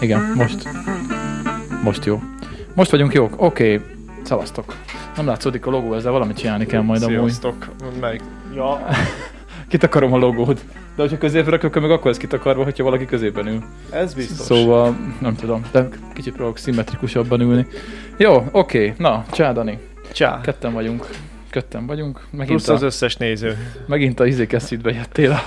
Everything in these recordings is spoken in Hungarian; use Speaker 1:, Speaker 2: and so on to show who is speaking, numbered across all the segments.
Speaker 1: Igen, most. Most jó. Most vagyunk jók. Oké, okay. szavaztok. Nem látszódik a logó, ezzel valamit csinálni kell majd amúgy.
Speaker 2: Sziasztok. Melyik?
Speaker 1: Ja. Kitakarom a logót. De hogyha középre rakom, meg akkor ez kitakarva, hogyha valaki középen ül.
Speaker 2: Ez biztos.
Speaker 1: Szóval nem tudom, de kicsit próbálok szimmetrikusabban ülni. Jó, oké, okay. na, csádani.
Speaker 2: Csá.
Speaker 1: Ketten vagyunk. Ketten vagyunk. Megint
Speaker 2: Plusz
Speaker 1: a,
Speaker 2: az összes néző.
Speaker 1: megint a izékesztyűtbe jöttél a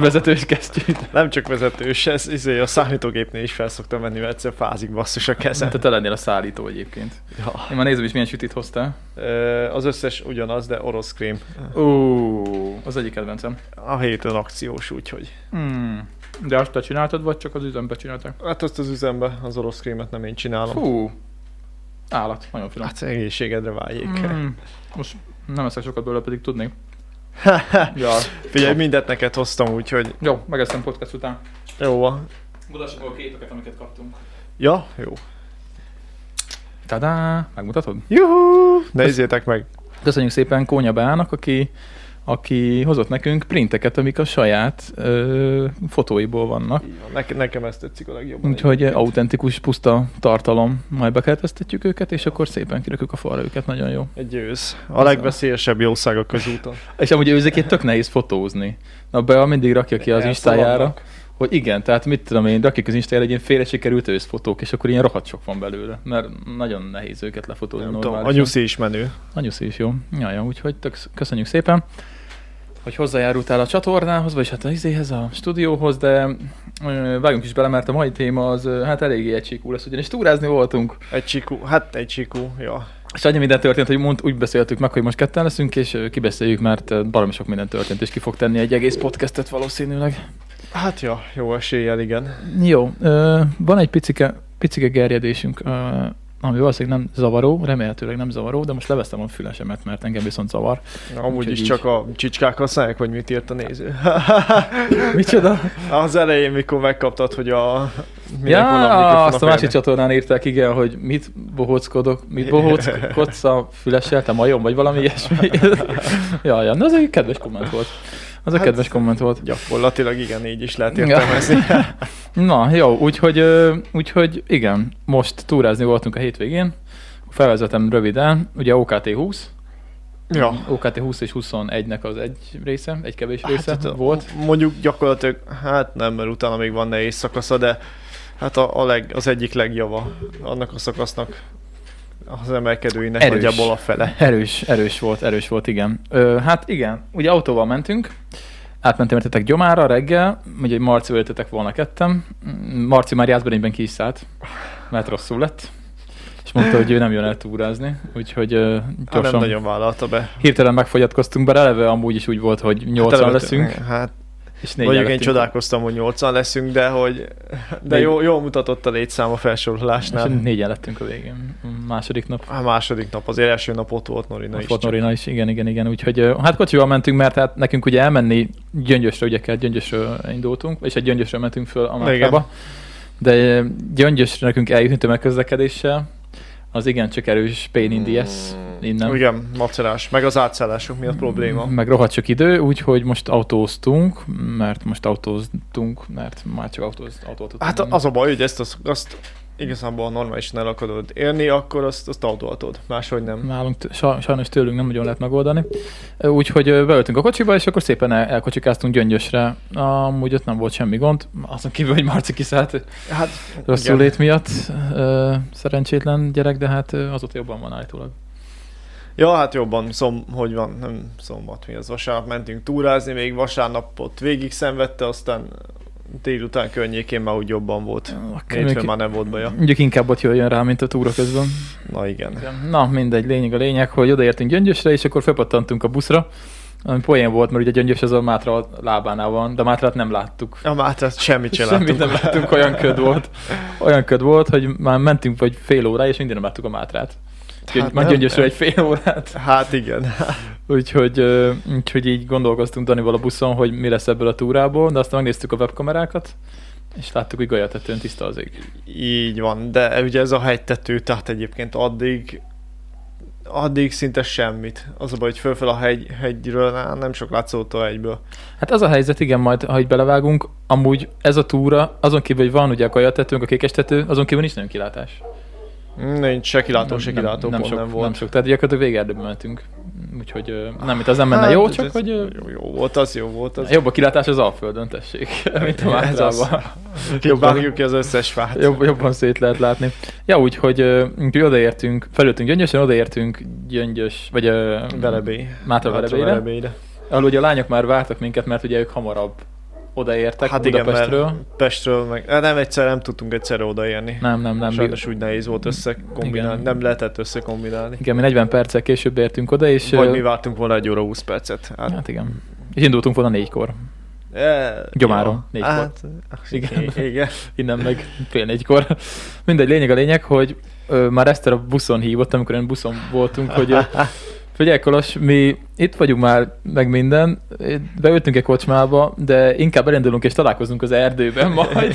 Speaker 1: vezetős kesztyűt.
Speaker 2: Nem csak vezetős, ez izé, a számítógépnél is fel szoktam venni, mert egyszer fázik basszus a kezem.
Speaker 1: Tehát te lennél a szállító egyébként.
Speaker 2: Ja.
Speaker 1: Én már nézem is, milyen sütit hoztál.
Speaker 2: Ö, Az összes ugyanaz, de orosz krém.
Speaker 1: Ó, az egyik kedvencem.
Speaker 2: A héten akciós, úgyhogy.
Speaker 1: Hmm. De azt te csináltad, vagy csak az üzembe csinálták?
Speaker 2: Hát azt az üzembe, az orosz krémet nem én csinálom.
Speaker 1: Fú, állat, nagyon finom.
Speaker 2: Hát egészségedre váljék. Mm.
Speaker 1: Mm. Most nem eszek sokat belőle, pedig tudnék. Ja.
Speaker 2: Figyelj, mindet neked hoztam, úgyhogy
Speaker 1: Jó, megeszem podcast után.
Speaker 2: jó van.
Speaker 1: Mutassuk a képeket, amiket kaptunk.
Speaker 2: Ja, jó.
Speaker 1: Tadá! Megmutatod?
Speaker 2: Juhú! Nézzétek meg.
Speaker 1: Köszönjük szépen Kónya Beának, aki, aki hozott nekünk printeket, amik a saját ö, fotóiból vannak.
Speaker 2: Így van, Neke, nekem ez tetszik a legjobban.
Speaker 1: Úgyhogy autentikus, puszta tartalom. Majd bekertesztetjük őket, és akkor szépen kirökük a falra őket. Nagyon jó.
Speaker 2: Egy ősz. A legveszélyesebb jószágok közúton.
Speaker 1: És amúgy őzekét tök nehéz fotózni. Na, Bea mindig rakja ki az Instájára,
Speaker 2: Elszaladnak.
Speaker 1: hogy igen, tehát mit tudom én, rakjuk az Instájára egy ilyen félre sikerült őszfotók, és akkor ilyen rohadt sok van belőle, mert nagyon nehéz őket lefotózni
Speaker 2: Nem tudom,
Speaker 1: normálisan.
Speaker 2: a nyuszi is menő.
Speaker 1: Anyuszi is jó. Jaja, úgyhogy tök, köszönjük szépen, hogy hozzájárultál a csatornához, vagyis hát a izéhez, a stúdióhoz, de ö, vágjunk is bele, mert a mai téma az ö, hát eléggé egységú lesz, ugyanis túrázni voltunk,
Speaker 2: Egy csikú, hát egy csikú, ja.
Speaker 1: és annyi minden történt, hogy mond, úgy beszéltük meg, hogy most ketten leszünk, és ö, kibeszéljük, mert ö, baromi sok minden történt, és ki fog tenni egy egész podcastet valószínűleg.
Speaker 2: Hát ja, jó eséllyel, igen.
Speaker 1: Jó, ö, van egy picike, picike gerjedésünk, ö, ami valószínűleg nem zavaró, remélhetőleg nem zavaró, de most levesztem a fülesemet, mert engem viszont zavar.
Speaker 2: Amúgy
Speaker 1: Úgyhogy
Speaker 2: is
Speaker 1: így.
Speaker 2: csak a csicskák használják, hogy mit írt a néző.
Speaker 1: Micsoda?
Speaker 2: Az elején, mikor megkaptad, hogy a... minek van a
Speaker 1: Ja,
Speaker 2: mikrofon
Speaker 1: azt a
Speaker 2: fejbe.
Speaker 1: másik csatornán írták, igen, hogy mit bohóckodok, mit bohóckodsz a fülessel, te majom, vagy valami ilyesmi. ja, ja, na az egy kedves komment volt. Az a
Speaker 2: Hát,
Speaker 1: kedves komment volt.
Speaker 2: Gyakorlatilag igen, így is lehet értelmezni.
Speaker 1: Na, jó, úgyhogy, ö, úgyhogy igen, most túrázni voltunk a hétvégén, felvezetem röviden, ugye OKT 20,
Speaker 2: ja.
Speaker 1: OKT 20 és 21-nek az egy része, egy kevés része
Speaker 2: hát,
Speaker 1: volt.
Speaker 2: Mondjuk gyakorlatilag, hát nem, mert utána még van nehéz szakasza, de hát a, a leg, az egyik legjava annak a szakasznak az emelkedőinek
Speaker 1: Erős.
Speaker 2: nagyjából a fele.
Speaker 1: Erős, erős volt, erős volt, igen. Ö, hát igen, ugye autóval mentünk, átmentem értetek gyomára reggel, ugye egy Marci öltetek volna kettem, Mm, Marci már Jászberényben ki is szállt, mert rosszul lett, és mondta, hogy ő nem jön el túrázni, úgyhogy ö,
Speaker 2: Hát nem
Speaker 1: gyorsan
Speaker 2: nagyon vállalta be. Hát
Speaker 1: hirtelen megfogyatkoztunk, bár eleve amúgy is úgy volt, hogy 80
Speaker 2: eleve-
Speaker 1: leszünk,
Speaker 2: Hát
Speaker 1: és 4
Speaker 2: mondjuk én csodálkoztam, hogy 80 leszünk, de hogy de
Speaker 1: Négy-
Speaker 2: jó, jól mutatott a létszám a
Speaker 1: és
Speaker 2: felsorolásnál.
Speaker 1: négyen lettünk a végén, második nap.
Speaker 2: A második nap, az első nap ott volt Norina
Speaker 1: Ott
Speaker 2: is.
Speaker 1: volt
Speaker 2: csak.
Speaker 1: Norina is, igen, igen, igen. Úgyhogy ö, hát kocsival mentünk, mert hát nekünk ugye elmenni gyöngyösre, ugye kell gyöngyösről indultunk, és egy gyöngyösre mentünk föl a márkába. De ö, gyöngyösre nekünk eljutni tömegközlekedéssel, az igen csak erős pain in the ass, innen.
Speaker 2: Hmm. Igen, macerás. Meg az átszállások
Speaker 1: Mm,
Speaker 2: miatt probléma.
Speaker 1: Meg rohadt sok idő, úgyhogy most autóztunk, mert most autóztunk, mert már csak autóz, autót tudtunk
Speaker 2: Hát
Speaker 1: menni.
Speaker 2: az a baj, hogy ezt azt, azt igazából normálisan el akarod érni, akkor azt, azt adoltod. Máshogy nem.
Speaker 1: Nálunk t- sa- sajnos tőlünk nem nagyon lehet megoldani. Ö, Úgyhogy ö, beöltünk a kocsiba, és akkor szépen el- elkocsikáztunk gyöngyösre. Amúgy ott nem volt semmi gond, azon kívül, hogy Marci kiszállt
Speaker 2: Hát
Speaker 1: rosszul
Speaker 2: igen.
Speaker 1: lét miatt. Ö, Szerencsétlen gyerek, de hát ö, azóta jobban van állítólag.
Speaker 2: Ja, hát jobban, szom, hogy van, nem szombat, mi az vasárnap mentünk túrázni, még vasárnapot végig szenvedte, aztán délután környékén már úgy jobban volt. Hétfőn már nem volt baja.
Speaker 1: Mondjuk inkább ott jöjjön rá, mint a túra közben.
Speaker 2: Na igen.
Speaker 1: Na, mindegy, lényeg a lényeg, hogy odaértünk Gyöngyösre, és akkor felpattantunk a buszra. Ami poén volt, mert ugye Gyöngyös az a Mátra lábánál van, de Mátrát nem láttuk.
Speaker 2: Ja, már hát ezt semmit sem
Speaker 1: Semmit
Speaker 2: láttunk.
Speaker 1: nem láttunk, olyan köd volt. Olyan köd volt, hogy már mentünk vagy fél órá, és mindig nem láttuk a Mátrát. Gyöngy,
Speaker 2: Hát
Speaker 1: már
Speaker 2: nem.
Speaker 1: gyöngyösről egy fél órát.
Speaker 2: Hát igen.
Speaker 1: Úgyhogy, ö, úgyhogy így gondolkoztunk Danival a buszon, hogy mi lesz ebből a túrából, de aztán megnéztük a webkamerákat, és láttuk, hogy golyatetőn tiszta az ég.
Speaker 2: Így van, de ugye ez a hegytető, tehát egyébként addig addig szinte semmit. Az a baj, hogy fölfel a hegy, hegyről, á, nem sok látszott a hegyből.
Speaker 1: Hát az a helyzet, igen, majd, ha így belevágunk, amúgy ez a túra, azon kívül, hogy van ugye a kajatetőnk, a kékestető, azon kívül nincs nagyon kilátás.
Speaker 2: Nincs se kilátó, se
Speaker 1: nem,
Speaker 2: kilátó,
Speaker 1: nem,
Speaker 2: pont
Speaker 1: sok,
Speaker 2: nem volt.
Speaker 1: nem sok, tehát gyakorlatilag végerdőbe mentünk. Úgyhogy ö, nem itt az nem menne
Speaker 2: Hát,
Speaker 1: jó,
Speaker 2: ez-
Speaker 1: csak
Speaker 2: ez
Speaker 1: hogy ö,
Speaker 2: Jó, jó volt, az jó volt. Hát Az...
Speaker 1: jobb a kilátás az Alföldön, tessék, mint a
Speaker 2: Ez az. Hát-
Speaker 1: Mátrában.
Speaker 2: Vágjuk ki az összes fát.
Speaker 1: Jobb, jobban szét lehet látni. Ja, úgyhogy ö, úgyhogy odaértünk, felültünk gyöngyösen, odaértünk gyöngyös, vagy ö,
Speaker 2: Belebé.
Speaker 1: Mátra Velebélyre, ahol ugye a lányok már vártak minket, mert ugye ők hamarabb odaértek hát
Speaker 2: Hát igen,
Speaker 1: Budapestről.
Speaker 2: mert Pestről meg... hát Nem egyszer nem tudtunk egyszerre odaérni.
Speaker 1: Nem, nem, nem.
Speaker 2: Sajnos úgy nehéz volt összekombinálni,
Speaker 1: Igen.
Speaker 2: nem lehetett összekombinálni.
Speaker 1: Igen, mi 40 perccel később értünk oda, és...
Speaker 2: Vagy
Speaker 1: ö,
Speaker 2: mi vártunk volna egy óra 20 percet. Hát,
Speaker 1: Hát igen. És indultunk volna négykor.
Speaker 2: e,
Speaker 1: Gyomáron,
Speaker 2: jó.
Speaker 1: négykor.
Speaker 2: Hát,
Speaker 1: Igen.
Speaker 2: igen. igen.
Speaker 1: Innen meg fél négykor. Mindegy, lényeg a lényeg, hogy ö, már Eszter a buszon hívott, amikor én buszon voltunk, hogy ö, figyelj Kolos, mi itt vagyunk már, meg minden, beültünk egy kocsmába, de inkább elindulunk és találkozunk az erdőben majd.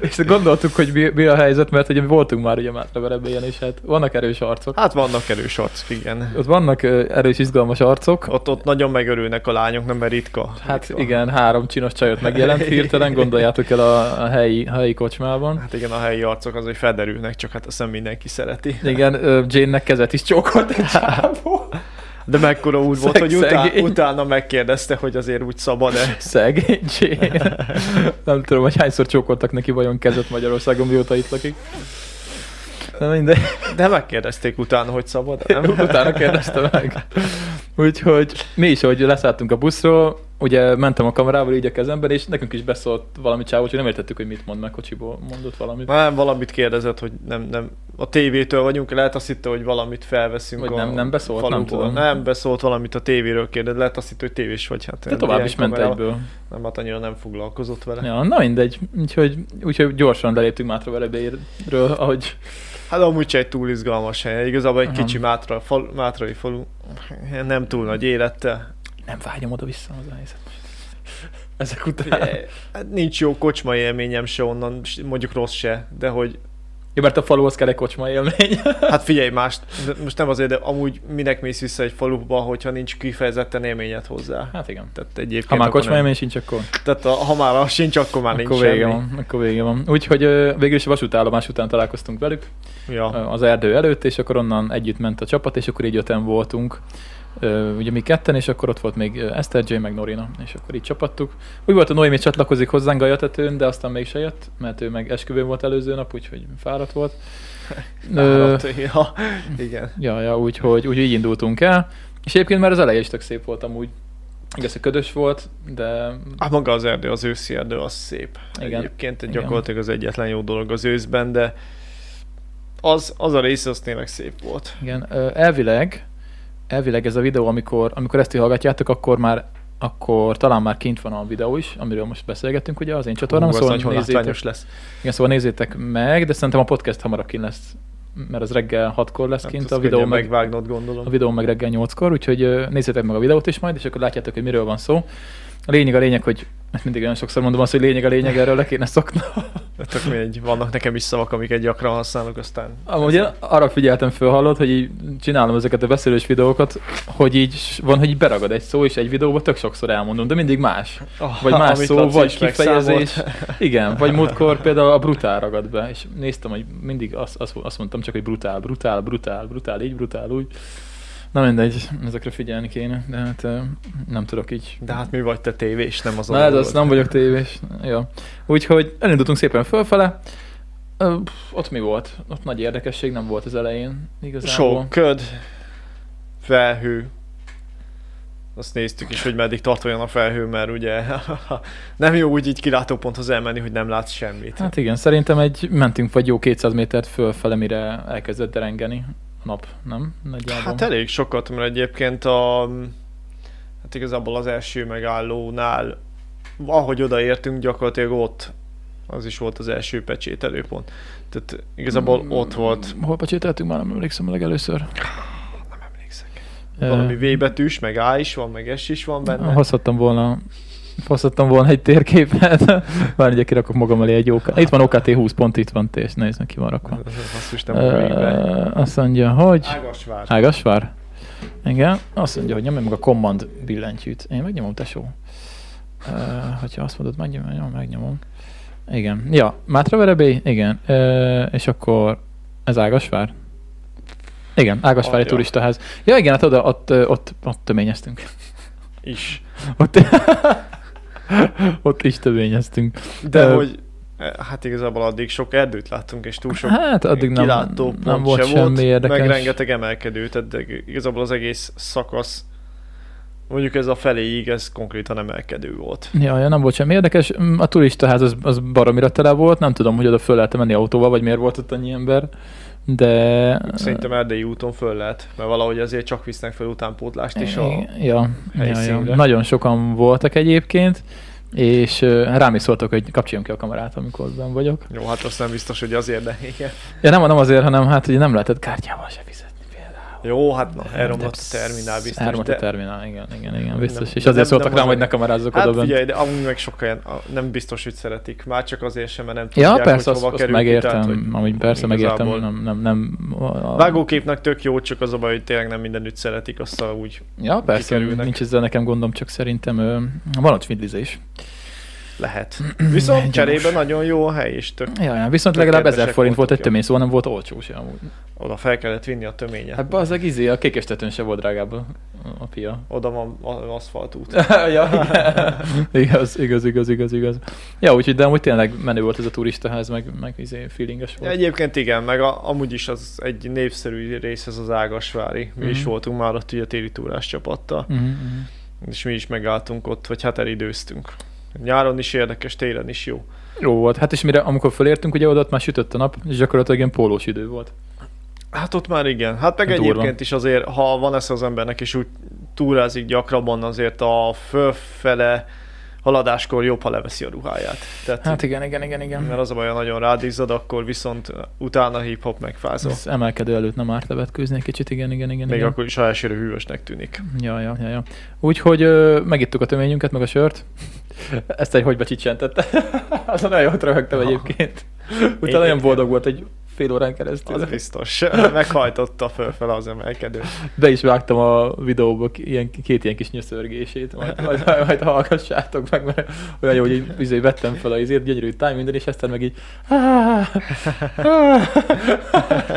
Speaker 1: és gondoltuk, hogy mi, mi, a helyzet, mert ugye mi voltunk már ugye Mátraverebélyen, és hát vannak erős arcok.
Speaker 2: Hát vannak erős arcok, igen.
Speaker 1: Ott vannak ö, erős, izgalmas arcok.
Speaker 2: Ott, ott nagyon megörülnek a lányok, nem mert ritka.
Speaker 1: Hát
Speaker 2: ritka.
Speaker 1: igen, három csinos csajot megjelent hirtelen, gondoljátok el a, a helyi, helyi kocsmában.
Speaker 2: Hát igen, a helyi arcok az, hogy felderülnek, csak hát azt nem mindenki szereti.
Speaker 1: Igen, ö, Jane-nek kezet is csókolt egy csávó.
Speaker 2: De mekkora úr volt, hogy
Speaker 1: Szegény.
Speaker 2: utá, utána megkérdezte, hogy azért úgy szabad-e.
Speaker 1: Szegény Jane. Nem tudom, hogy hányszor csókoltak neki vajon kezet Magyarországon, mióta itt lakik. Na mindegy,
Speaker 2: De megkérdezték utána, hogy szabad nem?
Speaker 1: utána kérdezte meg. Úgyhogy mi is, hogy leszálltunk a buszról, ugye mentem a kamerával így a kezemben, és nekünk is beszólt valami csávó, hogy nem értettük, hogy mit mond, meg kocsiból mondott valamit.
Speaker 2: Nem, valamit kérdezett, hogy nem, nem. A tévétől vagyunk, lehet azt hitte, hogy valamit felveszünk.
Speaker 1: Vagy
Speaker 2: a
Speaker 1: nem- nem beszólt, nem
Speaker 2: faluból.
Speaker 1: tudom.
Speaker 2: Nem beszólt valamit a tévéről kérdezett, lehet azt hitte, hogy tévés vagy. Hát
Speaker 1: De tovább
Speaker 2: ilyen
Speaker 1: is ment
Speaker 2: kamerával-
Speaker 1: egyből.
Speaker 2: Nem, hát annyira nem foglalkozott vele. Ja.
Speaker 1: Ja, na mindegy. Úgyhogy, úgyhogy gyorsan leléptünk Mátra Velebéről, ahogy
Speaker 2: Hát amúgy se egy túl izgalmas hely. Igazából egy
Speaker 1: Aha.
Speaker 2: kicsi mátra, fal, mátrai falu, nem túl nagy élettel.
Speaker 1: nem vágyom oda-vissza az a helyzet. Ezek után.
Speaker 2: Figyelj, Hát nincs jó kocsma élményem se onnan, s- mondjuk rossz se, de hogy
Speaker 1: Ja, mert a faluhoz kell egy kocsma élmény.
Speaker 2: hát figyelj mást, de most nem azért, de amúgy minek mész vissza egy faluba, hogyha nincs kifejezetten élményed hozzá.
Speaker 1: Hát igen.
Speaker 2: Tehát egyébként
Speaker 1: Ha már
Speaker 2: akkor
Speaker 1: kocsma
Speaker 2: nem-
Speaker 1: élmény sincs, akkor,
Speaker 2: Tehát a, ha már az sincs, akkor már
Speaker 1: akkor
Speaker 2: nincs
Speaker 1: vége
Speaker 2: semmi.
Speaker 1: van. Akkor vége van. Úgyhogy ö, végül is a vasútállomás után találkoztunk velük ö,
Speaker 2: Ja.
Speaker 1: az erdő előtt, és akkor onnan együtt ment a csapat, és akkor így öten voltunk. Ö, ugye mi ketten, és akkor ott volt még ö, Eszter J, meg Norina, és akkor így csapattuk. Úgy volt, a Noémi csatlakozik hozzánk a jatetőn, de aztán mégse jött, mert ő meg esküvőn volt előző nap, úgyhogy fáradt volt. Ö,
Speaker 2: Hát, ja. Igen.
Speaker 1: Ja, ja, úgyhogy úgy így indultunk el, és egyébként már az eleje is tök szép volt amúgy. Igaz, hogy ködös volt, de
Speaker 2: Hát maga az erdő, az őszi erdő, az szép.
Speaker 1: Igen.
Speaker 2: Igen. Egyébként
Speaker 1: Igen.
Speaker 2: gyakorlatilag az egyetlen jó dolog az őszben, de az, az a rész az tényleg szép volt.
Speaker 1: igen, ö, elvileg, elvileg ez a videó, amikor, amikor ezt ti hallgatjátok, akkor már akkor talán már kint van a videó is, amiről most beszélgettünk, ugye az én csatornám,
Speaker 2: Hú, az
Speaker 1: szóval
Speaker 2: nagyon
Speaker 1: nézzétek,
Speaker 2: látványos lesz.
Speaker 1: igen, szóval nézzétek meg, de szerintem a podcast hamarabb kint lesz, mert az reggel 6-kor lesz
Speaker 2: Hát
Speaker 1: kint,
Speaker 2: azt
Speaker 1: a videó
Speaker 2: könnyen
Speaker 1: meg
Speaker 2: megvágnod, gondolom.
Speaker 1: a videó meg reggel 8-kor, úgyhogy ö, nézzétek meg a videót is majd, és akkor látjátok, hogy miről van szó. A lényeg a lényeg, hogy ezt mindig olyan sokszor mondom azt, hogy lényeg a lényeg, erről le kéne szokni.
Speaker 2: Hát Tök mindegy, vannak nekem is szavak, amiket gyakran használok, aztán
Speaker 1: Amúgy én arra figyeltem föl, hallod, hogy így csinálom ezeket a beszélős videókat, hogy így s- van, hogy így beragad egy szó, és egy videóban tök sokszor elmondom, de mindig más. Vagy
Speaker 2: Ah,
Speaker 1: más
Speaker 2: amit
Speaker 1: szó,
Speaker 2: Laci
Speaker 1: vagy
Speaker 2: is megszámolt.
Speaker 1: kifejezés. Igen, vagy múltkor például a brutál ragad be, és néztem, hogy mindig azt, azt, azt mondtam csak, hogy brutál, brutál, brutál, brutál, így, brutál, úgy. Na mindegy, ezekre figyelni kéne, de hát ö, nem tudok így.
Speaker 2: De hát mi vagy te tévés, nem az
Speaker 1: Na ez az, nem vagyok tévés.
Speaker 2: Szóval
Speaker 1: Ja. Úgyhogy elindultunk szépen fölfele. Ö, pff, ott mi volt? Ott nagy érdekesség nem volt az elején igazából.
Speaker 2: Sok köd, felhő. Azt néztük is, hogy meddig tart olyan a felhő, mert ugye nem jó úgy így kilátóponthoz elmenni, hogy nem látsz semmit.
Speaker 1: Hát igen, szerintem egy mentünk vagy jó 200 métert fölfele, mire elkezdett derengeni a nap, nem? Nagyjából.
Speaker 2: Hát elég sokat, mert egyébként a, hát igazából az első megállónál, ahogy odaértünk, gyakorlatilag ott az is volt az első pecsételőpont. Tehát igazából
Speaker 1: Mm,
Speaker 2: ott volt,
Speaker 1: Hol pecsételtünk már, nem emlékszem a legelőször.
Speaker 2: nem emlékszek.
Speaker 1: Ö,
Speaker 2: Valami V betűs, meg A is van, meg S is van benne.
Speaker 1: Hozhattam volna Fosztottam volna egy térképet. Már ugye kirakok magam elé egy OK. Itt van OKT 20 pont, itt van tés. Nézd meg, ki van rakva.
Speaker 2: Basszus, nem ugrunk be.
Speaker 1: Uh, azt mondja, hogy...
Speaker 2: Ágasvár.
Speaker 1: Ágasvár? Igen. Azt mondja, hogy nyomj meg a command billentyűt. Én megnyomom, tesó. Uh, hogyha azt mondod, megnyomom, nyomom, megnyomom. Igen. Ja, Mátra Verebély? Igen. Uh, és akkor ez Ágasvár? Igen, Ágasvári
Speaker 2: Adja.
Speaker 1: turistaház. Ja igen, hát oda, ott, ö, ott, ott töményeztünk.
Speaker 2: Is.
Speaker 1: Ott, ott is töményeztünk.
Speaker 2: De
Speaker 1: Ö,
Speaker 2: hogy eh, hát igazából addig sok erdőt láttunk, és túl sok
Speaker 1: hát addig nem,
Speaker 2: kilátó pont
Speaker 1: nem volt
Speaker 2: se
Speaker 1: semmi
Speaker 2: volt,
Speaker 1: érdekes.
Speaker 2: meg rengeteg emelkedő, tehát de igazából az egész szakasz, mondjuk ez a feléig, ez konkrétan emelkedő volt.
Speaker 1: Ja, ja, nem volt semmi érdekes. Mm, A turistaház az, az baromira tele volt, nem tudom, hogy oda föl lehet menni autóval, vagy miért volt ott annyi ember, de...
Speaker 2: Szerintem erdélyi úton föl lehet, mert valahogy azért csak visznek fel utánpótlást is a
Speaker 1: Igen, eh, ja, ja, ja,
Speaker 2: helyszínre.
Speaker 1: nagyon sokan voltak egyébként, és ö, rám is szóltak, hogy kapcsoljam ki a kamerát, amikor benn vagyok.
Speaker 2: jó, hát azt nem biztos, hogy azért, de igen.
Speaker 1: Ja, nem, nem azért, hanem hát ugye nem lehetett kártyával se fizetni például.
Speaker 2: Jó, hát na, elromlott
Speaker 1: De
Speaker 2: a terminál biztos.
Speaker 1: Elromlott a
Speaker 2: de-
Speaker 1: terminál, igen, igen, igen,
Speaker 2: Nem-
Speaker 1: biztos. és
Speaker 2: nem-
Speaker 1: azért szóltak
Speaker 2: nem
Speaker 1: rám,
Speaker 2: az-
Speaker 1: hogy ne kamerázzak
Speaker 2: Hát
Speaker 1: oda bent.
Speaker 2: figyelj, de amúgy meg sok olyan, a- nem biztos, hogy szeretik. Már csak azért sem, mert nem tudják,
Speaker 1: Ja,
Speaker 2: hogy
Speaker 1: persze, azt,
Speaker 2: hova
Speaker 1: azt
Speaker 2: kerül ki, tehát, hogy
Speaker 1: megértem, amúgy persze megértem,
Speaker 2: igazából-
Speaker 1: nem, nem, nem. a- a-
Speaker 2: Vágóképnek tök jó, csak az a baj, hogy tényleg nem mindenütt szeretik, azt a úgy
Speaker 1: Ja, persze,
Speaker 2: kikerülnek.
Speaker 1: nincs ezzel nekem gondom, csak szerintem ö, van ott fidlizés.
Speaker 2: lehet. Viszont
Speaker 1: Gyanús.
Speaker 2: cserébe nagyon jó a hely, és tök
Speaker 1: Ja, ja, viszont
Speaker 2: Tök
Speaker 1: legalább
Speaker 2: kedvesek
Speaker 1: 1000 forint volt
Speaker 2: voltak,
Speaker 1: egy
Speaker 2: ja.
Speaker 1: tömény, szóval nem volt olcsó sem amúgy.
Speaker 2: oda fel kellett vinni a töményet.
Speaker 1: Hát az izé, a kékestetőn se volt drágább a, a pia.
Speaker 2: Oda van a- aszfaltút.
Speaker 1: ja, igen. igaz, igaz, igaz, igaz, igaz. Ja, úgyhogy de amúgy tényleg menő volt ez a turistaház, meg, meg izé feelinges volt.
Speaker 2: Egyébként igen, meg a, amúgy is az egy népszerű rész ez az Ágasvári. Mi is
Speaker 1: Mhm.
Speaker 2: voltunk már ott ugye téli túrás csapattal,
Speaker 1: Mhm, mhm.
Speaker 2: és mi is megálltunk ott, vagy hát elidőztünk. Nyáron is érdekes, télen is jó.
Speaker 1: Jó volt. Hát és mire, amikor fölértünk, ugye oda ott már sütött a nap, és gyakorlatilag ilyen pólós idő volt.
Speaker 2: Hát ott már igen. Hát meg
Speaker 1: Durva.
Speaker 2: egyébként is azért, ha van esze az embernek, és úgy túrázik gyakrabban, azért a fölfele haladáskor jobb, ha leveszi a ruháját. Tehát,
Speaker 1: Hát igen, igen, igen, igen.
Speaker 2: mert az a baj, ha nagyon rádizzad, akkor viszont utána hip-hop megfázol.
Speaker 1: Ez emelkedő előtt nem árt levetkőzni egy kicsit, igen, igen, igen.
Speaker 2: Még
Speaker 1: igen.
Speaker 2: akkor is, ha elsőre hűvösnek tűnik.
Speaker 1: Ja, ja, ja, ja. Úgyhogy ö, megittuk a töményünket, meg a sört. Ezt egy hogy becsicsentette. Azon nagyon jót röhögtem egyébként. Utána olyan boldog volt egy fél órán keresztül.
Speaker 2: Az biztos. Meghajtotta fölfele az emelkedő.
Speaker 1: Be is vágtam a videóba k- ilyen, két ilyen kis nyöszörgését, majd, majd, majd hallgassátok meg, mert olyan jó, hogy így izé, vettem fel a izért, gyönyörű time minden, és aztán meg így "Ah!"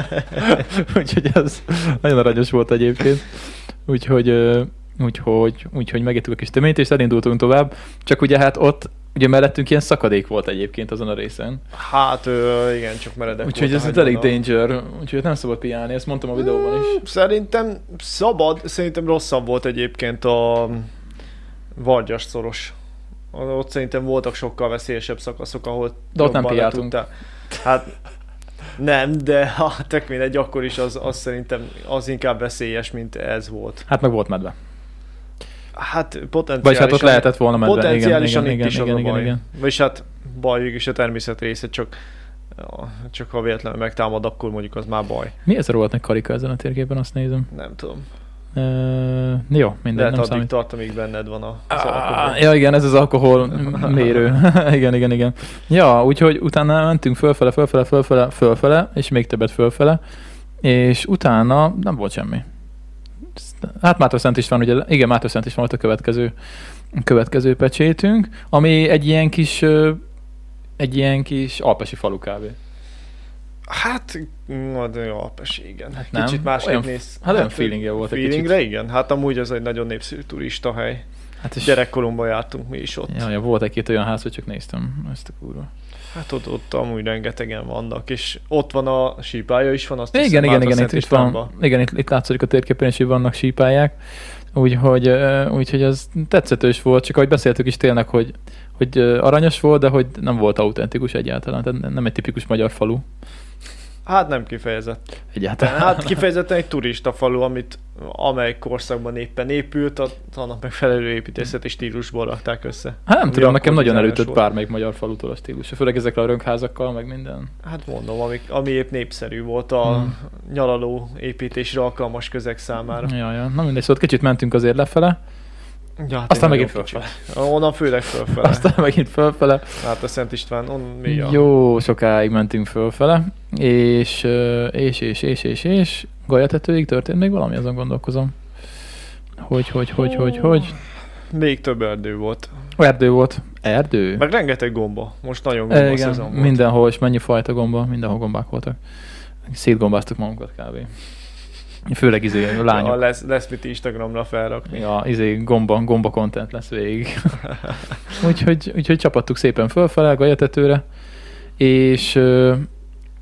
Speaker 1: Úgyhogy ez nagyon aranyos volt egyébként. Úgyhogy, ö, úgyhogy, úgyhogy megettük a kis töményt, és elindultunk tovább. Csak ugye hát ott ugye mellettünk ilyen szakadék volt egyébként azon a részen.
Speaker 2: Hát ö, igen, csak meredek
Speaker 1: Úgyhogy
Speaker 2: volt a
Speaker 1: ez itt elég
Speaker 2: hagyon a-
Speaker 1: danger, úgyhogy nem szabad piálni, ezt mondtam a videóban is.
Speaker 2: Szerintem szabad, szerintem rosszabb volt egyébként a vargyas szoros. Ott szerintem voltak sokkal veszélyesebb szakaszok, ahol
Speaker 1: De ott nem
Speaker 2: jobban le
Speaker 1: piáltunk.
Speaker 2: tudtál. Hát nem, de ha tök mindegy, akkor is az, az szerintem az inkább veszélyes, mint ez volt.
Speaker 1: Hát meg volt medve.
Speaker 2: Hát potenciálisan...
Speaker 1: Vagy hát ott lehetett volna medve. igen,
Speaker 2: Potenciálisan
Speaker 1: igen,
Speaker 2: itt
Speaker 1: igen,
Speaker 2: is
Speaker 1: igen,
Speaker 2: az a
Speaker 1: igen,
Speaker 2: baj.
Speaker 1: igen.
Speaker 2: Vagyis hát baj is a természet része, csak, csak ha véletlenül megtámad, akkor mondjuk az már baj.
Speaker 1: Mi ez a rovatnak karika ezen a térképen, azt nézem.
Speaker 2: Nem tudom.
Speaker 1: Ö, jó,
Speaker 2: De
Speaker 1: mindegy,
Speaker 2: Lehet
Speaker 1: nem
Speaker 2: addig
Speaker 1: számít.
Speaker 2: tart, amíg benned van a- az alkohol.
Speaker 1: Ah, ja, igen, ez az alkohol mérő. igen, igen, igen. Ja, úgyhogy utána mentünk fölfele, fölfele, fölfele, fölfele, és még többet fölfele, és utána nem volt semmi. Hát Mátor Szent István, ugye, igen, Mátor Szent István volt a következő, következő pecsétünk, ami egy ilyen kis, ö, egy ilyen kis alpesi falu kávé.
Speaker 2: Hát, na de jó, apes, igen. Hát
Speaker 1: nem.
Speaker 2: Kicsit másképp
Speaker 1: Olyan-
Speaker 2: néz.
Speaker 1: hát olyan feelingje volt egy
Speaker 2: Feelingre, igen. Hát amúgy az egy nagyon népszerű turista hely.
Speaker 1: Hát és
Speaker 2: Gyerekkoromban jártunk mi is ott.
Speaker 1: Ja, ja, volt egy-két olyan ház, hogy csak néztem ezt a kurva.
Speaker 2: Hát ott, ott amúgy rengetegen vannak, és ott van a sípája is van, azt
Speaker 1: Igen,
Speaker 2: hiszem,
Speaker 1: igen, igen,
Speaker 2: Márta
Speaker 1: igen,
Speaker 2: Szent
Speaker 1: itt, itt van,
Speaker 2: Istvánban.
Speaker 1: igen, itt, itt látszik a térképen is, hogy vannak sípáják, úgyhogy, ö, úgyhogy az tetszetős volt, csak ahogy beszéltük is tényleg, hogy, hogy ö, aranyos volt, de hogy nem volt autentikus egyáltalán, tehát nem egy tipikus magyar falu
Speaker 2: Hát nem kifejezett.
Speaker 1: egyáltalán.
Speaker 2: Hát kifejezetten egy turista falu, amit amely korszakban éppen épült, a- annak megfelelő építészeti stílusból rakták össze.
Speaker 1: Hát nem
Speaker 2: Ami
Speaker 1: tudom,
Speaker 2: akkor
Speaker 1: nekem nagyon
Speaker 2: dizájnos
Speaker 1: elütött
Speaker 2: volt.
Speaker 1: bármelyik magyar falutól a stílusa, főleg ezekkel a rönkházakkal, meg minden.
Speaker 2: Hát mondom, ami, ami épp népszerű volt a
Speaker 1: Hmm.
Speaker 2: nyaraló építésre alkalmas közeg számára.
Speaker 1: Ja, ja. Na mindegy, szóval kicsit mentünk azért lefele,
Speaker 2: Ja, hát
Speaker 1: Aztán
Speaker 2: én
Speaker 1: megint
Speaker 2: nagyon kicsi.
Speaker 1: fölfele.
Speaker 2: Onnan főleg fölfele.
Speaker 1: Aztán megint fölfele.
Speaker 2: Hát a Szent István, on mi a...
Speaker 1: Jó sokáig mentünk fölfele, és, ö, és, és, és, és, és golyatetőig történt még valami, azon gondolkozom. Hogy, hogy, hogy, hogy, hogy.
Speaker 2: Még több erdő volt.
Speaker 1: Erdő volt. Erdő?
Speaker 2: Meg rengeteg gomba. Most nagyon gomba
Speaker 1: E, Igen,
Speaker 2: szezon volt.
Speaker 1: mindenhol, és mennyi fajta gomba, mindenhol gombák voltak. Szétgombáztuk magunkat kb. Főleg izé, a
Speaker 2: Ja,
Speaker 1: lányok.
Speaker 2: lesz, lesz mit Instagramra felrakni.
Speaker 1: Ja, izé, gomba, gomba content lesz végig. úgyhogy, úgyhogy csapattuk szépen fölfele Gajatetőre, és, ö,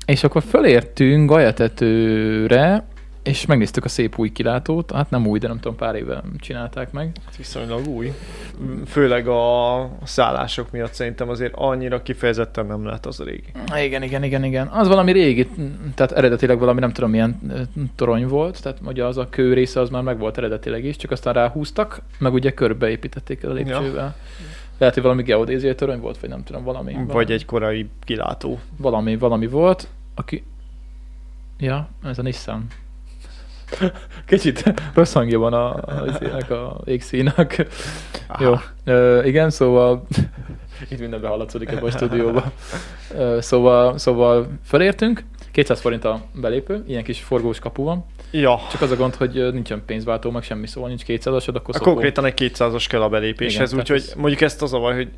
Speaker 1: és akkor fölértünk Gajatetőre, és megnéztük a szép új kilátót, hát nem új, de nem tudom, pár éve csinálták meg.
Speaker 2: Hát Viszonylag új. Főleg a szállások miatt szerintem azért annyira kifejezetten nem lett az a régi.
Speaker 1: Igen, igen, igen, igen. Az valami régi, tehát eredetileg valami nem tudom milyen ö, torony volt, tehát ugye az a kő része az már megvolt eredetileg is, csak aztán ráhúztak, meg ugye körbeépítették a lépcsővel. Ja. Lehet, hogy valami geodéziai torony volt, vagy nem tudom, valami.
Speaker 2: Vagy
Speaker 1: valami,
Speaker 2: egy korai kilátó.
Speaker 1: valami, valami volt, aki... Ja, ez a Nissan. Kicsit rossz hangja van a, a, izének, a égszínak.
Speaker 2: Aha.
Speaker 1: Jó, ö, igen, szóval itt minden behallatszódik ebbe a stúdióba. Ö, szóval, szóval felértünk, 200 forint a belépő, ilyen kis forgós kapu van.
Speaker 2: Ja.
Speaker 1: Csak az a gond, hogy ö, nincsen pénzváltó, meg semmi szóval nincs 200-asod, akkor
Speaker 2: A
Speaker 1: szopó.
Speaker 2: konkrétan egy 200-as kell a belépéshez,
Speaker 1: Igen,
Speaker 2: úgyhogy
Speaker 1: tehát ez-
Speaker 2: mondjuk ezt az a baj, hogy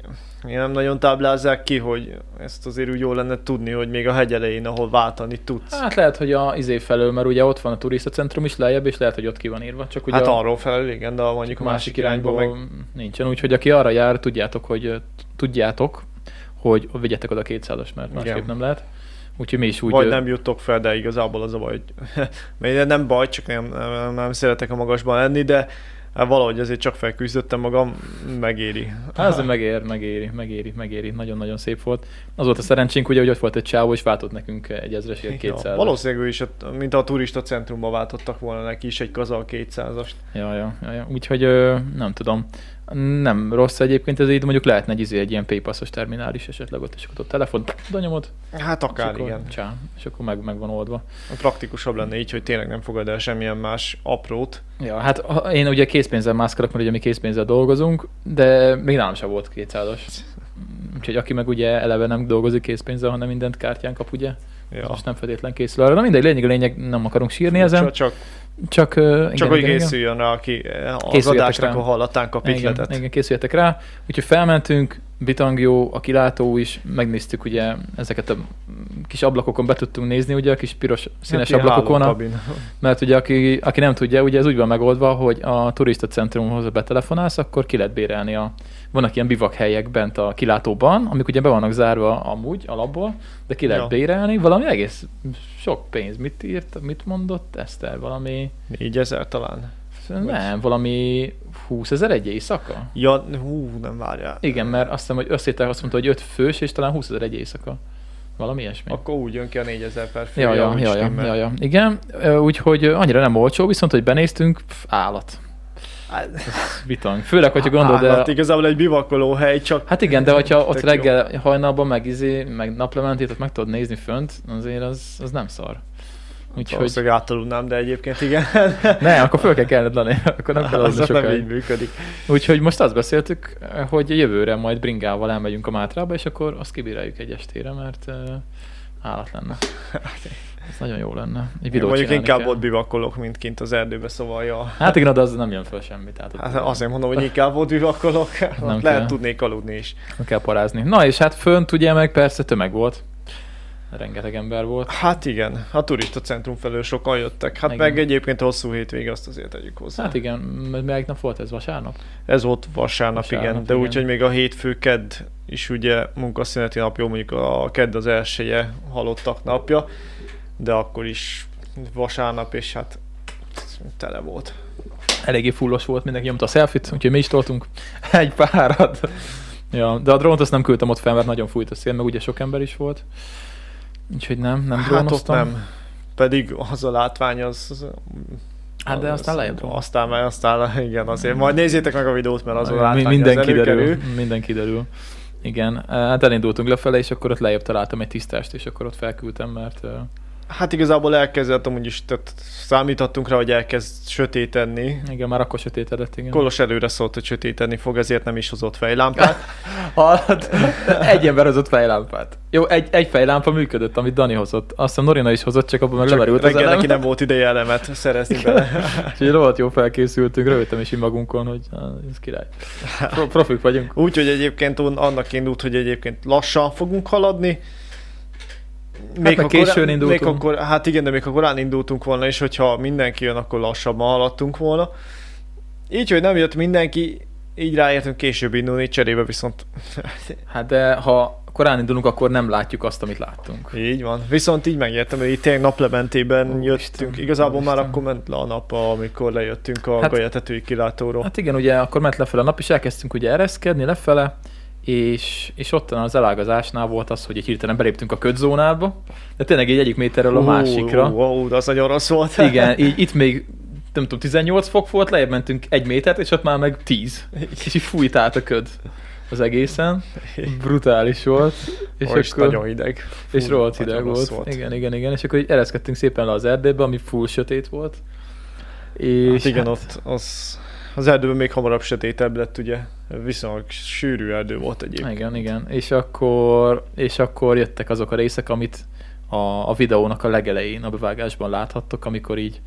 Speaker 2: nem nagyon táblázzák ki, hogy ezt azért úgy jó lenne tudni, hogy még a hegy elején, ahol váltani tudsz. Hát,
Speaker 1: Hát lehet, hogy a izé felől, mert ugye ott van a turistacentrum is lejjebb, és lehet, hogy ott ki van írva. Csak ugye
Speaker 2: hát
Speaker 1: a,
Speaker 2: arról felel, igen, de mondjuk a másik irányba meg...
Speaker 1: nincsen. Úgyhogy aki arra jár, tudjátok, hogy ö, tudjátok, hogy vigyetek oda 200-as, mert másképp
Speaker 2: Igen.
Speaker 1: nem lehet. Úgyhogy mi is úgy...
Speaker 2: Vagy
Speaker 1: ö,
Speaker 2: nem jutok fel, de igazából az a baj, hogy mert nem baj, csak nem, nem, nem szeretek a magasban lenni, de valahogy azért csak felküzdöttem magam, megéri.
Speaker 1: Hát ez megér, megéri, megéri, megéri. Nagyon-nagyon szép volt. Az volt a szerencsénk, ugye, hogy ott volt egy csávó, és váltott nekünk egy ezresért, kétszer.
Speaker 2: Ja, valószínűleg ő is, ott, mint a turista centrumba váltottak volna neki is egy kazal 200-ast.
Speaker 1: Ja, ja, ja, ja. Úgyhogy ö, nem tudom. Nem rossz egyébként ez így, de mondjuk lehetne egy, izé, egy ilyen paypassos terminális esetleg ott, és akkor ott telefon, danyomod,
Speaker 2: Hát akár,
Speaker 1: és akkor,
Speaker 2: igen.
Speaker 1: Csá, és akkor meg, meg van oldva.
Speaker 2: Praktikusabb lenne így, hogy tényleg nem fogad el semmilyen más aprót.
Speaker 1: Ja, hát ha- én ugye készpénzzel mászkálok, mert ugye mi készpénzzel dolgozunk, de még nálam sem volt 200-as. Úgyhogy aki meg ugye eleve nem dolgozik készpénzzel, hanem mindent kártyán kap, ugye? Ja.
Speaker 2: Ja.
Speaker 1: Most nem feltétlen készül arra. Na mindegy, lényeg a lényeg, nem akarunk sírni ezen.
Speaker 2: Csak, csak,
Speaker 1: Csak, ö, igen,
Speaker 2: csak hogy
Speaker 1: igen, igen.
Speaker 2: készüljön rá, aki eh, az
Speaker 1: Készüljetek
Speaker 2: adásnak
Speaker 1: rá.
Speaker 2: a hallatán kap
Speaker 1: igen,
Speaker 2: ötletet.
Speaker 1: igen, készüljetek rá. Úgyhogy felmentünk, bitang jó, a kilátó is, megnéztük ugye ezeket a kis ablakokon be tudtunk nézni, ugye a kis piros színes
Speaker 2: Hát ilyen
Speaker 1: ablakokon, a,
Speaker 2: hálókabin.
Speaker 1: mert ugye aki, aki, nem tudja, ugye ez úgy van megoldva, hogy a turista centrumhoz ha betelefonálsz, akkor ki lehet bérelni a vannak ilyen bivakhelyek bent a kilátóban, amik ugye be vannak zárva amúgy alapból, de ki lehet
Speaker 2: Ja.
Speaker 1: bérelni, valami egész sok pénz. Mit írt, mit mondott Eszter? Valami,
Speaker 2: 4000 talán.
Speaker 1: nem, valami 20 ezer egy éjszaka?
Speaker 2: Ja, hú, nem várjál.
Speaker 1: Igen, mert azt hiszem, hogy összétel azt mondta, hogy 5 fős, és talán 20 ezer egy éjszaka. Valami ilyesmi.
Speaker 2: Akkor úgy jön ki a 4000 per fő.
Speaker 1: Ja, ja,
Speaker 2: úgy
Speaker 1: ja, ja,
Speaker 2: stimmel.
Speaker 1: ja, ja, igen, ö, úgyhogy ö, annyira nem olcsó, viszont, hogy benéztünk, pff, állat,
Speaker 2: Hát,
Speaker 1: bitang. Főleg, hogyha gondolod,
Speaker 2: hát,
Speaker 1: de...
Speaker 2: igazából egy bivakoló hely, csak
Speaker 1: Hát igen, de hogyha ott
Speaker 2: Tök
Speaker 1: reggel hajnalban meg izé, meg naplementét, ott meg tudod nézni fönt, azért az, az nem szar. Úgyhogy
Speaker 2: valószínűleg átaludnám, de egyébként igen.
Speaker 1: ne, akkor föl kell kelned lenni, akkor nem kell
Speaker 2: az
Speaker 1: aludni
Speaker 2: nem így
Speaker 1: sokáig.
Speaker 2: működik.
Speaker 1: Úgyhogy most azt beszéltük, hogy jövőre majd bringával elmegyünk a Mátrába, és akkor azt kibíráljuk egy estére, mert ö, állat lenne. Ez nagyon jó lenne. Egy
Speaker 2: Én
Speaker 1: videót
Speaker 2: mondjuk
Speaker 1: csinálni
Speaker 2: inkább
Speaker 1: kell.
Speaker 2: ott bivakolok, mint kint az erdőbe, szóval ja.
Speaker 1: Hát igen, de az nem jön föl semmit. Tehát ott
Speaker 2: Hát azért mondom, hogy inkább ott bivakolok,
Speaker 1: Nem
Speaker 2: ott lehet
Speaker 1: kell.
Speaker 2: tudnék aludni is.
Speaker 1: nem kell parázni. Na és hát fönt ugye meg persze tömeg volt. Rengeteg ember volt.
Speaker 2: Hát igen, a turista centrum felől sokan jöttek. Hát
Speaker 1: Igen.
Speaker 2: meg egyébként a hosszú hétvége, azt azért tegyük hozzá.
Speaker 1: Hát igen, m- melyik nap volt ez? Vasárnap?
Speaker 2: Ez volt vasárnap,
Speaker 1: Vasárnap,
Speaker 2: vasárnap igen, de
Speaker 1: igen.
Speaker 2: úgyhogy még a hétfő kedd is ugye munkaszüneti napja, mondjuk a kedd az elsője halottak napja, de akkor is vasárnap, és hát tele volt.
Speaker 1: Eléggé fullos volt, mindenki nyomta a selfit, úgyhogy mi is toltunk egy párat. Ja, de a drónt azt nem küldtem ott fel, mert nagyon fújt a szél, meg ugye sok ember is volt. Úgyhogy nem, nem
Speaker 2: hát ott
Speaker 1: drónoztam.
Speaker 2: nem. Pedig az a látvány az... az
Speaker 1: Hát de
Speaker 2: az-
Speaker 1: aztán lejött.
Speaker 2: Aztán, már- aztán, igen, azért. Majd nézzétek meg a videót, mert az a látvány
Speaker 1: minden
Speaker 2: az
Speaker 1: kiderül.
Speaker 2: előkerül.
Speaker 1: Minden kiderül. Igen, hát elindultunk lefele, és akkor ott lejjebb találtam egy tisztást, és akkor ott felküldtem, mert ö,
Speaker 2: Hát igazából elkezdett, amúgy is tehát számítottunk rá, hogy elkezd sötétedni.
Speaker 1: Igen, már akkor sötétedett, igen.
Speaker 2: Kolos előre szólt, hogy sötétedni fog, ezért nem is hozott fejlámpát.
Speaker 1: Hallod? Egy ember hozott fejlámpát. Jó, egy, egy fejlámpa működött, amit Dani hozott. Azt hiszem Norina is hozott, csak abban meg leverült az
Speaker 2: Reggel
Speaker 1: elem.
Speaker 2: neki nem volt ideje elemet szerezni bele.
Speaker 1: Úgyhogy rohadt jó felkészültünk, röhögtem is így magunkon, hogy á, ez király. Pro, profik vagyunk.
Speaker 2: Úgyhogy egyébként on- annak indult, hogy egyébként lassan fogunk haladni.
Speaker 1: Hát meg későn indultunk.
Speaker 2: Még akkor, hát igen, de még ha korán indultunk volna, és hogyha mindenki jön, akkor lassabban haladtunk volna. Így, hogy nem jött mindenki, így ráértünk később indulni, cserébe viszont
Speaker 1: Hát de ha korán indulunk, akkor nem látjuk azt, amit láttunk.
Speaker 2: így van. Viszont így megértem, hogy itt tényleg naplementében
Speaker 1: Ó,
Speaker 2: jöttünk.
Speaker 1: Isten,
Speaker 2: Igazából
Speaker 1: ó,
Speaker 2: már
Speaker 1: Isten.
Speaker 2: akkor ment le a nap, amikor lejöttünk a
Speaker 1: Hát-
Speaker 2: hát, golyatetői kilátóról.
Speaker 1: Hát igen, ugye akkor ment lefele a nap, és elkezdtünk ugye ereszkedni lefele, és, és ott az elágazásnál volt az, hogy egy hirtelen beléptünk a ködzónába, de tényleg egy egyik méterről a
Speaker 2: Ú,
Speaker 1: másikra.
Speaker 2: Ú, ú, de az nagyon rossz volt.
Speaker 1: Igen, így itt még nem tudom, 18 fok volt, lejjebb mentünk egy métert, és ott már meg 10. És így fújt át a köd az egészen. Brutális volt. És
Speaker 2: És is nagyon hideg. Fú,
Speaker 1: és rohadt
Speaker 2: nagyon
Speaker 1: hideg
Speaker 2: rossz
Speaker 1: volt. volt. Igen, igen, igen. És akkor így ereszkedtünk szépen le az erdőbe, ami full sötét volt. És
Speaker 2: Hát igen, ott az, az erdőben még hamarabb sötétebb lett, ugye. Viszonylag sűrű erdő volt egyébként.
Speaker 1: Igen, igen. És akkor, és akkor jöttek azok a részek, amit a, a videónak a legelején a bevágásban láthattok, amikor így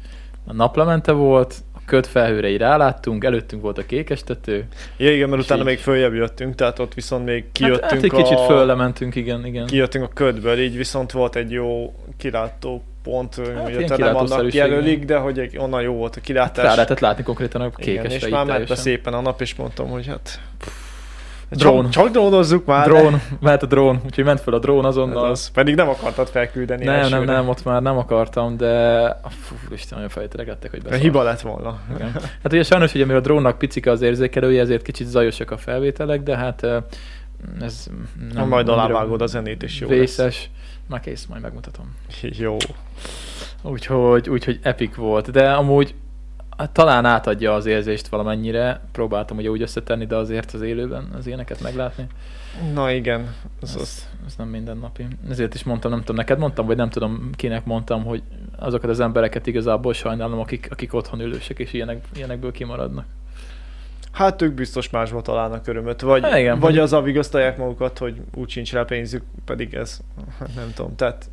Speaker 1: a naplemente volt, a köd felhőre így ráláttunk, előttünk volt a kékestető.
Speaker 2: Ja, igen, mert
Speaker 1: És
Speaker 2: utána
Speaker 1: így-
Speaker 2: még följebb jöttünk, tehát ott viszont még
Speaker 1: hát,
Speaker 2: kijöttünk
Speaker 1: hát egy kicsit
Speaker 2: a...
Speaker 1: föllementünk, igen, igen.
Speaker 2: Kijöttünk a ködből, így viszont volt egy jó kilátó pont, hát
Speaker 1: ilyen
Speaker 2: ugye te nem annak
Speaker 1: kilátószerűség, Hát
Speaker 2: jelölik, de hogy egy- onnan jó volt a kilátás.
Speaker 1: Rá lehetett látni konkrétan a
Speaker 2: igen,
Speaker 1: kékesre
Speaker 2: és
Speaker 1: így
Speaker 2: már ment be
Speaker 1: teljesen.
Speaker 2: szépen a nap, és mondtam, hogy hát...
Speaker 1: Drón.
Speaker 2: Csak, csak drónozzuk már. Hát
Speaker 1: Drón, mehet a drón, úgyhogy ment fel a drón azonnal.
Speaker 2: Az, pedig nem akartad felküldeni
Speaker 1: nem,
Speaker 2: elsőre.
Speaker 1: nem, nem, ott már nem akartam, de fú, Isten, olyan fejteregettek, hogy beszél.
Speaker 2: Hiba lett volna.
Speaker 1: Igen. Hát ugye sajnos, hogy amivel a drónnak picike az érzékelője, ezért kicsit zajosak a felvételek, de hát ö, ez nem...
Speaker 2: Na, majd
Speaker 1: annyira
Speaker 2: alávágod a zenét, és jó lesz.
Speaker 1: Vészes. Már kész, majd megmutatom.
Speaker 2: Jó.
Speaker 1: Úgyhogy, úgyhogy epic volt, de amúgy hát talán átadja az érzést valamennyire. Próbáltam ugye úgy összetenni, de azért az élőben az éneket meglátni.
Speaker 2: Na igen,
Speaker 1: Ez,
Speaker 2: az, az.
Speaker 1: ez, ez nem mindennapi. Ezért is mondtam, nem tudom, neked mondtam, vagy nem tudom, kinek mondtam, hogy azokat az embereket igazából sajnálom, akik, akik otthon ülősek és ilyenek, ilyenekből kimaradnak.
Speaker 2: Hát ők biztos másból találnak örömöt, vagy,
Speaker 1: Hát igen,
Speaker 2: igen, vagy
Speaker 1: hogy-
Speaker 2: az avigasztalják magukat, hogy úgy sincs rá pénzük, pedig ez, nem tudom, tehát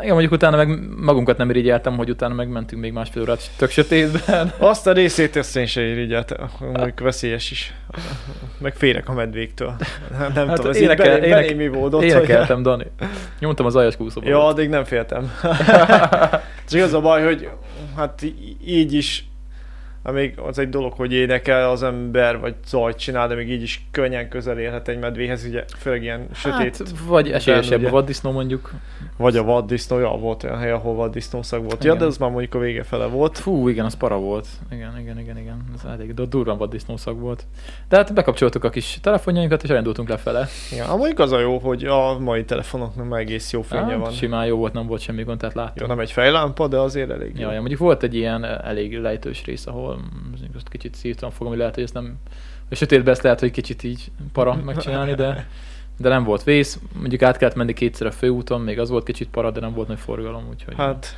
Speaker 1: Igen, mondjuk utána meg magunkat nem irigyeltem, hogy utána megmentünk még másfél órát tök sötétben.
Speaker 2: azt a részét ezt én se irigyeltem, mondjuk veszélyes is, meg félek a medvéktől, nem hát tudom, ez énekel, így belém,
Speaker 1: ének-
Speaker 2: belém ivódott,
Speaker 1: énekeltem, Dani. Nyomtam az aljas kúszóba.
Speaker 2: Hogy... Ja, addig nem féltem. Csak az a baj, hogy hát í- így is, hát még az egy dolog, hogy énekel az ember, vagy zajt csinál, de még így is könnyen közel érhet egy medvéhez, ugye főleg ilyen sötét
Speaker 1: hát, vagy esélyesebb
Speaker 2: ugye.
Speaker 1: a vaddisznó mondjuk.
Speaker 2: Vagy a vaddisznó, ja, volt olyan hely, ahol vaddisznó szag volt. Ja,
Speaker 1: Igen.
Speaker 2: de az már mondjuk a vége fele volt.
Speaker 1: Fú, igen, az para volt. Igen, igen, igen, igen. Ez elég de durván vaddisznó szag volt. De hát bekapcsoltuk a kis telefonjainkat, és elindultunk lefele.
Speaker 2: Ja, hát mondjuk az a jó, hogy a mai telefonoknak már egész jó fénye
Speaker 1: Hát,
Speaker 2: van.
Speaker 1: simán jó volt, nem volt semmi gond, tehát láttam.
Speaker 2: Jó, nem egy fejlámpa, de azért elég jó.
Speaker 1: Ja, ja, mondjuk volt egy ilyen eh, elég lejtős rész, ahol mm, azt kicsit szívtam fogom, hogy lehet, hogy ezt nem... A sötétben ezt lehet, hogy kicsit így para megcsinálni, de, de nem volt vész. Mondjuk át kellett menni kétszer a főúton, még az volt kicsit para, de nem volt nagy forgalom, úgyhogy...
Speaker 2: Hát,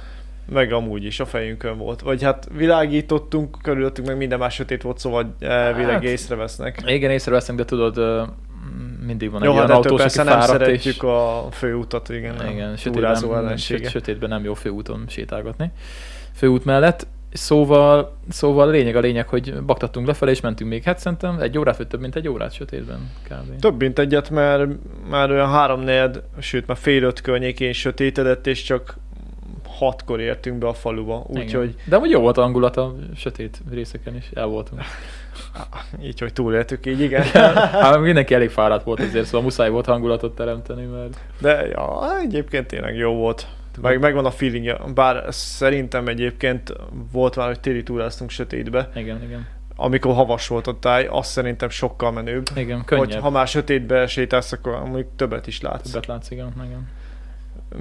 Speaker 2: meg amúgy is a fejünkön volt. Vagy hát világítottunk, körülöttünk meg minden más sötét volt, szóval elvileg
Speaker 1: Hát,
Speaker 2: hát, észrevesznek.
Speaker 1: Igen, észreveszünk, de tudod, ö, m- mindig van egy
Speaker 2: Jó,
Speaker 1: olyan
Speaker 2: hát ettől
Speaker 1: autós,
Speaker 2: persze
Speaker 1: aki
Speaker 2: nem
Speaker 1: fáradt,
Speaker 2: szeretjük
Speaker 1: és...
Speaker 2: a főutat, igen,
Speaker 1: Igen,
Speaker 2: igen a túrázó
Speaker 1: sötétben,
Speaker 2: ellensége.
Speaker 1: söt- sötétben nem jó főúton sétálgatni. Főút mellett. Szóval, szóval a lényeg a lényeg, hogy baktattunk lefelé, és mentünk még, hát szerintem egy órát, vagy több mint egy órát sötétben kb.
Speaker 2: Több mint egyet, mert már olyan három negyed, sőt már fél öt környékén sötétedett, és csak hatkor értünk be a faluba,
Speaker 1: Igen.
Speaker 2: úgyhogy
Speaker 1: De amúgy jó volt a hangulat a sötét részeken is, el voltunk.
Speaker 2: így, hogy túléltük így, igen.
Speaker 1: hát mindenki elég fáradt volt azért, szóval muszáj volt hangulatot teremteni, mert
Speaker 2: De ja, egyébként tényleg jó volt. Meg, megvan a feelingje, bár szerintem egyébként volt már, hogy téli túráztunk sötétbe,
Speaker 1: igen, igen,
Speaker 2: amikor havas volt a táj, az szerintem sokkal menőbb.
Speaker 1: igen,
Speaker 2: Hogy
Speaker 1: könnyebb.
Speaker 2: ha már sötétbe sétálsz, akkor mondjuk többet is látsz.
Speaker 1: Többet látsz, igen, igen.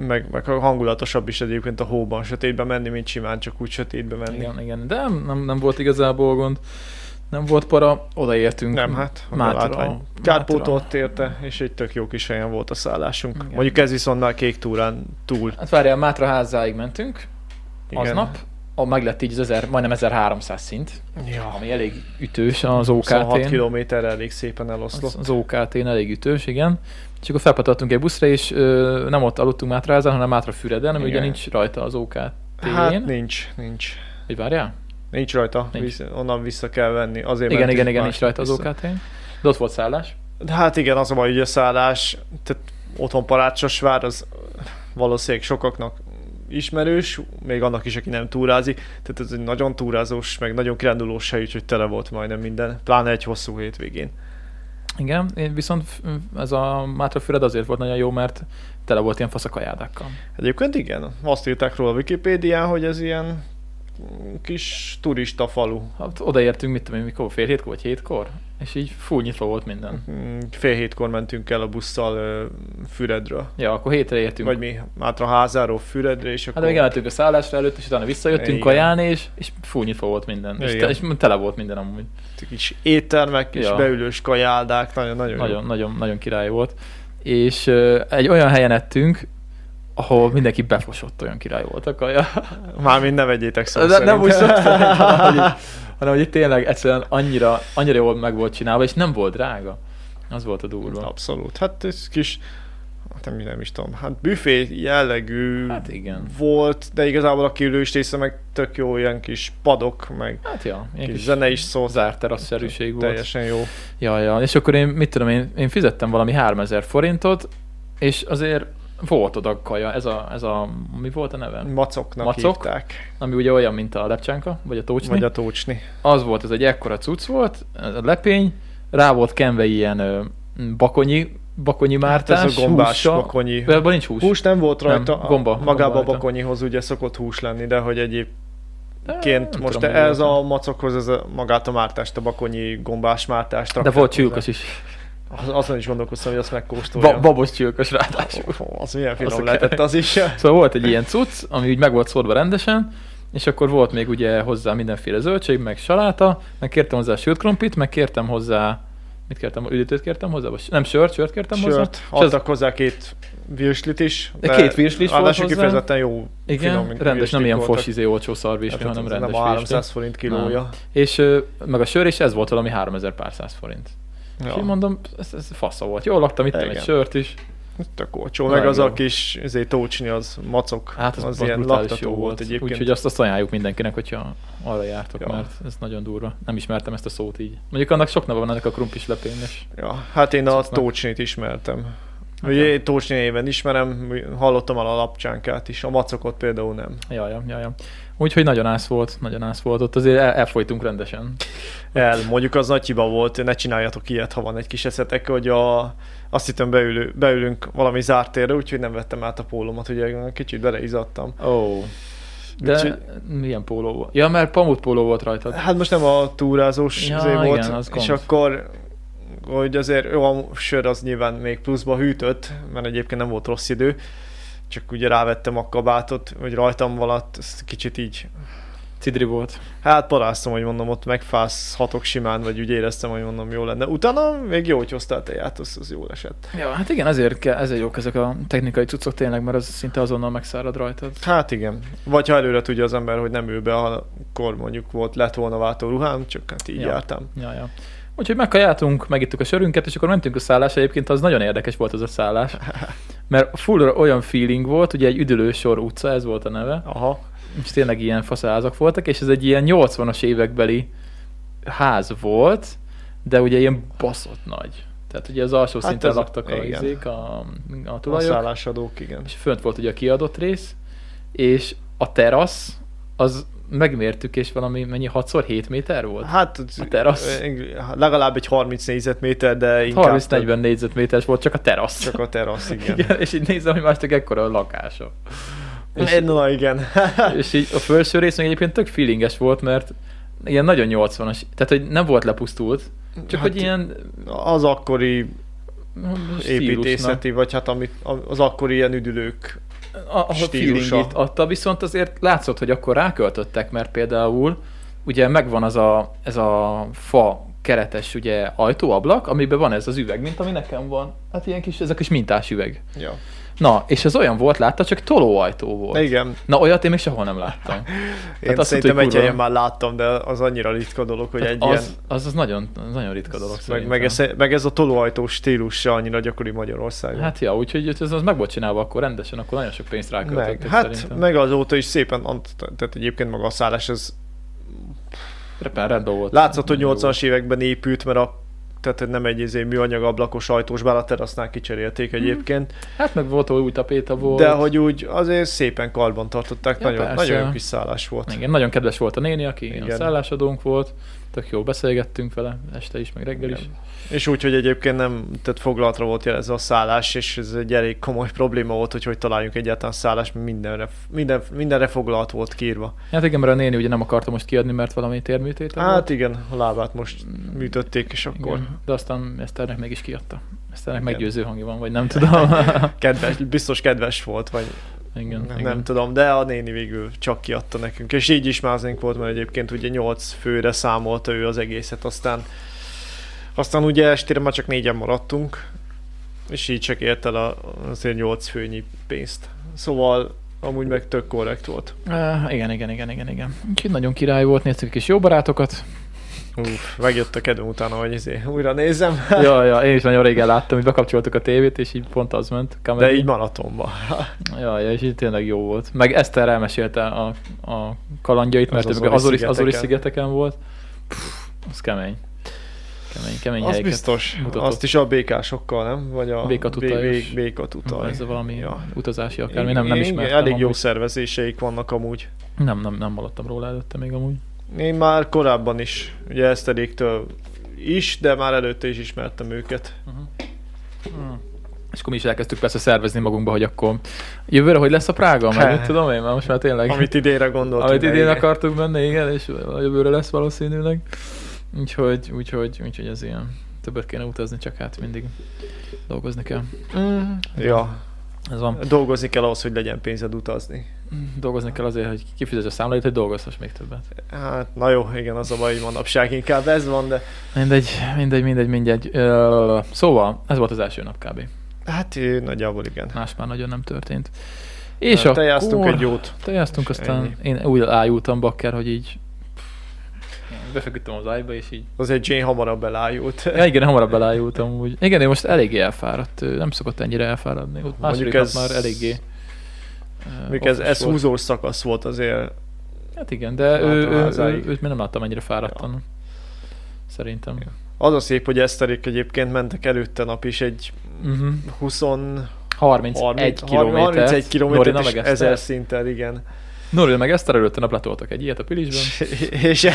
Speaker 2: Meg, meg hangulatosabb is egyébként a hóban sötétbe menni, mint simán csak úgy sötétbe menni.
Speaker 1: igen, igen. De nem, nem volt igazából gond. nem volt para, odaértünk.
Speaker 2: Nem, hát
Speaker 1: Mátra-
Speaker 2: látvány. Kárpótolt érte, és egy tök jó kis helyen volt a szállásunk.
Speaker 1: Igen.
Speaker 2: Mondjuk ez viszont már kék túrán túl.
Speaker 1: Hát várjál, Mátra házáig mentünk
Speaker 2: Igen.
Speaker 1: aznap, a meg lett így az 1000, majdnem 1300 szint,
Speaker 2: Ja,
Speaker 1: ami elég ütős az OKT-n.
Speaker 2: 26 kilométerre elég szépen eloszlott.
Speaker 1: Az, az OKT-n elég ütős, igen. És akkor felpatoltunk egy buszra, és ö, nem ott aludtunk Mátrázán, hanem Mátrafüreden, ami
Speaker 2: Igen.
Speaker 1: ugye nincs rajta az OKT-n.
Speaker 2: Hát nincs, nincs.
Speaker 1: Hogy várjál?
Speaker 2: Nincs rajta,
Speaker 1: Nincs.
Speaker 2: nincs. Visz, onnan vissza kell venni. Azért
Speaker 1: Igen,
Speaker 2: mentünk
Speaker 1: igen, igen,
Speaker 2: más-
Speaker 1: nincs rajta az
Speaker 2: vissza.
Speaker 1: OKT-n. De ott volt szállás.
Speaker 2: De Hát igen, az a baj, hogy a szállás, tehát otthon Palácsosvár, az valószínűleg sokaknak ismerős, még annak is, aki nem túrázik. Tehát ez egy nagyon túrázós, meg nagyon kirándulós hely, úgyhogy tele volt majdnem minden, pláne egy hosszú hétvégén.
Speaker 1: Igen, én viszont f- ez a Mátrafüred azért volt nagyon jó, mert tele volt ilyen faszakajádákkal.
Speaker 2: Egyébként igen, azt írták róla a Wikipédián, hogy ez ilyen kis turista falu.
Speaker 1: Hát odaértünk, mit tudom én, mikor, fél hétkor vagy hétkor? És így full nyitva volt minden.
Speaker 2: Mm, Fél hétkor mentünk el a busszal ö, Füredről.
Speaker 1: Ja, akkor hétre értünk.
Speaker 2: Vagy mi, Mátra házáról Füredre, és akkor...
Speaker 1: Hát még elmentünk a szállásra előtt, és utána visszajöttünk
Speaker 2: Igen.
Speaker 1: kaján, és, és full nyitva volt minden. És, te,
Speaker 2: Igen.
Speaker 1: és tele volt minden amúgy.
Speaker 2: kis éttermek, kis
Speaker 1: Ja.
Speaker 2: ja. beülős kajáldák, nagyon-nagyon jó.
Speaker 1: Nagyon, nagyon, nagyon király volt. És ö, egy olyan helyen ettünk, ahol mindenki befosott, olyan király volt a kaja.
Speaker 2: Mármint ne vegyétek szó
Speaker 1: Szóval de,
Speaker 2: szerint.
Speaker 1: nem úgy szoktam, hanem, hogy, így- hanem hogy itt tényleg egyszerűen annyira, annyira jól meg volt csinálva, és nem volt drága. Az volt a durva.
Speaker 2: Abszolút. Hát ez kis, hát nem, nem is tudom, hát büfé jellegű
Speaker 1: Hát igen.
Speaker 2: volt, de igazából a kiülős része meg tök jó ilyen kis padok, meg
Speaker 1: Hát ja, ilyen
Speaker 2: kis,
Speaker 1: kis
Speaker 2: kis zene is szó.
Speaker 1: zárt terasszerűség volt.
Speaker 2: Teljesen jó.
Speaker 1: Ja, ja, és akkor én, mit tudom, én, én fizettem valami 3000 forintot, és azért volt oda kaja, ez a, ez a mi volt a neve?
Speaker 2: Macoknak
Speaker 1: Macok?
Speaker 2: Macok? hívták.
Speaker 1: Ami ugye olyan, mint a lepcsánka, vagy a tócsni.
Speaker 2: Vagy a tócsni.
Speaker 1: az volt, ez egy ekkora cucc volt, a lepény, rá volt kenve ilyen ö, bakonyi, bakonyi mártás,
Speaker 2: Hát ez a gombás
Speaker 1: hússal.
Speaker 2: bakonyi.
Speaker 1: De Abban nincs hús.
Speaker 2: Hús nem volt
Speaker 1: Nem,
Speaker 2: rajta,
Speaker 1: gomba- gomba
Speaker 2: magába
Speaker 1: rajta.
Speaker 2: a bakonyihoz ugye szokott hús lenni, de hogy egyébként
Speaker 1: De nem
Speaker 2: most
Speaker 1: tudom,
Speaker 2: ez
Speaker 1: hogy
Speaker 2: a
Speaker 1: volt.
Speaker 2: macokhoz, ez a, magát a mártást, a bakonyi gombás mártást.
Speaker 1: De
Speaker 2: rakták
Speaker 1: volt
Speaker 2: hozzá.
Speaker 1: csülkös is.
Speaker 2: Az, azon is gondolkoztam, hogy azt megkóstoljam.
Speaker 1: Ba- babos csülkös ráadásul.
Speaker 2: Ó, Az milyen finom
Speaker 1: Azok-
Speaker 2: Azok lehetett az is.
Speaker 1: Szóval volt egy ilyen cucc, ami úgy meg volt szórva rendesen, és akkor volt még ugye hozzá mindenféle zöldség, meg saláta, meg kértem hozzá sült krompit, meg kértem hozzá mit kértem, üdítőt kértem hozzá, vagy nem sört, sört kértem
Speaker 2: Sört,
Speaker 1: hozzá.
Speaker 2: adtak hozzá két virslit is.
Speaker 1: De két virsli is volt
Speaker 2: ráadásul
Speaker 1: hozzá.
Speaker 2: kifejezetten jó
Speaker 1: igen,
Speaker 2: finom
Speaker 1: rendes, nem
Speaker 2: virslik
Speaker 1: ilyen
Speaker 2: voltak.
Speaker 1: fos, izé, olcsó szarvésli,
Speaker 2: Tehát
Speaker 1: hanem
Speaker 2: Hát ez
Speaker 1: rendes
Speaker 2: Nem a
Speaker 1: virsli.
Speaker 2: 300 forint kilója.
Speaker 1: És ö, meg a sör, és ez volt valami 3000 pár száz forint. Ja. És így
Speaker 2: Ja.
Speaker 1: mondom, ez, ez fasza volt. Jól laktam, itt egy
Speaker 2: Igen.
Speaker 1: sört is.
Speaker 2: Tök olcsó.
Speaker 1: Nagyon
Speaker 2: Meg az
Speaker 1: jó.
Speaker 2: a kis izé, tócsni, az macok.
Speaker 1: Hát ez
Speaker 2: az
Speaker 1: az
Speaker 2: ilyen
Speaker 1: brutális
Speaker 2: laktató
Speaker 1: jó volt.
Speaker 2: egyébként.
Speaker 1: Úgyhogy azt, azt ajánljuk mindenkinek, hogyha arra jártok,
Speaker 2: Ja.
Speaker 1: mert ez nagyon durva. Nem ismertem ezt a szót így. Mondjuk annak sok neve van ennek a krumpis lepén, és
Speaker 2: Ja, hát én a
Speaker 1: Cuccnak.
Speaker 2: tócsnit ismertem.
Speaker 1: Hát
Speaker 2: Ugye
Speaker 1: ja.
Speaker 2: én Tócsni néven ismerem, hallottam el a lapcsánkát is, a macokot például nem.
Speaker 1: jaj, jaj, jaj. Úgyhogy nagyon ász volt, nagyon ász volt. Ott azért el, elfolytunk rendesen. Hát.
Speaker 2: El, mondjuk az nagy hiba volt, ne csináljatok ilyet, ha van egy kis eszetek, hogy a, azt hittem beülő, beülünk valami zárt térre, úgyhogy nem vettem át a pólomat, ugye kicsit beleizzadtam.
Speaker 1: Ó. Oh. De
Speaker 2: Úgyhogy-
Speaker 1: milyen póló volt? Ja, mert pamut póló volt rajtad.
Speaker 2: Hát most nem a túrázós
Speaker 1: Ja,
Speaker 2: ja, izé
Speaker 1: igen,
Speaker 2: volt,
Speaker 1: az
Speaker 2: és
Speaker 1: gond.
Speaker 2: akkor hogy azért jó, a sör az nyilván még pluszba hűtött, mert egyébként nem volt rossz idő, csak ugye rávettem a kabátot, hogy rajtam valatt, ezt kicsit így
Speaker 1: Cidri volt.
Speaker 2: Hát paráztam, hogy mondom, ott megfázhatok simán, vagy úgy éreztem, hogy mondom, jó lenne. Utána még jó, hogy hoztál teját, az, az jól esett.
Speaker 1: Ja, hát igen, ezért, kell, ezért jók ezek a technikai cuccok tényleg, mert az szinte azonnal megszárad rajtad.
Speaker 2: Hát igen. Vagy ha előre tudja az ember, hogy nem ül be, ha- akkor mondjuk volt, lett volna váltó ruhám, csak hát így
Speaker 1: Ja.
Speaker 2: ja. jártam.
Speaker 1: Ja, ja. Úgyhogy megkajáltunk, megittük a sörünket, és akkor mentünk a szállásra. Egyébként az nagyon érdekes volt az a szállás, mert full olyan feeling volt, ugye egy üdülősor utca, ez volt a neve,
Speaker 2: Aha.
Speaker 1: és tényleg ilyen faszázak voltak, és ez egy ilyen 80-as évekbeli ház volt, de ugye ilyen baszott nagy. Tehát ugye az alsó hát
Speaker 2: Hát
Speaker 1: szinten
Speaker 2: ez-
Speaker 1: laktak a,
Speaker 2: igen.
Speaker 1: izék, a, a
Speaker 2: A
Speaker 1: tulajok,
Speaker 2: szállásadók, igen.
Speaker 1: és fönt volt ugye a kiadott rész, és a terasz, az megmértük, és valami mennyi, 6x7 méter volt?
Speaker 2: Hát
Speaker 1: A terasz.
Speaker 2: legalább egy 30 négyzetméter, de inkább
Speaker 1: 30-40 négyzetméteres volt csak a terasz.
Speaker 2: csak a terasz, igen. igen.
Speaker 1: Igen, és így nézem, hogy másnak ekkora a lakása. És,
Speaker 2: Na igen.
Speaker 1: és így a felső rész még egyébként tök feelinges volt, mert ilyen nagyon 80-as, tehát hogy nem volt lepusztult, csak
Speaker 2: Hát
Speaker 1: hogy ilyen
Speaker 2: Az akkori
Speaker 1: stílusnak,
Speaker 2: építészeti, vagy hát amit, az akkori ilyen üdülők
Speaker 1: a- ahol
Speaker 2: stílusa.
Speaker 1: feelingét adta, viszont azért látszott, hogy akkor ráköltöttek, mert például ugye megvan az a, ez a fa keretes ugye ajtóablak, amiben van ez az üveg, mint ami nekem van. Hát ilyen kis, ez a kis mintás üveg.
Speaker 2: Ja.
Speaker 1: Na, és ez olyan volt, látta, csak tolóajtó volt.
Speaker 2: Igen.
Speaker 1: Na, olyat én még sehol nem láttam.
Speaker 2: Én
Speaker 1: azt mondta, hogy
Speaker 2: szerintem egy helyen
Speaker 1: kurva. Hát
Speaker 2: már láttam, de az annyira ritka dolog, hogy egy ilyen...
Speaker 1: az, az, az, nagyon, az nagyon ritka dolog
Speaker 2: Meg,
Speaker 1: szerintem.
Speaker 2: meg, ez, meg ez a tolóajtó stílus se annyira gyakori Magyarországon.
Speaker 1: Hát ja, úgyhogy ez az meg volt csinálva akkor rendesen, akkor nagyon sok pénzt
Speaker 2: meg,
Speaker 1: ráköltöttek
Speaker 2: hát
Speaker 1: szerintem.
Speaker 2: meg azóta is szépen, ant- tehát egyébként maga a szállás, ez
Speaker 1: Repen rendben volt.
Speaker 2: látszott, hogy
Speaker 1: Nagyon jó.
Speaker 2: 80-as években épült, mert a tehát nem egy izé műanyag ablakos ajtós, bár a terasznál kicserélték egyébként,
Speaker 1: Hát meg volt, hogy új tapéta volt.
Speaker 2: de hogy úgy azért szépen karban tartották,
Speaker 1: Ja,
Speaker 2: nagyon,
Speaker 1: persze.
Speaker 2: nagyon jó kis szállás volt.
Speaker 1: Igen, nagyon kedves volt a néni, aki Igen.
Speaker 2: Igen.
Speaker 1: a szállásadónk volt. Tök jól beszélgettünk vele, este is, meg reggel is.
Speaker 2: Igen. És úgy, hogy egyébként nem, tehát foglalatra volt jelezve a szállás, és ez egy elég komoly probléma volt, hogy hogy találjunk egyáltalán szállást, mert mindenre, minden, mindenre foglalt volt kiírva.
Speaker 1: Hát igen, mert a néni ugye nem akarta most kiadni, mert valami térműtétel volt.
Speaker 2: Hát igen, a lábát most műtötték, és akkor
Speaker 1: Igen, de aztán Eszternek mégis kiadta. Eszternek
Speaker 2: Igen.
Speaker 1: meggyőző hangja van, vagy nem tudom.
Speaker 2: kedves, biztos kedves volt, vagy
Speaker 1: igen,
Speaker 2: nem,
Speaker 1: igen.
Speaker 2: nem tudom, de a néni végül csak kiadta nekünk. És így is máznénk volt, mert egyébként ugye 8 főre számolta ő az egészet, aztán aztán ugye estére már csak négyen maradtunk, és így csak ért el a, azért 8 főnyi pénzt. Szóval amúgy meg tök korrekt volt.
Speaker 1: Uh, igen, igen, igen, igen, igen. Úgyhogy nagyon király volt, néztük a kis jó barátokat.
Speaker 2: Uff, megjött a kedvem utána, hogy izé, újra nézem,
Speaker 1: ja, ja, én is nagyon régen láttam, hogy bekapcsoltuk a tévét, és így pont az ment. Comedy.
Speaker 2: de így maratonban.
Speaker 1: Ja, ja, és így tényleg jó volt. Meg Eszter elmesélte a, a kalandjait, mert
Speaker 2: Az
Speaker 1: az azori, azori,
Speaker 2: Azori-szigeteken.
Speaker 1: azori szigeteken volt. Pff, az kemény. Kemény, kemény
Speaker 2: Az
Speaker 1: helyeket.
Speaker 2: biztos.
Speaker 1: mutatott.
Speaker 2: Azt is a békásokkal, nem? Vagy a
Speaker 1: Békatutajos.
Speaker 2: bé- bé- békatutaj.
Speaker 1: Ez a valami
Speaker 2: Ja.
Speaker 1: ja. utazási akármi, nem, nem
Speaker 2: Igen,
Speaker 1: ismertem.
Speaker 2: Elég jó
Speaker 1: amúgy.
Speaker 2: szervezéseik vannak amúgy.
Speaker 1: Nem, nem, nem hallottam róla előtte még amúgy.
Speaker 2: Én már korábban is, ugye Eszteréktől is, de már előtte is ismertem őket.
Speaker 1: És akkor mi is elkezdtük persze szervezni magunkba, hogy akkor jövőre hogy lesz a Prága, meg mit tudom én, mert most már tényleg...
Speaker 2: Amit idénre gondoltunk.
Speaker 1: Amit idén
Speaker 2: igen.
Speaker 1: akartuk menni, igen, és a jövőre lesz valószínűleg. Úgyhogy, úgyhogy, úgyhogy ez ilyen. Többet kéne utazni, csak hát mindig dolgozni kell.
Speaker 2: Mm, ja,
Speaker 1: Ez van.
Speaker 2: dolgozni kell ahhoz, hogy legyen pénzed utazni.
Speaker 1: Dolgozni kell azért, hogy kifizes a számláit, hogy dolgozhass még többet.
Speaker 2: Hát, na jó, igen, az a baj, hogy manapság inkább ez van, de
Speaker 1: Mindegy, mindegy, mindegy, mindegy. Ö, Szóval, ez volt az első nap kb.
Speaker 2: hát ö, nagyjából igen.
Speaker 1: Más már nagyon nem történt. És
Speaker 2: Hát,
Speaker 1: akkor...
Speaker 2: Tejáztunk egy jót.
Speaker 1: Tejáztunk,
Speaker 2: És
Speaker 1: aztán
Speaker 2: ennyi.
Speaker 1: én úgy ájultam bakker, hogy így Én befeküdtem az ágyba, és így
Speaker 2: Azért Jane hamarabb elájult.
Speaker 1: Ja, igen, hamarabb elájultam úgy. Igen, én most eléggé elfáradt. Ő Nem szokott ennyire elfáradni. Ott második
Speaker 2: Mondjuk
Speaker 1: nap
Speaker 2: ez-
Speaker 1: már eléggé... ö,
Speaker 2: Még ez,
Speaker 1: offos
Speaker 2: ez
Speaker 1: volt.
Speaker 2: húzós szakasz volt azért.
Speaker 1: Hát igen, de ő, ő, ő, ő,
Speaker 2: Általázáig.
Speaker 1: őt még nem láttam ennyire fáradtan. Szerintem.
Speaker 2: Ja. Az a szép, hogy Eszterék egyébként mentek előtte nap is egy
Speaker 1: Uh-huh.
Speaker 2: 20
Speaker 1: 31
Speaker 2: 30,
Speaker 1: kilométer.
Speaker 2: 31
Speaker 1: Norina
Speaker 2: kilométert és
Speaker 1: meg Eszter.
Speaker 2: ezer szinttel, igen.
Speaker 1: Norina meg Eszter előtte nap letoltak egy ilyet a Pilisben.
Speaker 2: És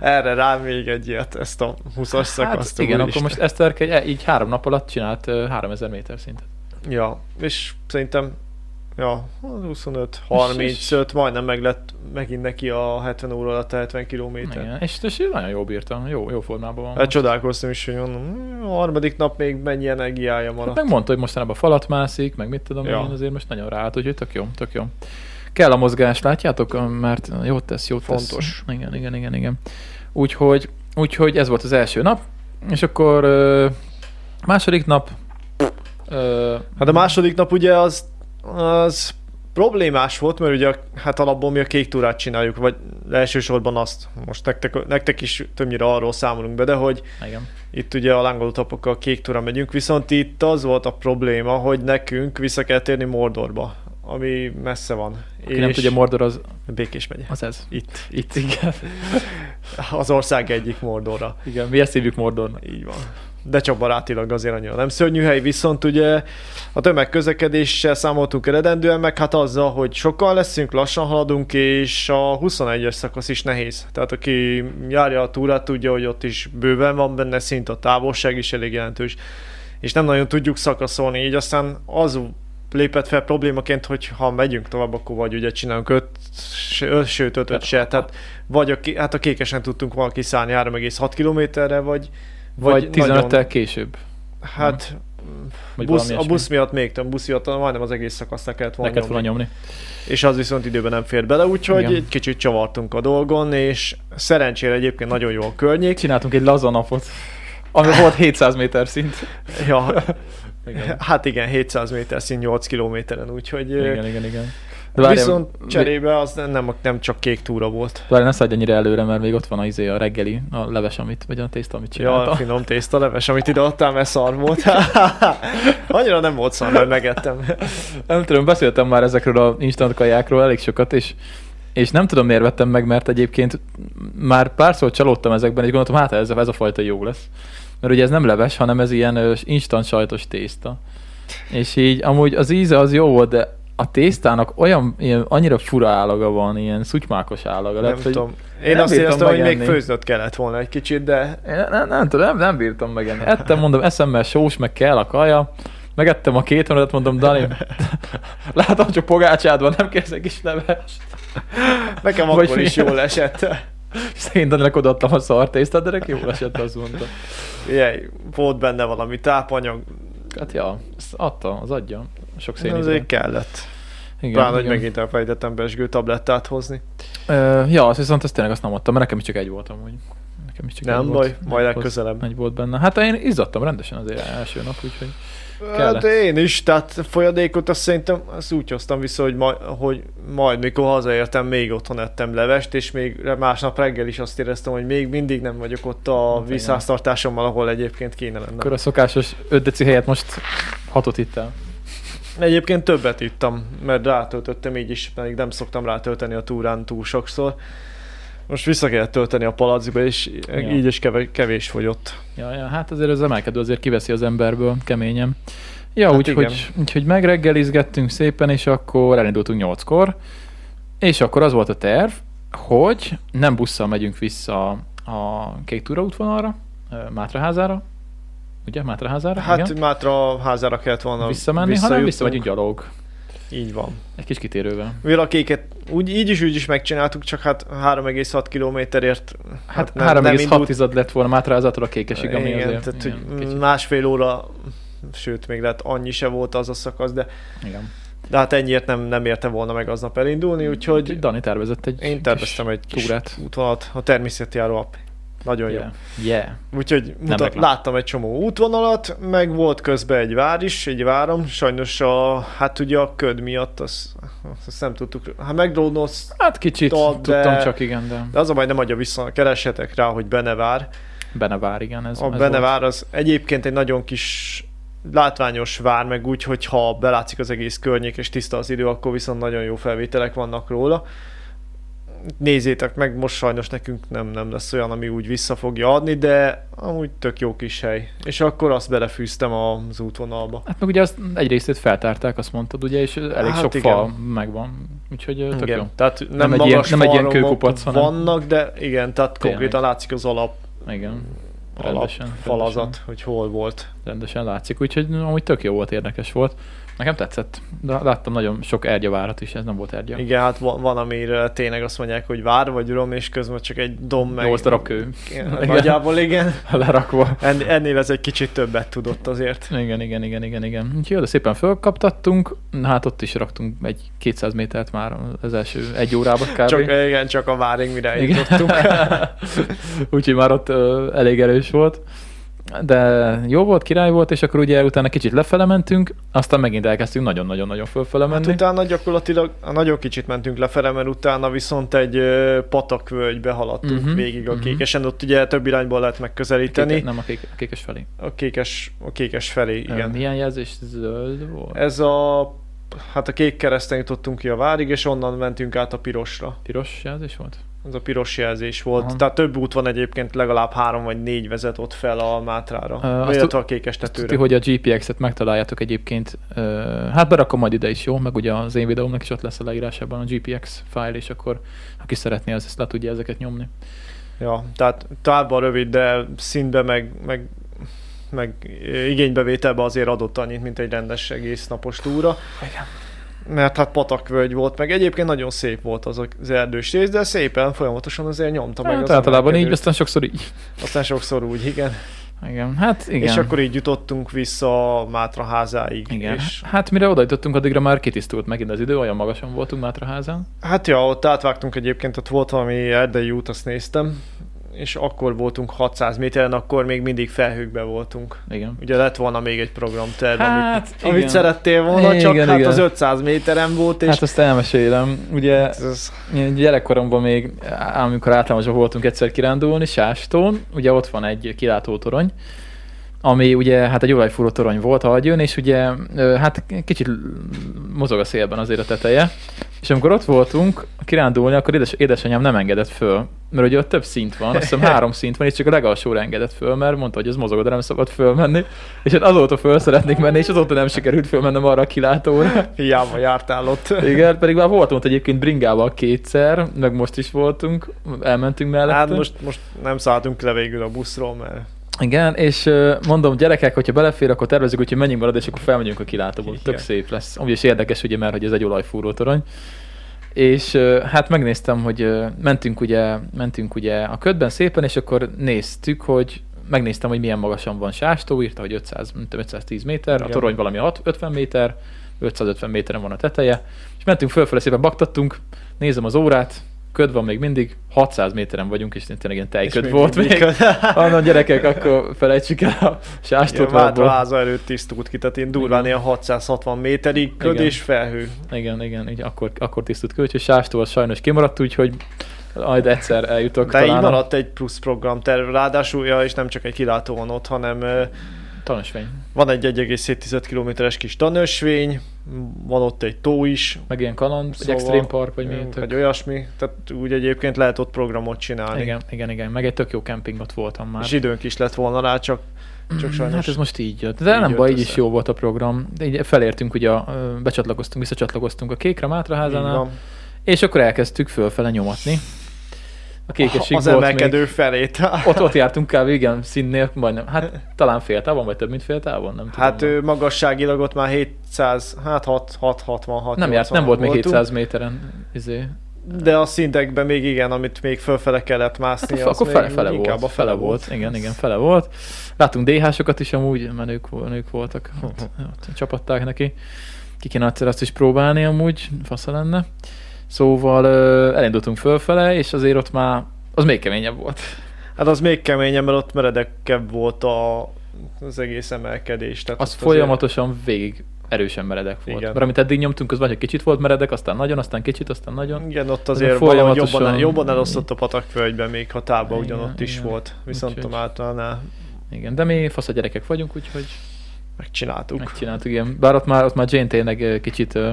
Speaker 2: erre rá még egy ilyet, ezt a 20-as szakaszt.
Speaker 1: Hát igen,
Speaker 2: úristen.
Speaker 1: akkor most Eszter e, így három nap alatt csinált ö, 3000 méter szintet.
Speaker 2: Ja, és szerintem Ja, 25-35,
Speaker 1: És-
Speaker 2: majdnem meg lett megint neki a 70 óra alatt a 70 kilométer.
Speaker 1: Igen, és, és ő nagyon jól bírtam, jó, jó formában van.
Speaker 2: Hát
Speaker 1: most.
Speaker 2: csodálkoztam is, hogy mondom, "Hmm, a harmadik nap még mennyi energiája
Speaker 1: Hát
Speaker 2: maradt.
Speaker 1: megmondta, hogy mostanában falat mászik, meg mit tudom
Speaker 2: Ja.
Speaker 1: ja. én, azért most nagyon ráállt, úgyhogy tök jó, tök jó. Kell a mozgás, látjátok, mert jót tesz, jót
Speaker 2: Fontos.
Speaker 1: tesz. Igen, igen, igen, igen. Úgyhogy, úgyhogy ez volt az első nap, és akkor ö, második nap ö,
Speaker 2: Hát a második nap ugye az, az problémás volt, mert ugye a- hát alapból mi a kék túrát csináljuk, vagy elsősorban azt, most nektek, nektek is többnyire arról számolunk be, de hogy
Speaker 1: igen,
Speaker 2: itt ugye a lángoló tapokkal kék túra megyünk, viszont itt az volt a probléma, hogy nekünk vissza kell térni Mordorba, ami messze van.
Speaker 1: aki nem tudja, Mordor az,
Speaker 2: Békés megye.
Speaker 1: az ez.
Speaker 2: Itt,
Speaker 1: Itt, igen.
Speaker 2: az ország egyik Mordorra.
Speaker 1: igen, mi ezt hívjuk Mordornak.
Speaker 2: Így van. De csak barátilag azért annyira nem szörnyű hely, viszont ugye a tömegközlekedéssel számoltunk eredendően, meg hát azzal, hogy sokan leszünk, lassan haladunk, és a 21-es szakasz is nehéz. Tehát aki járja a túrát, tudja, hogy ott is bőven van benne, szint a távolság is elég jelentős, és nem nagyon tudjuk szakaszolni, így aztán az lépett fel problémaként, hogy ha megyünk tovább, akkor vagy ugye csinálunk öt, s- sőt ötöt se, tehát vagy a, ké- hát a kékesen tudtunk valaki kiszállni 3,6 kilométerre, vagy
Speaker 1: Vagy,
Speaker 2: nagyon-
Speaker 1: 15-tel később.
Speaker 2: Hát
Speaker 1: Vagy
Speaker 2: busz,
Speaker 1: valami
Speaker 2: a
Speaker 1: ilyesmi.
Speaker 2: busz miatt még több, busz miatt majdnem az egész szakasznak kellett volna
Speaker 1: Neked
Speaker 2: nyomni.
Speaker 1: volna nyomni.
Speaker 2: és az viszont időben nem fér bele, úgyhogy
Speaker 1: Igen.
Speaker 2: egy kicsit csavartunk a dolgon, és szerencsére egyébként nagyon jó a környék.
Speaker 1: Csináltunk egy laza napot, ami volt 700 méter szint.
Speaker 2: Ja,
Speaker 1: Igen,
Speaker 2: hát igen, 700 méter szint 8 kilométeren, úgyhogy
Speaker 1: igen, igen. igen. De
Speaker 2: De
Speaker 1: várjál,
Speaker 2: viszont
Speaker 1: mi-
Speaker 2: cserébe az nem, nem csak kék túra volt.
Speaker 1: Várj, ne szállj ennyire előre, mert még ott van a izé, a reggeli, a leves, amit, vagy a tészta, amit
Speaker 2: Ja,
Speaker 1: csinálta.
Speaker 2: a finom tészta leves, amit ide adtál, mert szar volt. Annyira nem volt szar, mert megettem.
Speaker 1: nem tudom, beszéltem már ezekről a instant kajákról elég sokat, és, és nem tudom, miért vettem meg, mert egyébként már párszor csalódtam ezekben, és gondoltam, hát ez, ez a fajta jó lesz. Mert ugye ez nem leves, hanem ez ilyen ö, instant sajtos tészta. És így amúgy az íze az jó volt, de a tésztának olyan, ilyen, annyira fura állaga van, ilyen szutymákos állaga.
Speaker 2: Nem
Speaker 1: lett, hogy-
Speaker 2: tudom. Én
Speaker 1: nem
Speaker 2: azt
Speaker 1: bírtam
Speaker 2: éreztem, hogy még
Speaker 1: megenni.
Speaker 2: főznöd kellett volna egy kicsit, de
Speaker 1: Én nem, nem, tudom, nem, nem bírtam megenni. Ettem, mondom, eszemmel sós, meg kell a kaja. Megettem a két menet, mondom, Dani, látom, csak pogácsád van, nem kérsz egy kis leves.
Speaker 2: nekem
Speaker 1: Vagy
Speaker 2: akkor is
Speaker 1: mi?
Speaker 2: jól esett.
Speaker 1: Szerint Daninak odaadtam a szartésztát, de neki jól esett, azt mondta.
Speaker 2: Jaj, volt benne valami tápanyag,
Speaker 1: Hát ja, ezt adta, az adja. Sok
Speaker 2: Én
Speaker 1: szén
Speaker 2: azért kellett.
Speaker 1: Igen,
Speaker 2: Pláne, hogy megint elfelejtettem besgő tablettát hozni.
Speaker 1: Ö, ja, azt viszont ezt tényleg azt nem adtam, mert nekem is csak egy volt amúgy. Nekem is csak
Speaker 2: Nem
Speaker 1: egy
Speaker 2: baj,
Speaker 1: volt.
Speaker 2: majd
Speaker 1: Egy
Speaker 2: legközelebb.
Speaker 1: Egy volt benne. Hát én izzadtam rendesen azért első nap, úgyhogy Kellett.
Speaker 2: Hát én is, tehát folyadékot azt szerintem azt úgy hoztam vissza, hogy majd, hogy majd mikor hazaértem, még otthon ettem levest, és még re- másnap reggel is azt éreztem, hogy még mindig nem vagyok ott a
Speaker 1: Hát igen.
Speaker 2: vízháztartásommal, ahol egyébként kéne lennem.
Speaker 1: akkor a szokásos 5 deci helyett most hatot itt el.
Speaker 2: Egyébként többet ittam, mert rátöltöttem így is, pedig nem szoktam rátölteni a túrán túl sokszor. Most vissza kellett tölteni a palacba, és
Speaker 1: Ja.
Speaker 2: így is kevés, kevés fogyott.
Speaker 1: Ja, ja, hát azért az emelkedő azért kiveszi az emberből, keményen. Ja,
Speaker 2: Hát
Speaker 1: hát úgyhogy úgy, megreggelizgettünk szépen, és akkor elindultunk nyolckor, és akkor az volt a terv, hogy nem busszal megyünk vissza a Kék Túra útvonalra, ö, Mátraházára, ugye, Mátraházára,
Speaker 2: Hát
Speaker 1: igen,
Speaker 2: Mátra házára kellett volna
Speaker 1: visszamenni, hanem visszamegyünk
Speaker 2: visszajutunk.
Speaker 1: gyalog,
Speaker 2: Így van.
Speaker 1: egy kis kitérővel.
Speaker 2: Mivel a kéket úgy, így is úgy is megcsináltuk, csak hát 3,6 kilométerért
Speaker 1: Hát,
Speaker 2: nem-
Speaker 1: hát
Speaker 2: nem
Speaker 1: 3,6
Speaker 2: indult.
Speaker 1: tized lett volna Mátraházától a Kékesig, ami
Speaker 2: igen,
Speaker 1: azért,
Speaker 2: tehát
Speaker 1: igen,
Speaker 2: hogy
Speaker 1: kicsit,
Speaker 2: másfél óra, sőt még lehet annyi se volt az a szakasz, de,
Speaker 1: igen.
Speaker 2: de hát ennyiért nem, nem érte volna meg aznap elindulni, mm, úgyhogy
Speaker 1: Dani tervezett Mm, egy
Speaker 2: én
Speaker 1: kis
Speaker 2: terveztem egy kis
Speaker 1: túrát.
Speaker 2: útvonalat, a természetjáró app. Nagyon jó.
Speaker 1: Yeah. yeah.
Speaker 2: Úgyhogy mutat,
Speaker 1: reklám.
Speaker 2: láttam egy csomó útvonalat, meg volt közben egy vár is, egy várom, sajnos a, hát ugye a köd miatt azt, azt nem tudtuk, hát McDonald's
Speaker 1: Hát kicsit,
Speaker 2: Tudod,
Speaker 1: Tudod, tudtam
Speaker 2: de-
Speaker 1: csak, igen, de...
Speaker 2: De az a baj, nem adja vissza, keressetek rá, hogy Benevár.
Speaker 1: Benevár, igen, ez,
Speaker 2: A
Speaker 1: ez
Speaker 2: Benevár az egyébként egy nagyon kis látványos vár, meg úgy, hogy ha belátszik az egész környék és tiszta az idő, akkor viszont nagyon jó felvételek vannak róla. Nézzétek meg, most sajnos nekünk nem, nem lesz olyan, ami úgy vissza fogja adni, de amúgy tök jó kis hely. És akkor azt belefűztem az útvonalba.
Speaker 1: Hát meg ugye azt egy részét feltárták, azt mondtad, ugye, és elég
Speaker 2: Hát
Speaker 1: hát sok
Speaker 2: igen.
Speaker 1: igen. fa megvan, úgyhogy ö, tök
Speaker 2: igen.
Speaker 1: jó.
Speaker 2: Tehát nem,
Speaker 1: Nem egy
Speaker 2: magas
Speaker 1: ilyen- nem egy ilyen
Speaker 2: falromok
Speaker 1: kőkupac, hanem-
Speaker 2: vannak, de igen,
Speaker 1: Tényleg.
Speaker 2: tehát konkrétan látszik az alap,
Speaker 1: Igen,
Speaker 2: alap
Speaker 1: rendesen, rendesen,
Speaker 2: falazat, hogy hol volt.
Speaker 1: rendesen látszik, úgyhogy amúgy tök jó volt, érdekes volt. Nekem tetszett, de láttam nagyon sok ergyavárat is, ez nem volt ergya.
Speaker 2: Igen, hát va- van, amire tényleg azt mondják, hogy vár vagy rom, és közben csak egy dom meg...
Speaker 1: Nyolc darab kő
Speaker 2: Igen,
Speaker 1: Igen.
Speaker 2: Nagyjából igen.
Speaker 1: lerakva.
Speaker 2: En- Ennél ez egy kicsit többet tudott azért.
Speaker 1: Igen, igen, igen, igen, igen. Úgyhogy oda szépen fölkaptattunk, hát ott is raktunk egy 200 métert már az első egy órába kb.
Speaker 2: Csak, igen, csak a várig mire
Speaker 1: Igen.
Speaker 2: eljutottunk.
Speaker 1: Úgyhogy már ott ö, elég erős volt. De jó volt, király volt, és akkor ugye utána kicsit lefele mentünk, aztán megint elkezdtünk nagyon-nagyon-nagyon fölfele
Speaker 2: Hát
Speaker 1: menni.
Speaker 2: utána gyakorlatilag a nagyon kicsit mentünk lefele, mert utána viszont egy ö, patakvölgybe haladtunk
Speaker 1: Mhm,
Speaker 2: végig a
Speaker 1: mhm.
Speaker 2: kékesen, ott ugye több irányból lehet megközelíteni.
Speaker 1: Kéke, nem, a, kék, a kékes felé.
Speaker 2: A kékes, a kékes felé,
Speaker 1: Igen.
Speaker 2: igen.
Speaker 1: milyen jelzés? Zöld volt?
Speaker 2: Ez a... Hát a kék kereszten jutottunk ki a várig, és onnan mentünk át a pirosra.
Speaker 1: Piros jelzés volt?
Speaker 2: Az a piros jelzés volt. Aha.
Speaker 1: Aha.
Speaker 2: Tehát több út van egyébként, legalább három vagy négy vezet ott fel a Mátrára.
Speaker 1: Ö,
Speaker 2: Uh,
Speaker 1: azt
Speaker 2: illetve a kékes tetőre.
Speaker 1: Tudni, hogy a GPX-et megtaláljátok egyébként. Ö, Hát berakom majd ide is, jó? Meg ugye az én videómnak is ott lesz a leírásában a GPX fájl, és akkor aki szeretné, az ezt le tudja ezeket nyomni.
Speaker 2: Ja, tehát távban rövid, de szintbe meg, meg, meg igénybevételbe azért adott annyit, mint egy rendes egész napos túra.
Speaker 1: Igen.
Speaker 2: Mert hát patakvölgy volt, meg egyébként nagyon szép volt az az erdős rész, de szépen folyamatosan azért nyomta meg
Speaker 1: Hát
Speaker 2: az
Speaker 1: általában így,
Speaker 2: emelkedőt.
Speaker 1: aztán sokszor így.
Speaker 2: Aztán sokszor úgy, igen.
Speaker 1: Igen, hát igen.
Speaker 2: És akkor így jutottunk vissza Mátraházáig.
Speaker 1: igen.
Speaker 2: És
Speaker 1: Hát mire oda jutottunk, addigra már kitisztult megint az idő, olyan magasan voltunk Mátraházán.
Speaker 2: hát ja, ott átvágtunk egyébként, ott volt valami erdei út, azt néztem, és akkor voltunk 600 méteren, akkor még mindig felhőkbe voltunk.
Speaker 1: Igen.
Speaker 2: Ugye lett volna még egy programterv,
Speaker 1: Hát,
Speaker 2: amit,
Speaker 1: igen.
Speaker 2: amit szerettél volna, csak
Speaker 1: Igen,
Speaker 2: hát
Speaker 1: igen.
Speaker 2: az 500 méteren volt, és
Speaker 1: Hát azt elmesélem. Ugye
Speaker 2: ez,
Speaker 1: Én gyerekkoromban még, á, amikor általánosban voltunk egyszer kirándulni, Sástón, ugye ott van egy kilátótorony, ami ugye hát egy olajfúró torony volt aljön, és ugye ö, hát kicsit l- mozog a szélben azért a teteje, és amikor ott voltunk kirándulni, akkor édes, édesanyám nem engedett föl, mert ugye ott több szint van, azt hiszem három szint van, és csak a legalsóra engedett föl, mert mondta, hogy ez mozog, de nem szabad fölmenni, és hát azóta föl szeretnék menni, és azóta nem sikerült fölmennem arra a kilátóra.
Speaker 2: hiába jártál ott.
Speaker 1: Igen, pedig már voltunk ott egyébként bringával kétszer, meg most is voltunk, elmentünk mellette.
Speaker 2: Hát most, most nem szálltunk le végül a buszról, mert
Speaker 1: Igen, és ö, mondom, gyerekek, hogyha belefér, akkor tervezzük, úgyhogy menjünk marad, és akkor felmegyünk a kilátóba.
Speaker 2: Igen.
Speaker 1: Tök szép lesz. Ami is érdekes, ugye, mert hogy ez egy olajfúró torony. És ö, hát megnéztem, hogy ö, mentünk ugye, mentünk ugye a ködben szépen, és akkor néztük, hogy megnéztem, hogy milyen magasan van Sástó, írta, hogy 500, nem tudom, 510 méter, a
Speaker 2: Igen.
Speaker 1: torony valami hat- 50 méter, 550 méteren van a teteje, és mentünk fölfele, szépen baktattunk, nézem az órát, köd van még mindig, 600 méteren vagyunk, és tényleg ilyen tejköd
Speaker 2: még
Speaker 1: volt
Speaker 2: mindig
Speaker 1: még.
Speaker 2: köd.
Speaker 1: Annan gyerekek, akkor felejtsük el a sástot.
Speaker 2: Mátra
Speaker 1: abból.
Speaker 2: háza előtt tisztult ki, tehát én durván ilyen 660 méterig köd
Speaker 1: Igen.
Speaker 2: és felhő.
Speaker 1: Igen, igen, így akkor, akkor tisztult ki, úgyhogy sástól sajnos kimaradt, úgyhogy majd egyszer eljutok
Speaker 2: De így
Speaker 1: talán.
Speaker 2: maradt egy plusz program terv, ráadásul ja, és nem csak egy kilátó van ott, hanem ö,
Speaker 1: Tanúsvény.
Speaker 2: van egy 1,7 kilométeres kis tanösvény, van ott egy tó is,
Speaker 1: Meg ilyen kaland,
Speaker 2: Szóval-
Speaker 1: szóval, egy extrém park, vagy mi.
Speaker 2: vagy
Speaker 1: Tök...
Speaker 2: olyasmi, tehát úgy egyébként lehet ott programot csinálni.
Speaker 1: Igen, igen, igen. Meg egy tök jó kemping ott voltam már.
Speaker 2: És időnk is lett volna rá, csak, csak sajnos.
Speaker 1: Hát ez most így jött. De
Speaker 2: Így
Speaker 1: nem
Speaker 2: jött
Speaker 1: baj, így is
Speaker 2: össze.
Speaker 1: jó volt a program. De így felértünk, ugye, ö, becsatlakoztunk, visszacsatlakoztunk a kékre,
Speaker 2: Így
Speaker 1: Mátraházánál,
Speaker 2: van.
Speaker 1: és akkor elkezdtük fölfele nyomatni. A kékesség
Speaker 2: az
Speaker 1: volt még.
Speaker 2: emelkedő felét.
Speaker 1: Ott, ott jártunk kb. igen, színnél, majdnem. Hát talán fél távon, vagy több mint fél távon, nem tudom.
Speaker 2: Hát ő magasságilag ott már 700, hát 6, 6, 66
Speaker 1: nem járt, nem
Speaker 2: 80
Speaker 1: volt még
Speaker 2: voltunk,
Speaker 1: 700 méteren. Izé.
Speaker 2: De a szintekben még igen, amit még fölfele kellett
Speaker 1: Hát
Speaker 2: mászni.
Speaker 1: a, akkor
Speaker 2: az
Speaker 1: fele,
Speaker 2: még
Speaker 1: fele volt.
Speaker 2: inkább
Speaker 1: A fele volt. Igen, igen, fele volt. Láttunk DH-sokat is amúgy, mert nők, vo- nők voltak, ott, ott csapatták neki. Ki kéne egyszer azt is próbálni amúgy, fasza lenne. Szóval ö, elindultunk fölfele, és azért ott már az még keményebb volt.
Speaker 2: Hát az még keményebb, mert ott meredekebb volt a, az egész emelkedés. Tehát
Speaker 1: Az
Speaker 2: ott
Speaker 1: folyamatosan végig erősen meredek volt.
Speaker 2: Igen.
Speaker 1: Mert amit eddig nyomtunk, az vagy, hogy kicsit volt meredek, aztán nagyon, aztán kicsit, aztán nagyon.
Speaker 2: Azért, igen, ott
Speaker 1: az
Speaker 2: azért
Speaker 1: folyamatosan-
Speaker 2: valahogy jobban, jobban elosztott a patakvölgyben, még ha tába
Speaker 1: Igen,
Speaker 2: ugyanott is
Speaker 1: igen.
Speaker 2: volt. Viszont a
Speaker 1: Úgyhogy-
Speaker 2: Máltánál
Speaker 1: Igen, de mi fasz a gyerekek vagyunk, úgyhogy
Speaker 2: megcsináltuk.
Speaker 1: megcsináltuk, igen. Bár ott már, ott már Jane tényleg ö, kicsit ö,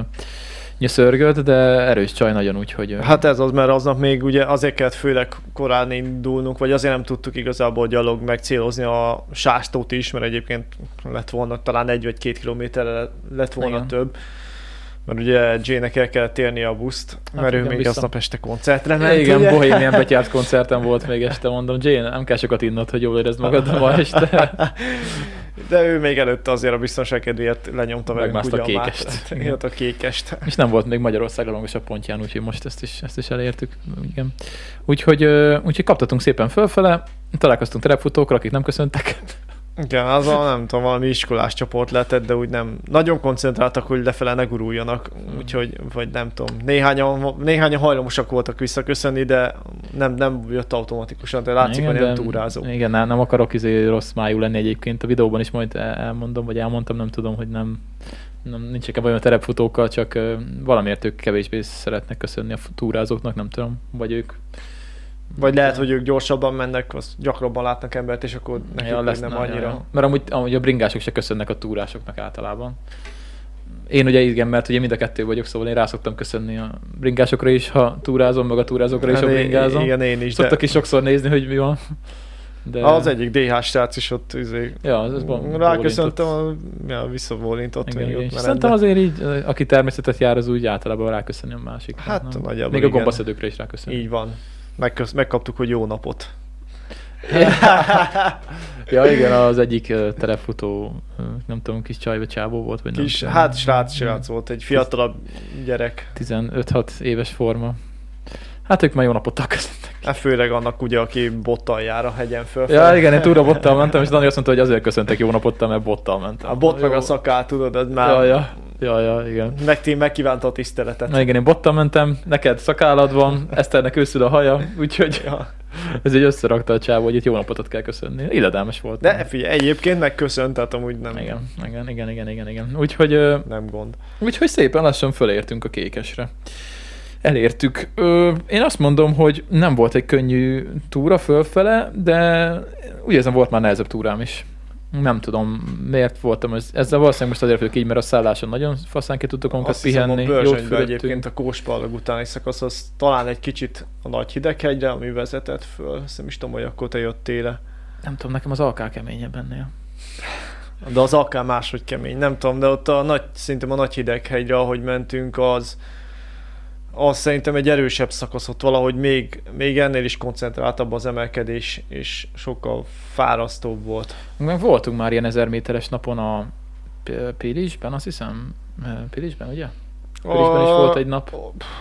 Speaker 1: nyöszörgött, de erős csaj nagyon úgy, hogy... ö,
Speaker 2: Hát ez az, mert aznap még ugye azért kellett főleg korán indulnunk, vagy azért nem tudtuk igazából gyalog megcélozni a sástót is, mert egyébként lett volna talán egy vagy két kilométerre lett volna Igen.
Speaker 1: Igen.
Speaker 2: több. Mert ugye Jane-nek el kellett térni a buszt,
Speaker 1: Hát
Speaker 2: mert ő
Speaker 1: igen,
Speaker 2: még
Speaker 1: vissza.
Speaker 2: aznap este koncertre
Speaker 1: Hát,
Speaker 2: ment.
Speaker 1: igen,
Speaker 2: ugye?
Speaker 1: Bohémian betyárt koncerten volt még este, mondom, Jane, nem kell sokat innod, hogy jól érezd magad de ma este.
Speaker 2: De ő még előtte azért a biztonság kedvéért lenyomta velünk
Speaker 1: Megmászta
Speaker 2: ugye
Speaker 1: a
Speaker 2: a
Speaker 1: kékest.
Speaker 2: mátrat.
Speaker 1: Igen.
Speaker 2: Igen, a kékest.
Speaker 1: És nem volt még Magyarország a magasabb pontján, úgyhogy most ezt is, ezt is elértük. Igen. Úgyhogy, ö, úgyhogy kaptatunk szépen fölfele, találkoztunk terepfutókkal, akik nem köszöntek.
Speaker 2: Igen, az a nem tudom, valami iskolás csoport lehetett, de úgy nem. Nagyon koncentráltak, hogy lefele ne guruljanak,
Speaker 1: Mm.
Speaker 2: úgyhogy, vagy nem tudom. Néhányan, néhányan hajlamosak voltak visszaköszönni, de nem, nem jött automatikusan, de látszik, hogy nem
Speaker 1: de-
Speaker 2: túrázó.
Speaker 1: Igen, nem, nem akarok izé rossz májú lenni egyébként. A videóban is majd el- elmondom, vagy elmondtam, nem tudom, hogy nem, nem nincs nekem olyan terepfutókkal, csak ö, valamiért ők kevésbé szeretnek köszönni a fu- túrázóknak, nem tudom, vagy ők.
Speaker 2: Vagy lehet, hogy ők gyorsabban mennek, az gyakrabban látnak embert, és akkor nekik ja, lesz, nem
Speaker 1: na,
Speaker 2: annyira.
Speaker 1: Ja, ja. Mert amúgy, amúgy a bringások se köszönnek a túrásoknak általában. Én ugye igen, mert ugye mind a kettő vagyok, szóval én rá szoktam köszönni a bringásokra is, ha túrázom, meg a túrázókra is,
Speaker 2: Hát
Speaker 1: ha
Speaker 2: én-
Speaker 1: bringázom.
Speaker 2: Igen, én is. De
Speaker 1: Szoktak is sokszor nézni, hogy mi van. De...
Speaker 2: Az egyik DH srác is ott izé,
Speaker 1: Ja, az, az bon-
Speaker 2: ráköszöntem, a, ja, visszavolintott.
Speaker 1: Igen,
Speaker 2: még
Speaker 1: igen.
Speaker 2: ott
Speaker 1: És
Speaker 2: menet,
Speaker 1: szerintem
Speaker 2: de-
Speaker 1: azért így, ö, aki természetet jár, az úgy általában ráköszöni a másiknak.
Speaker 2: Hát,
Speaker 1: nem?
Speaker 2: nagyjából
Speaker 1: Még a
Speaker 2: igen.
Speaker 1: gombaszedőkre is ráköszöni.
Speaker 2: Így van. Megkösz, megkaptuk, hogy jó napot.
Speaker 1: ja, igen, az egyik ö, terepfutó, ö, nem tudom, kis csaj vagy csávó volt, vagy
Speaker 2: Kis,
Speaker 1: nem.
Speaker 2: hát srác, srác volt, egy fiatalabb gyerek.
Speaker 1: 15-6 éves forma. Hát ők már jó napot köszöntek.
Speaker 2: Hát főleg annak ugye, aki bottal jár a hegyen föl.
Speaker 1: Ja, igen, én túra bottal mentem, és Dani azt mondta, hogy azért köszöntek jó napot, mert bottal mentem.
Speaker 2: A bot meg
Speaker 1: Jó.
Speaker 2: a szakát, tudod, az
Speaker 1: Ja,
Speaker 2: már
Speaker 1: ja, ja, ja, igen.
Speaker 2: meg ti megkívánta a tiszteletet.
Speaker 1: Na igen, én bottal mentem, neked szakállad van, Eszternek őszül a haja, úgyhogy
Speaker 2: Ja.
Speaker 1: ez egy összerakta a csávó, hogy itt jó napotot kell köszönni. Illedelmes volt.
Speaker 2: De figyelj, egyébként megköszönt, tehát amúgy nem,
Speaker 1: Igen, igen, igen, igen, igen, igen. Úgyhogy, ö,
Speaker 2: nem gond.
Speaker 1: úgyhogy szépen lassan fölértünk a kékesre. Elértük. Ö, én azt mondom, hogy nem volt egy könnyű túra fölfele, de úgy érzem volt már nehezebb túrám is. Nem tudom, miért voltam ez, ezzel valószínűleg most azért vagyok így, mert a szálláson nagyon faszán ki tudtuk magunkat
Speaker 2: Azt hiszem,
Speaker 1: pihenni.
Speaker 2: a
Speaker 1: Jót
Speaker 2: Börzsönyben
Speaker 1: fürödtünk.
Speaker 2: egyébként a Kóspalag utáni szakasz, az talán egy kicsit a nagy hideghegyre, ami vezetett föl. Azt nem is tudom, hogy akkor te jöttél
Speaker 1: Nem tudom, nekem az alká keményebb ennél.
Speaker 2: De az akár máshogy kemény, nem tudom, de ott a nagy, szerintem a nagy hideghegyre, ahogy mentünk, az, az szerintem egy erősebb szakasz ott valahogy még, még ennél is koncentráltabb az emelkedés, és sokkal fárasztóbb volt.
Speaker 1: Meg voltunk már ilyen ezer méteres napon a P- Pilisben, azt hiszem. Ö, Pilisben, ugye? Pilisben is volt egy nap.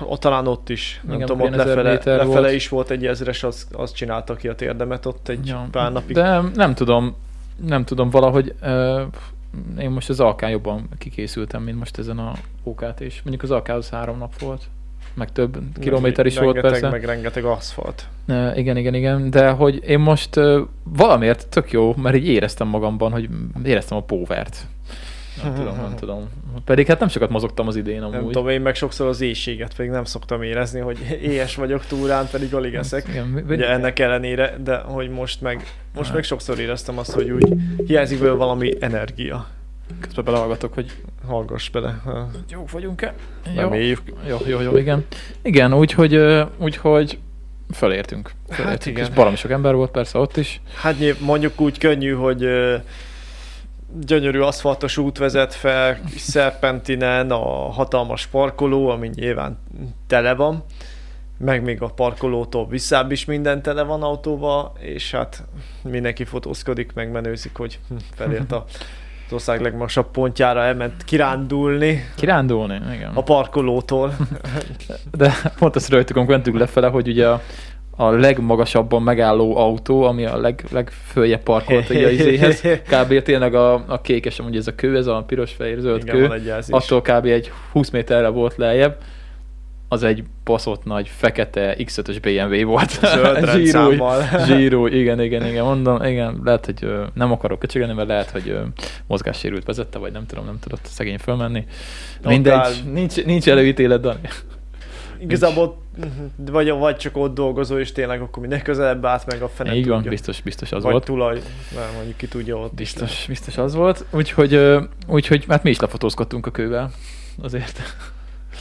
Speaker 2: A, talán ott is,
Speaker 1: Igen,
Speaker 2: nem Igen, tudom, ott
Speaker 1: akkor ilyen ezer
Speaker 2: lefele,
Speaker 1: méter
Speaker 2: lefele
Speaker 1: volt.
Speaker 2: is volt egy ezres, az, az csinálta ki a térdemet ott egy ja, pár napig.
Speaker 1: De nem tudom, nem tudom, valahogy ö, én most az alkán jobban kikészültem, mint most ezen a okt és Mondjuk az alkához három nap volt, meg több kilométer is volt
Speaker 2: rengeteg,
Speaker 1: persze.
Speaker 2: meg rengeteg aszfalt.
Speaker 1: Ö, Igen, igen, igen, de hogy én most ö, valamiért tök jó, mert így éreztem magamban, hogy éreztem a póvert. Nem tudom, nem tudom. Pedig hát nem sokat mozogtam az idén amúgy.
Speaker 2: Nem tudom, én meg sokszor az éjséget pedig nem szoktam érezni, hogy éhes vagyok túrán, pedig alig
Speaker 1: Hát.
Speaker 2: eszek.
Speaker 1: Igen, mi- mi-
Speaker 2: Ugye ennek ellenére, de hogy most meg, most
Speaker 1: Hát.
Speaker 2: meg sokszor éreztem azt, hogy úgy hiányzik belőle valami energia.
Speaker 1: Közben belehallgatok, hogy
Speaker 2: Hallgass bele.
Speaker 1: jók vagyunk-e? Jó,
Speaker 2: Reméljük.
Speaker 1: jó, jó, jó igen. Igen, úgyhogy, ö, úgyhogy fölértünk. fölértünk. Hát igen.
Speaker 2: igen.
Speaker 1: És baromi sok ember volt persze ott is.
Speaker 2: Hát nyilv, mondjuk úgy könnyű, hogy ö, gyönyörű aszfaltos út vezet fel kis Szerpentinen a hatalmas parkoló, ami nyilván tele van, meg még a parkolótól visszább is minden tele van autóval, és hát mindenki fotózkodik, meg menőzik, hogy hm, felért a az ország legmagasabb pontjára elment kirándulni
Speaker 1: Kirándulni, igen.
Speaker 2: a parkolótól.
Speaker 1: De pont azt rögtük, amikor mentünk lefele, hogy ugye a, a legmagasabban megálló autó, ami a leg, legföljebb parkolt ugye, a izéhez, kb. tényleg a, a kékes, amúgy ez a kő, ez a piros, fehér, zöld
Speaker 2: Igen,
Speaker 1: kő,
Speaker 2: van egy jelzés.
Speaker 1: attól kb. egy 20 méterre volt lejjebb, az egy baszott nagy, fekete X5-ös BMW volt.
Speaker 2: Zöld rendszámmal.
Speaker 1: zsíró, igen, igen, igen, mondom, igen, lehet, hogy ö, nem akarok köcsögölni, mert lehet, hogy ö, mozgássérült vezette, vagy nem tudom, nem tudott szegény fölmenni.
Speaker 2: Totál.
Speaker 1: Mindegy, nincs, nincs előítélet, Dani.
Speaker 2: Igazából mhm, vagy, vagy csak ott dolgozó, és tényleg akkor minél közelebb állt meg a fene.
Speaker 1: Így van,
Speaker 2: tudja.
Speaker 1: biztos, biztos az
Speaker 2: vagy
Speaker 1: volt.
Speaker 2: tulaj, nem, mondjuk ki tudja ott is.
Speaker 1: Biztos, biztos az volt. Úgyhogy, ö, úgyhogy hát mi is lefotózkodtunk a kővel. Azért.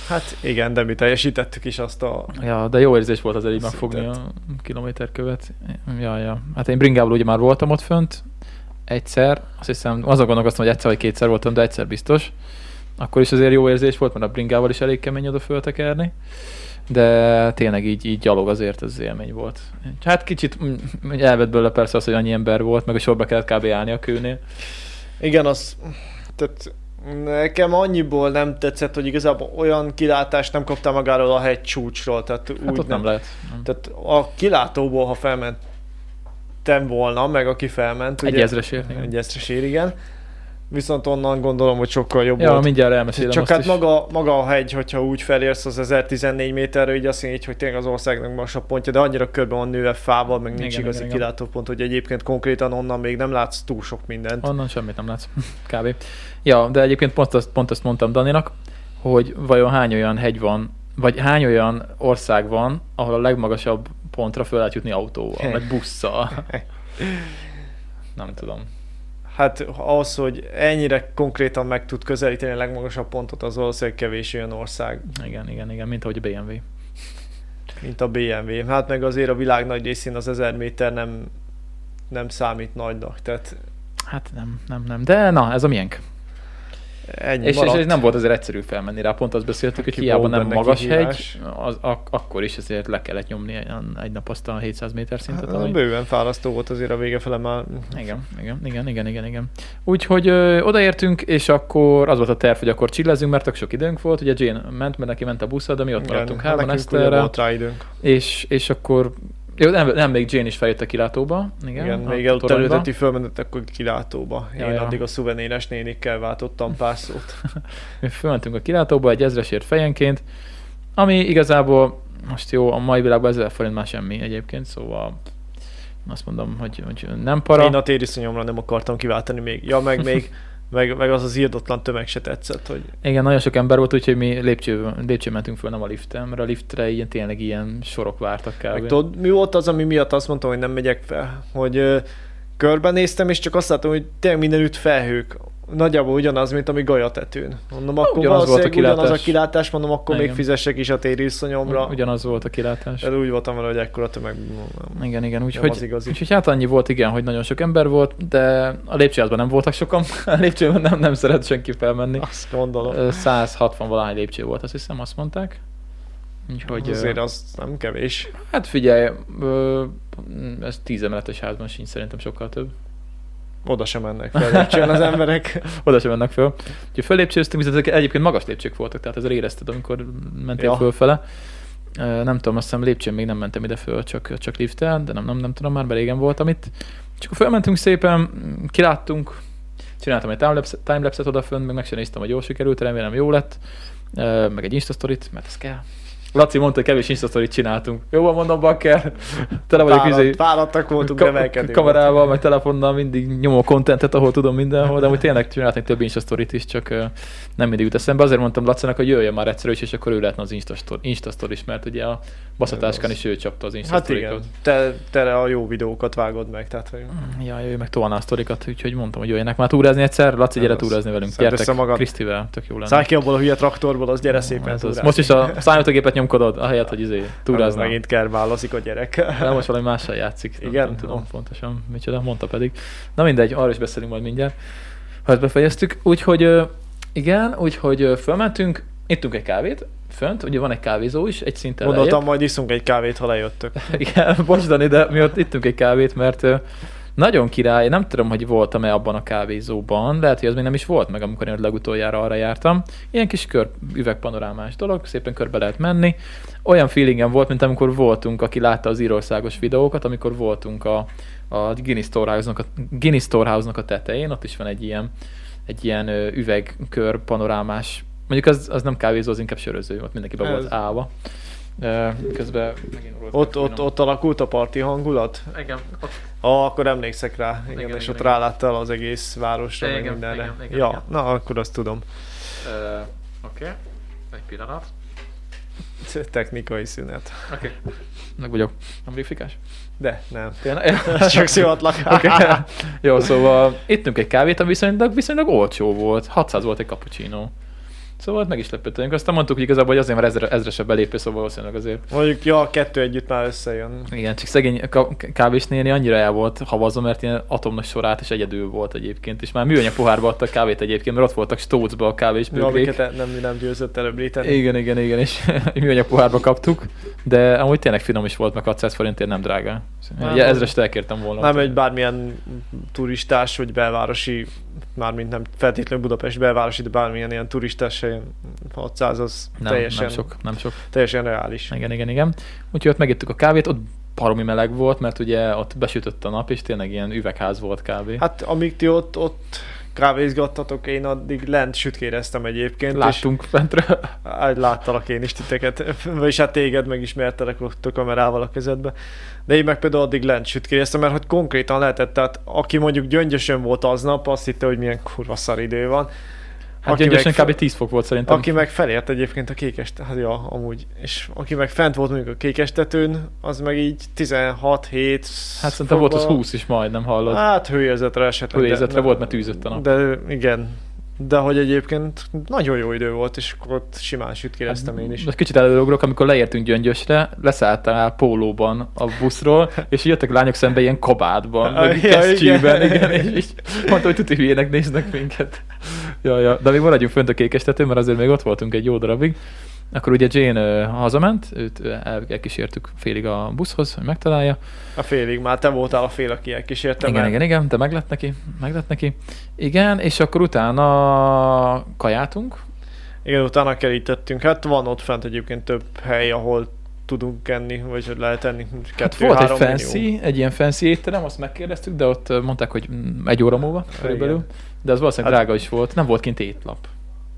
Speaker 2: Hát igen, de mi teljesítettük is azt a...
Speaker 1: Ja, de jó érzés volt az így
Speaker 2: Szintet.
Speaker 1: megfogni a kilométer követ. Ja, ja. Hát én bringából ugye már voltam ott fönt. Egyszer. Azt hiszem, azon gondolkoztam, hogy egyszer vagy kétszer voltam, de egyszer biztos. Akkor is azért jó érzés volt, mert a bringával is elég kemény oda föltekerni. De tényleg így, így gyalog azért az élmény volt. Hát kicsit mm, elvett belőle persze az, hogy annyi ember volt, meg a sorba kellett kb. állni a kőnél.
Speaker 2: Igen, az... Tehát nekem annyiból nem tetszett, hogy igazából olyan kilátást nem kaptam magáról a hegy csúcsról, tehát
Speaker 1: Hát
Speaker 2: úgy
Speaker 1: ott nem, lehet. Nem.
Speaker 2: Tehát a kilátóból, ha felmentem volna, meg aki felment,
Speaker 1: Egy ezres érni.
Speaker 2: egy ezres ér, igen. Viszont onnan gondolom, hogy sokkal jobb
Speaker 1: Ja,
Speaker 2: volt.
Speaker 1: mindjárt elmesélem
Speaker 2: Csak
Speaker 1: azt
Speaker 2: hát
Speaker 1: is.
Speaker 2: maga, maga a hegy, hogyha úgy felérsz az 1014 méterre, így azt így, hogy tényleg az országnak magasabb pontja, de annyira körbe van nőve fával, meg nincs
Speaker 1: Igen,
Speaker 2: igen, igazi
Speaker 1: igen,
Speaker 2: igen,
Speaker 1: igen.
Speaker 2: kilátópont, hogy egyébként konkrétan onnan még nem látsz túl sok mindent.
Speaker 1: Onnan semmit nem látsz. Kb. Ja, de egyébként pont azt, pont azt mondtam Daninak, hogy vajon hány olyan hegy van, vagy hány olyan ország van, ahol a legmagasabb pontra föl lehet jutni autóval, vagy busszal. Nem tudom.
Speaker 2: Hát ahhoz, hogy ennyire konkrétan meg tud közelíteni a legmagasabb pontot, az valószínűleg kevés olyan ország,
Speaker 1: Igen, igen, igen, mint ahogy a BMW.
Speaker 2: mint a BMW. Hát meg azért a világ nagy részén az 1000 méter nem, nem számít nagynak, tehát
Speaker 1: Hát nem, nem, nem. De na, ez a miénk.
Speaker 2: ennyi
Speaker 1: És, és,
Speaker 2: maradt.
Speaker 1: és nem volt azért egyszerű felmenni rá, pont azt beszéltük, hogy
Speaker 2: Ki
Speaker 1: hiába
Speaker 2: volt
Speaker 1: nem
Speaker 2: benne
Speaker 1: magas hegy,
Speaker 2: kihívás?
Speaker 1: az, ak- akkor is azért le kellett nyomni egy- egy nap azt a 700 méter szintet.
Speaker 2: Hát, bőven fárasztó volt azért a vége fele már.
Speaker 1: Igen, igen, igen, igen, igen, igen. Úgyhogy ö, odaértünk, és akkor az volt a terv, hogy akkor csillezünk, mert tök sok időnk volt. Ugye Jane ment, mert neki ment a buszra, de mi ott
Speaker 2: Igen,
Speaker 1: maradtunk
Speaker 2: hát
Speaker 1: hárman
Speaker 2: nekünk ugye
Speaker 1: Eszterrel,
Speaker 2: Volt rá időnk.
Speaker 1: és, és akkor Jó, nem, nem, még Jane is feljött a kilátóba. Igen,
Speaker 2: Igen,
Speaker 1: a
Speaker 2: még előtt
Speaker 1: toronyba.
Speaker 2: előteti fölmentett akkor kilátóba. Én
Speaker 1: Ja, ja.
Speaker 2: addig a szuvenéres nénikkel váltottam pár szót.
Speaker 1: Mi fölmentünk a kilátóba egy ezresért fejenként, ami igazából most jó, a mai világban ezer forint már semmi egyébként, szóval azt mondom, hogy, hogy nem para.
Speaker 2: Én a tériszonyomra nem akartam kiváltani még. Ja, meg még meg, meg az az írdatlan tömeg se tetszett, hogy
Speaker 1: Igen, nagyon sok ember volt, úgyhogy mi lépcső, lépcső mentünk föl, nem a liften, mert a liftre ilyen, tényleg ilyen sorok vártak kb.
Speaker 2: meg tudod, mi volt az, ami miatt azt mondtam, hogy nem megyek fel, hogy ö, körbenéztem, és csak azt láttam, hogy tényleg mindenütt felhők. Nagyjából ugyanaz, mint ami Gajatetőn. Mondom, akkor
Speaker 1: ugyanaz volt a
Speaker 2: valószínűleg ugyanaz a
Speaker 1: kilátás.
Speaker 2: kilátás, mondom, akkor
Speaker 1: Igen.
Speaker 2: még fizessek is a tériszonyomra. Ugyan...
Speaker 1: Ugyanaz volt a kilátás.
Speaker 2: úgy voltam vele, hogy ekkora tömeg. Nem.
Speaker 1: Igen, igen,
Speaker 2: Nem az
Speaker 1: úgyhogy,
Speaker 2: igazi.
Speaker 1: úgyhogy hát annyi volt, igen, hogy nagyon sok ember volt, de a lépcsőházban nem voltak sokan, a lépcsőben nem, nem szeret senki felmenni.
Speaker 2: Azt gondolom.
Speaker 1: Ö, 160 valány lépcső volt, azt hiszem, azt mondták. Úgyhogy,
Speaker 2: Hogy
Speaker 1: ö,
Speaker 2: Azért az nem kevés.
Speaker 1: hát figyelj, ö, ez 10 emeletes házban sincs szerintem sokkal több.
Speaker 2: Oda sem mennek fel lépcsőn az emberek.
Speaker 1: Oda sem mennek föl. Úgyhogy föllépcsőztünk, viszont ezek egyébként magas lépcsők voltak, tehát ezzel érezted, amikor mentél ja.
Speaker 2: Ja.
Speaker 1: fölfele. Ö, Nem tudom, azt hiszem lépcsőn még nem mentem ide föl, csak, csak liften, de nem, nem, nem tudom, már mert régen voltam itt. Csak akkor fölmentünk szépen, mm, kiláttunk, csináltam egy timelapse- timelapse-et odafönt, meg meg sem néztem, hogy jól sikerült, remélem jó lett, Ö, meg egy instastorit, mert ez kell. Laci mondta, hogy kevés instastorit csináltunk. Jó, mondom, bakker, tele vagyok izé,
Speaker 2: Fáradt, fáradtak voltunk,
Speaker 1: Ka-
Speaker 2: remelkedünk.
Speaker 1: kamerával, meg telefonnal mindig nyomok kontentet, ahol tudom mindenhol, de amúgy tényleg csinálhatnék több Insta sztorit is, csak ö, nem mindig jut eszembe. Azért mondtam Lacinak, hogy jöjjön már egyszer ő is, és akkor ő lehetne az Insta sztor- Insta sztor is, mert ugye a baszatáskán is ő csapta az Insta
Speaker 2: Hát
Speaker 1: sztorikat.
Speaker 2: igen, te, te a jó videókat vágod meg, tehát hogy
Speaker 1: Ja, Mm, ő meg tolná a sztorikat, úgyhogy mondtam, hogy jöjjenek már túrázni egyszer. Laci, gyere
Speaker 2: Ez az.
Speaker 1: túrázni velünk.
Speaker 2: Szedd össze
Speaker 1: Gyertek
Speaker 2: magad.
Speaker 1: Krisztivel, tök jó lenne.
Speaker 2: szállj ki abból a hülye traktorból, az gyere
Speaker 1: Ez
Speaker 2: szépen
Speaker 1: Mm, hát az.
Speaker 2: túrázni.
Speaker 1: Most is a számítógépet nyomkodod, ahelyett, hogy izé,
Speaker 2: Az
Speaker 1: túráznál.
Speaker 2: Megint kell válaszik a gyerek.
Speaker 1: De most valami mással játszik. Nem,
Speaker 2: Igen? Ah.
Speaker 1: nem tudom
Speaker 2: Ó.
Speaker 1: pontosan micsoda, mondta pedig. Na mindegy, arról is beszélünk majd mindjárt, ha ezt befejeztük. Úgyhogy ö, igen, úgyhogy ö, fölmentünk, ittunk egy kávét, fönt, ugye van egy kávézó is, egy szinten
Speaker 2: Gondoltam, majd iszunk egy kávét, ha lejöttök.
Speaker 1: lejjebb. Igen, bocs Dani, de mi ott ittunk egy kávét, mert ö, nagyon király, nem tudom, hogy voltam-e abban a kávézóban, lehet, hogy az még nem is volt meg, amikor én ott legutoljára arra jártam. Ilyen kis kör, üvegpanorámás dolog, szépen körbe lehet menni. Olyan feelingem volt, mint amikor voltunk, aki látta az írországos videókat, amikor voltunk a, a Guinness Storehouse-nak a, Guinness Storehouse-nak a tetején, ott is van egy ilyen, egy ilyen ö, üvegkör panorámás, mondjuk az, az nem kávézó, az inkább söröző, ott mindenki be
Speaker 2: Ez.
Speaker 1: volt állva. Ö, Közben megint orvolt-
Speaker 2: Ott, ott, ott alakult a parti hangulat?
Speaker 1: Igen, ott
Speaker 2: Ah, akkor emlékszek rá, igen,
Speaker 1: Igen,
Speaker 2: igen és
Speaker 1: igen,
Speaker 2: ott
Speaker 1: igen.
Speaker 2: ráláttál az egész városra, meg
Speaker 1: Igen,
Speaker 2: mindenre.
Speaker 1: igen, igen,
Speaker 2: ja,
Speaker 1: igen.
Speaker 2: na akkor azt tudom.
Speaker 1: Uh, Oké, okay. egy pillanat.
Speaker 2: Technikai szünet.
Speaker 1: Oké. Okay. Meg vagyok. Nem vagyok fikás?
Speaker 2: De nem.
Speaker 1: Tényleg?
Speaker 2: Csak szivatlak.
Speaker 1: Okay. Jó, szóval ittünk egy kávét, ami viszonylag, viszonylag olcsó volt. 600 volt egy cappuccino. Szóval meg is lepődtünk. Aztán mondtuk, hogy igazából hogy azért, mert ezre, ezresebb belépő, szóval valószínűleg azért.
Speaker 2: Mondjuk, ja, a kettő együtt már összejön.
Speaker 1: Igen, csak szegény ka- kávés néni annyira el volt havazva, mert ilyen atomnak sorát is egyedül volt egyébként, és már műanyag pohárba adtak kávét egyébként, mert ott voltak stócba a kávés
Speaker 2: Ja, Amiket nem, nem győzött előbríteni.
Speaker 1: Igen, igen, igen, és egy műanyag pohárba kaptuk, de amúgy tényleg finom is volt, meg 600 forintért nem drága.
Speaker 2: Nem.
Speaker 1: Ugye ezrest elkértem volna.
Speaker 2: Nem egy bármilyen turistás, vagy belvárosi, mármint nem feltétlenül Budapest belvárosi, de bármilyen ilyen turistás helyen 600 az
Speaker 1: nem,
Speaker 2: teljesen,
Speaker 1: nem sok, nem sok.
Speaker 2: teljesen reális.
Speaker 1: Igen, igen, igen. Úgyhogy ott megittük a kávét, ott baromi meleg volt, mert ugye ott besütött a nap, és tényleg ilyen üvegház volt kb.
Speaker 2: Hát amíg ti ott, ott kávézgattatok, én addig lent sütkéreztem egyébként.
Speaker 1: Láttunk fentről.
Speaker 2: És, hát láttalak én is titeket, vagyis hát téged megismertelek ott a kamerával a kezedbe. De én meg például addig lent sütkéreztem, mert hogy konkrétan lehetett, tehát aki mondjuk gyöngyösen volt aznap, azt hitte, hogy milyen kurva szar idő van.
Speaker 1: Hát
Speaker 2: Aki
Speaker 1: gyöngyösen
Speaker 2: meg-
Speaker 1: kb. 10 fok volt szerintem.
Speaker 2: Aki meg felért egyébként a kékes, hát ja, amúgy, és aki meg fent volt mondjuk a kékes tetőn, az meg így 16-7
Speaker 1: Hát szerintem volt az
Speaker 2: fokba-
Speaker 1: 20 is majdnem hallott.
Speaker 2: Hát hőérzetre esetleg. de-
Speaker 1: Hőérzetre
Speaker 2: de-
Speaker 1: volt, mert tűzött a nap.
Speaker 2: De igen, de hogy egyébként nagyon jó idő volt, és akkor ott simán sütkéreztem én is.
Speaker 1: Most kicsit előugrok, amikor leértünk Gyöngyösre, leszálltál pólóban a buszról, és jöttek lányok szembe ilyen kabátban, meg
Speaker 2: Ah, Ja,
Speaker 1: kesztyűben,
Speaker 2: igen.
Speaker 1: igen, és így mondta, hogy tuti hülyének néznek minket. Ja, ja. De még maradjunk fönt a kékestetőn, mert azért még ott voltunk egy jó darabig. Akkor ugye Jane ö, hazament, őt ö, el, elkísértük félig a buszhoz, hogy megtalálja.
Speaker 2: A félig már te voltál a fél, aki elkísérte.
Speaker 1: igen,
Speaker 2: mert-
Speaker 1: igen, igen, de meg lett neki, meg lett neki. Igen, és akkor utána kajátunk,
Speaker 2: igen. utána kerítettünk. Hát van ott fent egyébként több hely, ahol tudunk enni, vagy hogy lehet enni. Kettő,
Speaker 1: Hát volt egy
Speaker 2: három
Speaker 1: fancy,
Speaker 2: minimum.
Speaker 1: egy ilyen fancy étterem, azt megkérdeztük, de ott ö, mondták, hogy mm, egy óra múlva körülbelül. De az valószínűleg
Speaker 2: Hát-
Speaker 1: drága is volt. Nem volt kint étlap.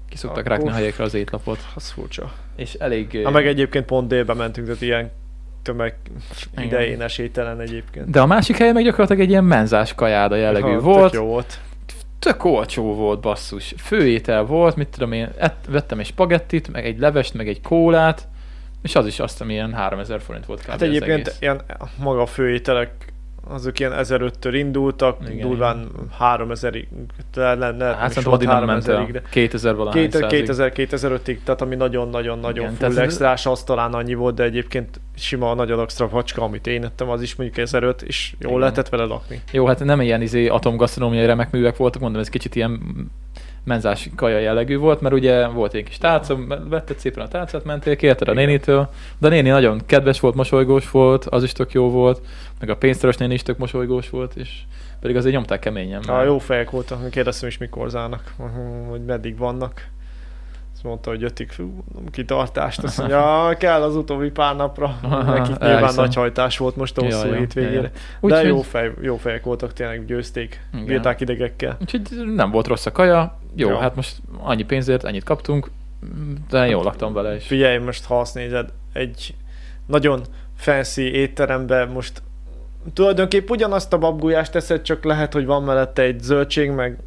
Speaker 1: Ki szoktak
Speaker 2: Ah,
Speaker 1: rágni a
Speaker 2: uff.
Speaker 1: helyekre az étlapot.
Speaker 2: Az furcsa.
Speaker 1: És elég... eh,
Speaker 2: Ha
Speaker 1: ö,
Speaker 2: meg egyébként pont délbe mentünk, tehát ilyen tömeg
Speaker 1: Igen.
Speaker 2: idején esélytelen egyébként.
Speaker 1: De a másik helyen meg gyakorlatilag egy ilyen menzás kajáda jellegű
Speaker 2: Ha,
Speaker 1: volt.
Speaker 2: Tök jó volt.
Speaker 1: tök olcsó volt basszus. Főétel volt, mit tudom én, ett, vettem egy spagettit, meg egy levest, meg egy kólát, és az is azt, ami ilyen 3000 forint volt kb.
Speaker 2: Hát
Speaker 1: az
Speaker 2: egyébként
Speaker 1: egész.
Speaker 2: ilyen, maga a főételek azok ilyen 1500-től indultak,
Speaker 1: Igen,
Speaker 2: igen, durván 3000-ig, talán nem, nem,
Speaker 1: Hát
Speaker 2: hát,
Speaker 1: szerintem addig nem ment el.
Speaker 2: 3000-ig, de
Speaker 1: 2000 valahány 2000,
Speaker 2: 2000-2005-ig, tehát ami nagyon-nagyon-nagyon
Speaker 1: Igen,
Speaker 2: full
Speaker 1: tehát ez-
Speaker 2: extrás, az talán annyi volt, de egyébként sima, nagyon extra vacska, amit én ettem, az is mondjuk 1005, és jól
Speaker 1: Igen.
Speaker 2: lehetett vele lakni.
Speaker 1: Jó, hát nem ilyen izé atomgasztronómiai remek művek voltak, mondom, ez kicsit ilyen menzás kaja jellegű volt, mert ugye volt egy kis tálca, vetted szépen a tálcát, mentél, kérted a
Speaker 2: Igen.
Speaker 1: nénitől, de a néni nagyon kedves volt, mosolygós volt, az is tök jó volt, meg a pénztáros néni is tök mosolygós volt, és pedig azért nyomták keményen.
Speaker 2: A
Speaker 1: mert-
Speaker 2: jó fejek voltak, kérdeztem is mikor zárnak, hogy meddig vannak. Azt mondta, hogy ötig, fú, mondom, kitartást, azt mondja, "Ah, kell az utóbbi pár napra. Nekik nyilván
Speaker 1: Elhiszem.
Speaker 2: nagy hajtás volt most a
Speaker 1: Ja,
Speaker 2: hosszú
Speaker 1: ja, ja, ja.
Speaker 2: hétvégére. De
Speaker 1: Úgyhogy-
Speaker 2: jó, fej, jó fejek voltak, tényleg győzték,
Speaker 1: Igen.
Speaker 2: bírták idegekkel.
Speaker 1: Úgyhogy nem volt rossz a kaja, jó,
Speaker 2: Jó.
Speaker 1: hát most annyi pénzért ennyit kaptunk, de jól laktam vele is.
Speaker 2: Figyelj, most ha azt nézed, egy nagyon fancy étterembe most tulajdonképp ugyanazt a babgulyást teszed, csak lehet, hogy van mellette egy zöldség, meg,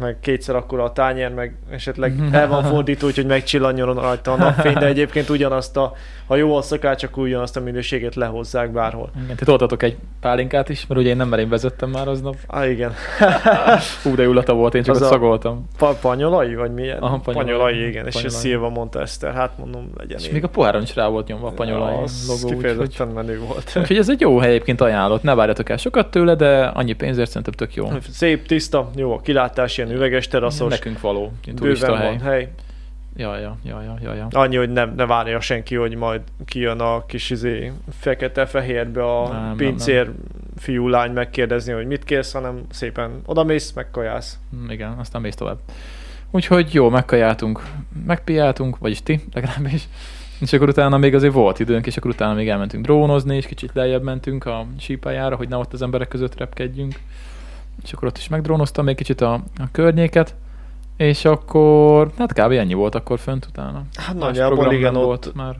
Speaker 2: meg kétszer akkora a tányér, meg esetleg el van fordító, úgyhogy megcsillanjon rajta a napfény, de egyébként ugyanazt a, ha jó a szakács, akkor ugyanazt a minőséget lehozzák bárhol.
Speaker 1: Igen, ti toltatok egy pálinkát is, mert ugye én nem merén vezettem már aznap.
Speaker 2: Á, igen.
Speaker 1: Hú, de illata volt, én csak
Speaker 2: Az
Speaker 1: ott
Speaker 2: a-
Speaker 1: szagoltam.
Speaker 2: Pa- panyolai, vagy milyen?
Speaker 1: Aha,
Speaker 2: Aha,
Speaker 1: panyolai.
Speaker 2: panyolai, igen. És a
Speaker 1: Panyolai.
Speaker 2: Szilva mondta Eszter, hát mondom, legyen
Speaker 1: És
Speaker 2: én.
Speaker 1: még a poháron is rá volt nyomva a panyolai
Speaker 2: Az
Speaker 1: logó, úgyhogy,
Speaker 2: kifejezetten menő volt.
Speaker 1: úgyhogy ez egy jó hely egyébként ajánlott, ne várjatok el sokat tőle, de annyi pénzért szerintem tök jó.
Speaker 2: Szép, tiszta, jó a kilátás, ilyen üveges teraszos.
Speaker 1: Nekünk való, ilyen turista
Speaker 2: Bőven
Speaker 1: hely.
Speaker 2: van hely.
Speaker 1: Ja, ja, ja, ja, ja, ja.
Speaker 2: Annyi, hogy nem, ne várja senki, hogy majd kijön a kis izé, fekete-fehérbe a
Speaker 1: Nem,
Speaker 2: nem,
Speaker 1: nem,
Speaker 2: pincér fiú lány megkérdezni, hogy mit kérsz, hanem szépen odamész, megkajász.
Speaker 1: Mm, Igen, aztán mész tovább. Úgyhogy jó, megkajáltunk, megpiáltunk, vagyis ti legalábbis. És akkor utána még azért volt időnk, és akkor utána még elmentünk drónozni, és kicsit lejjebb mentünk a sípájára, hogy ne ott az emberek között repkedjünk. És akkor ott is megdrónoztam még kicsit a, a környéket, és akkor, hát kb. ennyi volt akkor fönt utána.
Speaker 2: Hát
Speaker 1: Más
Speaker 2: nagyjából
Speaker 1: program
Speaker 2: igen,
Speaker 1: nem
Speaker 2: ott,
Speaker 1: volt már.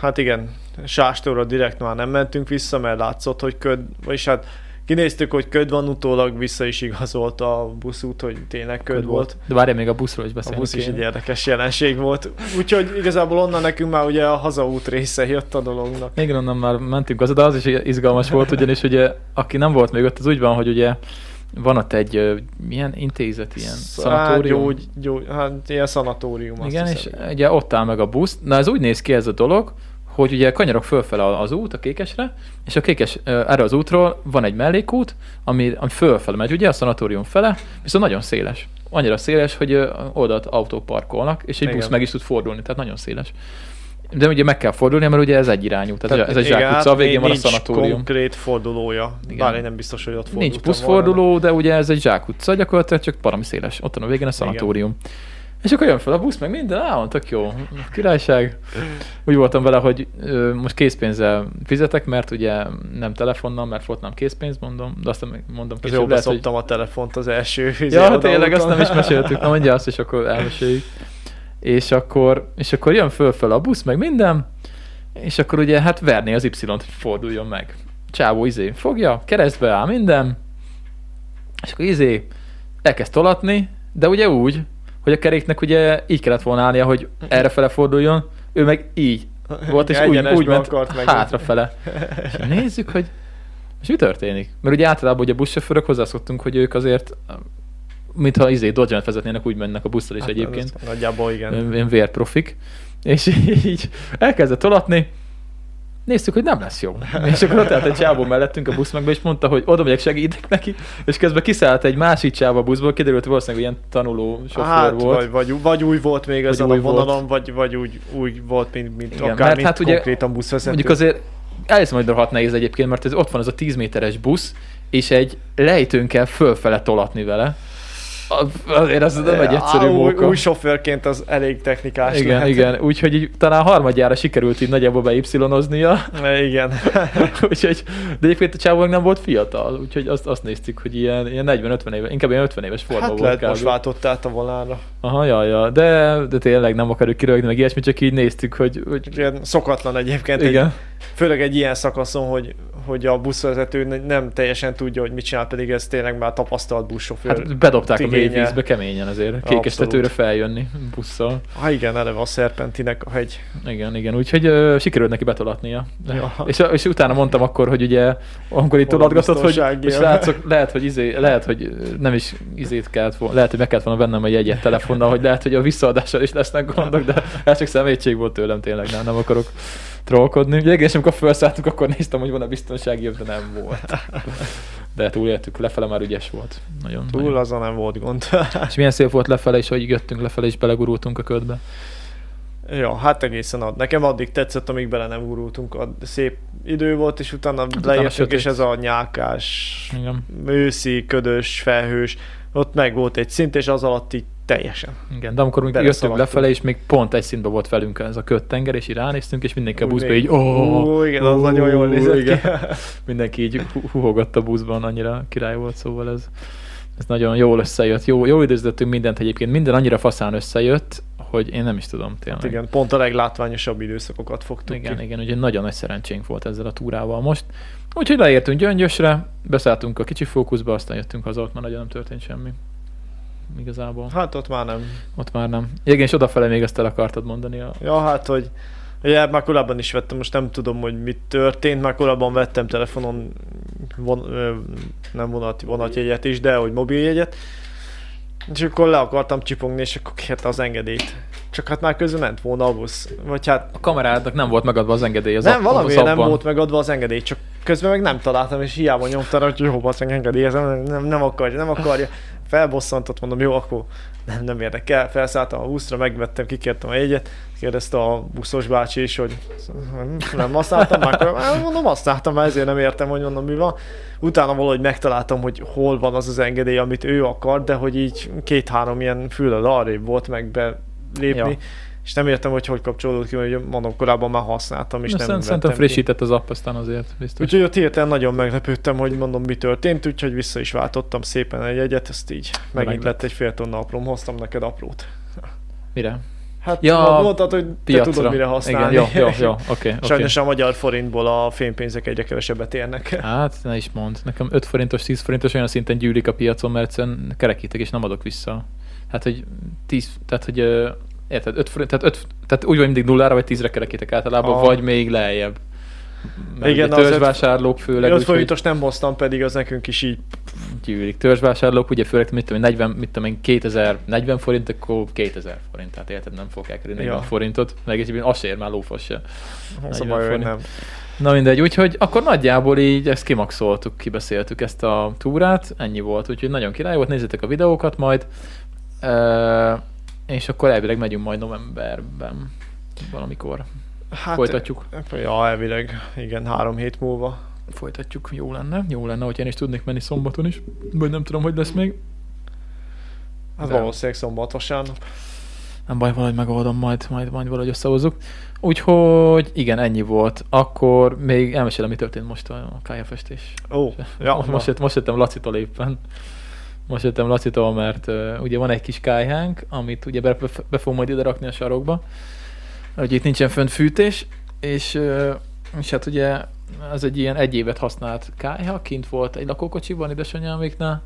Speaker 2: hát igen, Sástóra direkt már nem mentünk vissza, mert látszott, hogy köd, vagyis hát kinéztük, hogy köd van, utólag vissza is igazolt a buszút, hogy tényleg köd, volt.
Speaker 1: De várjál, még a buszról is
Speaker 2: A
Speaker 1: beszélni
Speaker 2: busz is
Speaker 1: kéne.
Speaker 2: egy érdekes jelenség volt. Úgyhogy igazából onnan nekünk már ugye a hazaút része jött a dolognak.
Speaker 1: Igen, onnan már mentünk haza, de az is izgalmas volt, ugyanis ugye, aki nem volt még ott, az úgy van, hogy ugye van ott egy ö, milyen intézet, ilyen
Speaker 2: Hát,
Speaker 1: szanatórium.
Speaker 2: gyógy, gyógy, hát ilyen szanatórium. azt
Speaker 1: Igen, és
Speaker 2: hiszem.
Speaker 1: ugye ott áll meg a busz. Na ez úgy néz ki ez a dolog, hogy ugye kanyarok fölfele az út a kékesre, és a kékes ö, erre az útról van egy mellékút, ami, ami fölfele megy, ugye a szanatórium fele, viszont nagyon széles. Annyira széles, hogy ö, oldalt autók parkolnak, és egy
Speaker 2: Igen.
Speaker 1: busz meg is tud fordulni, tehát nagyon széles. De ugye meg kell fordulni, mert ugye ez egy irányú, tehát, ez a
Speaker 2: igen,
Speaker 1: zsákutca, a
Speaker 2: hát
Speaker 1: végén van a
Speaker 2: nincs
Speaker 1: szanatórium.
Speaker 2: konkrét fordulója.
Speaker 1: Igen.
Speaker 2: Igen. Bár én nem biztos, hogy ott fordultam
Speaker 1: Nincs
Speaker 2: volna, de-
Speaker 1: buszforduló, de ugye ez egy zsákutca gyakorlatilag, csak parami széles. Ott van a végén a szanatórium. És akkor jön fel a busz, meg minden, á, van, tök jó, királyság. Úgy voltam vele, hogy ö, most készpénzzel fizetek, mert ugye nem telefonnal, mert volt nem készpénz, mondom, de aztán meg mondom
Speaker 2: Az
Speaker 1: később
Speaker 2: jó,
Speaker 1: lehet, hogy...
Speaker 2: beszoptam a telefont az első izé
Speaker 1: Ja, tényleg, azt nem is meséltük, na mondja azt, és akkor elmeséljük. És akkor, és akkor jön föl fel a busz, meg minden, és akkor ugye hát verni az Y-t, hogy forduljon meg. Csávó izé fogja, keresztbe áll minden, és akkor izé elkezd tolatni, de ugye úgy, hogy a keréknek ugye így kellett volna állnia, hogy errefele forduljon, ő meg így volt, és úgy,
Speaker 2: Egyenesbe
Speaker 1: úgy ment
Speaker 2: akart meg.
Speaker 1: hátrafele. És nézzük, hogy és mi történik? Mert ugye általában ugye buszsofőrök hozzászoktunk, hogy ők azért mintha izé dodge vezetnének, úgy mennek a busztal is
Speaker 2: Hát,
Speaker 1: egyébként.
Speaker 2: az- Nagyjából igen.
Speaker 1: Ilyen vérprofik. És így elkezdett tolatni, néztük, hogy nem lesz jó. És akkor ott állt egy csávó mellettünk a busz megbe, és mondta, hogy oda megyek, segítek neki, és közben kiszállt egy másik csávó a buszból, kiderült, hogy valószínűleg ilyen tanuló sofőr
Speaker 2: Hát,
Speaker 1: volt.
Speaker 2: vagy, vagy, vagy új volt még
Speaker 1: Vagy
Speaker 2: ezen
Speaker 1: új
Speaker 2: a
Speaker 1: volt.
Speaker 2: vonalon, vagy, vagy úgy, úgy volt, mint, mint
Speaker 1: Igen,
Speaker 2: akár,
Speaker 1: mert
Speaker 2: mint
Speaker 1: hát ugye-
Speaker 2: konkrétan buszvezető.
Speaker 1: Mondjuk azért elhiszem, hogy rohadt nehéz egyébként, mert ez, ott van az a 10 méteres busz, és egy lejtőn kell fölfele tolatni vele. Azért az nem egy egyszerű
Speaker 2: Á, új,
Speaker 1: móka.
Speaker 2: új sofőrként az elég technikás
Speaker 1: igen,
Speaker 2: lehet.
Speaker 1: igen. Úgyhogy így, talán harmadjára sikerült így nagyjából beipszilonoznia.
Speaker 2: E, Igen.
Speaker 1: úgyhogy, de egyébként a csávó nem volt fiatal, úgyhogy azt, azt néztük, hogy ilyen, ilyen 40-50 éves, inkább ilyen 50 éves forma
Speaker 2: Hát
Speaker 1: volt.
Speaker 2: lehet
Speaker 1: kb.
Speaker 2: most váltott át a volánra.
Speaker 1: Aha, ja, ja. De, de tényleg nem akarjuk kirögni, meg ilyesmi, csak így néztük, hogy, hogy
Speaker 2: Igen, szokatlan egyébként. Egy,
Speaker 1: igen.
Speaker 2: főleg egy ilyen szakaszon, hogy, hogy a buszvezető ne- nem teljesen tudja, hogy mit csinál, pedig ez tényleg már tapasztalt buszsofőr.
Speaker 1: Hát bedobták a mély
Speaker 2: igénye.
Speaker 1: vízbe keményen azért, kékestetőre
Speaker 2: Abszolút.
Speaker 1: feljönni busszal.
Speaker 2: Ha igen, eleve a szerpentinek a hegy.
Speaker 1: Igen, igen, úgyhogy ö, sikerült neki betolatnia.
Speaker 2: Ja.
Speaker 1: És, és utána mondtam akkor, hogy ugye, amikor itt
Speaker 2: Hol a
Speaker 1: tolatgatott, hogy,
Speaker 2: biztonsági?
Speaker 1: hogy srácok, lehet, hogy, izé, lehet, hogy nem is izét kellett volna, lehet, hogy meg kellett volna vennem a jegyet telefonnal, hogy lehet, hogy a visszaadással is lesznek gondok, de ez csak személyiség volt tőlem tényleg, nem, nem akarok trollkodni. Ugye, és amikor felszálltunk, akkor néztem, hogy van a biztonsági jöv, de nem volt. De túléltük, lefele már ügyes volt. Nagyon,
Speaker 2: Túl
Speaker 1: nagyon.
Speaker 2: azon nem volt gond.
Speaker 1: És milyen szép volt lefele, és hogy jöttünk lefele, és belegurultunk a ködbe.
Speaker 2: ja, hát egészen ad. Nekem addig tetszett, amíg bele nem gurultunk. A szép idő volt, és utána leértünk,
Speaker 1: Hát sötét. Mm.
Speaker 2: és ez a nyákás,
Speaker 1: Igen.
Speaker 2: őszi, ködös, felhős, ott meg volt egy szint, és az alatt így teljesen.
Speaker 1: Igen, de amikor még jöttünk
Speaker 2: Beleszaladtunk.
Speaker 1: lefele, és még pont egy szintben volt velünk ez a köttenger, és így ránéztünk, és mindenki a
Speaker 2: Úgy
Speaker 1: buszba
Speaker 2: még-
Speaker 1: így, "Oh, ó,
Speaker 2: Ú, igen, az nagyon jól nézett ki. Hát
Speaker 1: mindenki így hu- huhogott a buszban, annyira király volt, szóval ez, ez nagyon jól összejött. Jó, jól időzítettünk mindent egyébként, minden annyira faszán összejött, hogy én nem is tudom tényleg.
Speaker 2: Hát igen, pont a leglátványosabb időszakokat fogtuk
Speaker 1: igen,
Speaker 2: ki.
Speaker 1: igen, úgyhogy nagyon nagy szerencsénk volt ezzel a túrával most. Úgyhogy leértünk Gyöngyösre, beszálltunk a kicsi fókuszba, aztán jöttünk haza, ott már nagyon nem történt semmi. Igazából.
Speaker 2: Hát ott már nem.
Speaker 1: Ott már nem. Igen, és odafele még ezt el akartad mondani a,
Speaker 2: Ja, hát, hogy ugye, már korábban is vettem, most nem tudom, hogy mit történt, már korábban vettem telefonon von, ö, nem vonati, vonatjegyet is, de hogy mobiljegyet, és akkor le akartam csipogni, és akkor kérte az engedélyt. Csak hát már közben ment volna a busz. Vagy hát
Speaker 1: A kamerádnak nem volt megadva az engedély az
Speaker 2: nem,
Speaker 1: app-
Speaker 2: valami
Speaker 1: az
Speaker 2: nem
Speaker 1: appban.
Speaker 2: volt megadva az engedély, csak közben meg nem találtam, és hiába nyomtam, rá, hogy jó, basz, engedélyezem, nem, nem akarja, nem akarja. Felbosszantott, mondom, jó, akkor nem, nem érdekel. Felszálltam a buszra, megvettem, kikértem a jegyet, kérdezte a buszos bácsi is, hogy nem használtam már, akkor "Á, mondom, használtam már, ezért nem értem, hogy mondom, mi van. Utána valahogy megtaláltam, hogy hol van az az engedély, amit ő akar, de hogy így két-három ilyen füllel arrébb volt meg be lépni.
Speaker 1: Ja.
Speaker 2: Ja. És nem értem, hogy hogy kapcsolódott ki, hogy mondom, korábban már használtam, és
Speaker 1: Na,
Speaker 2: nem
Speaker 1: szerint- Szerintem
Speaker 2: vettem ki.
Speaker 1: frissített az app aztán azért, biztos.
Speaker 2: Úgyhogy ott hirtelen nagyon meglepődtem, hogy mondom, mi történt, úgyhogy vissza is váltottam szépen egy egyet, ezt így megint
Speaker 1: Megint.
Speaker 2: lett egy fél tonna apróm, hoztam neked aprót.
Speaker 1: Mire?
Speaker 2: Hát
Speaker 1: Ja,
Speaker 2: ja, mondtad, hogy
Speaker 1: Piacra.
Speaker 2: te tudod mire használni.
Speaker 1: Igen, jó, jó, jó, oké. Okay,
Speaker 2: Sajnos a magyar forintból a fénypénzek egyre kevesebbet érnek.
Speaker 1: Hát, ne is mond. Nekem 5 forintos, 10 forintos olyan szinten gyűlik a piacon, mert egyszerűen kerekítek, és nem adok vissza. Hát, hogy 10, tehát, hogy ö, érted, 5 forint, tehát, 5, tehát úgy vagy mindig nullára, vagy 10-re kerekítek általában,
Speaker 2: Aha.
Speaker 1: vagy még lejjebb. Mert
Speaker 2: Igen,
Speaker 1: Igen,
Speaker 2: az öt-
Speaker 1: törzsvásárlók főleg.
Speaker 2: 5
Speaker 1: úgyhogy-
Speaker 2: forintos nem hoztam, pedig az nekünk is így
Speaker 1: gyűlik. Törzsvásárlók, ugye főleg, mit tudom, én, 40, mit tudom én, 2000, 40 forint, akkor 2000 forint, tehát érted, nem fog elkerülni 40
Speaker 2: Ja.
Speaker 1: forintot, meg egyébként azt se ér már lófasz se.
Speaker 2: az a
Speaker 1: 40
Speaker 2: baj, hogy
Speaker 1: forint.
Speaker 2: szóval nem.
Speaker 1: Na mindegy, úgyhogy akkor nagyjából így ezt kimaxoltuk, kibeszéltük ezt a túrát, ennyi volt, úgyhogy nagyon király volt, nézzétek a videókat majd, Ö, és akkor elvileg megyünk majd novemberben valamikor.
Speaker 2: Hát,
Speaker 1: Folytatjuk.
Speaker 2: Ja, elvileg, igen, három hét múlva.
Speaker 1: Folytatjuk, jó lenne, jó lenne, hogy én is tudnék menni szombaton is, vagy nem tudom, hogy lesz még.
Speaker 2: Hát
Speaker 1: De-
Speaker 2: valószínűleg szombat, vasárnap.
Speaker 1: Nem baj, valahogy megoldom, majd, majd, majd valahogy összehozzuk. Úgyhogy igen, ennyi volt. Akkor még elmesélem, mi történt most a kájafestés.
Speaker 2: Ó, ja,
Speaker 1: most,
Speaker 2: na.
Speaker 1: most, jött, most jöttem Lacitól éppen. Most jöttem Lacitól, mert uh, ugye van egy kis kájhánk, amit ugye be, be fogom majd ide rakni a sarokba. Ugye itt nincsen fönt fűtés, és, uh, és hát ugye ez egy ilyen egy évet használt kájha, kint volt egy lakókocsiban édesanyáméknál,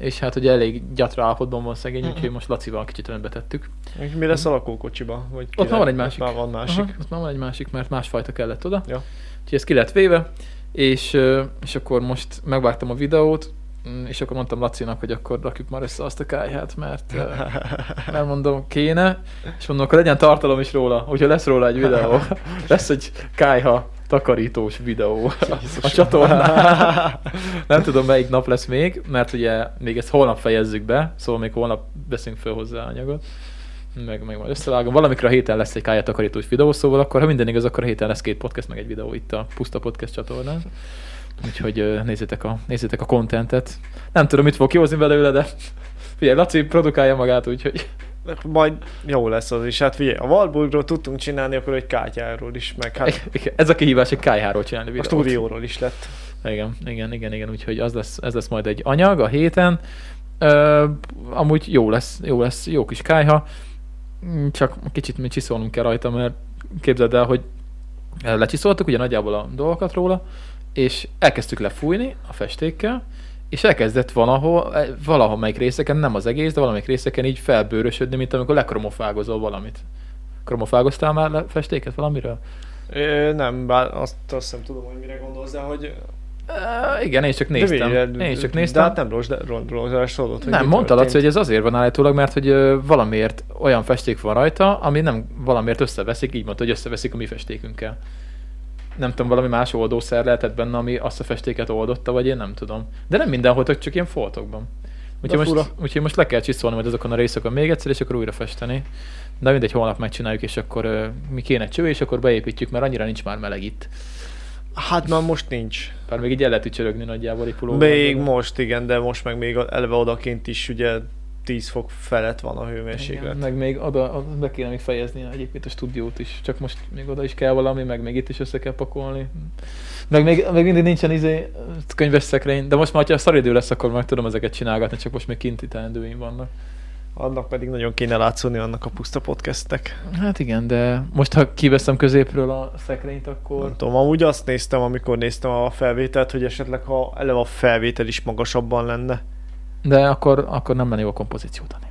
Speaker 1: és hát ugye elég gyatra állapotban van szegény, úgyhogy most Lacival kicsit rendbe tettük.
Speaker 2: És Mi lesz a lakókocsiba? Vagy
Speaker 1: Ott már
Speaker 2: kinek?
Speaker 1: van egy másik.
Speaker 2: Ott már van másik.
Speaker 1: Aha, ott már van egy másik, mert másfajta kellett oda.
Speaker 2: Ja.
Speaker 1: Úgyhogy ez ki lett véve, és, ö, és akkor most megvártam a videót, mm, és akkor mondtam Lacinak, hogy akkor rakjuk már össze azt a kályhát, mert, ö, mert mondom, kéne, és mondom, akkor legyen tartalom is róla, hogyha lesz róla egy videó. Lesz egy kályha takarítós videó a csatornán. Nem tudom, melyik nap lesz még, mert ugye még ezt holnap fejezzük be, szóval még holnap veszünk föl hozzá anyagot. Meg, meg majd összevágom. Valamikor a héten lesz egy kályatakarítós videó, szóval akkor, ha minden igaz, akkor a héten lesz két podcast, meg egy videó itt a Puszta Podcast csatornán. Úgyhogy ö, nézzétek a, nézzétek a kontentet. Nem tudom, mit fog kihozni belőle, de Figyelj, Laci produkálja magát, úgyhogy...
Speaker 2: Majd jó lesz az is. Hát figyelj, a Valburgról tudtunk csinálni, akkor egy kátyáról is, meg hát
Speaker 1: Igen, Ez a kihívás, hogy Kájháról csinálni
Speaker 2: a
Speaker 1: videót.
Speaker 2: stúdióról is lett.
Speaker 1: Igen, igen, igen, igen, úgyhogy az lesz, ez lesz majd egy anyag a héten. Ö, amúgy jó lesz, jó lesz, jó kis kájha. Mm, Csak kicsit mi csiszolnunk kell rajta, mert képzeld el, hogy lecsiszoltuk ugye nagyjából a dolgokat róla, és elkezdtük lefújni a festékkel, és elkezdett valahol, eh, valahol melyik részeken, nem az egész, de valamelyik részeken így felbőrösödni, mint amikor lekromofágozol valamit. Kromofágoztál már le festéket valamiről?
Speaker 2: Ö, nem, bár azt, azt nem tudom, hogy mire gondolsz, de hogy...
Speaker 1: Uh, igen, én is csak néztem.
Speaker 2: De
Speaker 1: Én
Speaker 2: végre-
Speaker 1: is csak
Speaker 2: De
Speaker 1: néztem.
Speaker 2: hát nem rossz, de rossz, rossz, rossz, rossz,
Speaker 1: Nem, mondta Laci, hogy ez azért van állítólag, mert hogy ö, valamiért olyan festék van rajta, ami nem valamiért összeveszik, így mondta, hogy összeveszik a mi festékünkkel. Nem tudom, valami más oldószer lehetett benne, ami azt a festéket oldotta, vagy én nem tudom. De nem mindenhol, tök, csak ilyen foltokban.
Speaker 2: De
Speaker 1: Úgyhogy most,
Speaker 2: fura.
Speaker 1: úgyhogy most le kell csiszolni majd azokon a részeken még egyszer, és akkor újra festeni. De mindegy, holnap megcsináljuk, és akkor ö, mi kéne egy cső, és akkor beépítjük, mert annyira nincs már meleg itt.
Speaker 2: Hát már most nincs.
Speaker 1: Bár még így el lehet ücsörögni nagyjából egy pulóval.
Speaker 2: Még
Speaker 1: de-
Speaker 2: most, igen, de most meg még eleve odakint is ugye 10 fok felett van a
Speaker 1: Igen,
Speaker 2: hőmérséklet.
Speaker 1: meg még oda, oda be kéne még fejezni egyébként a stúdiót is, csak most még oda is kell valami, meg még itt is össze kell pakolni. Meg még, még mindig nincsen izé könyves szekrény, de most már, ha szaridő lesz, akkor meg tudom ezeket csinálgatni, csak most még kinti teendőim vannak.
Speaker 2: Annak pedig nagyon kéne látszódni annak a puszta podcastnek.
Speaker 1: Hát igen, de most ha kiveszem középről a szekrényt, akkor...
Speaker 2: Nem tudom, amúgy azt néztem, amikor néztem a felvételt, hogy esetleg ha eleve a felvétel is magasabban lenne.
Speaker 1: De akkor, akkor nem lenne jó a kompozíciót adni.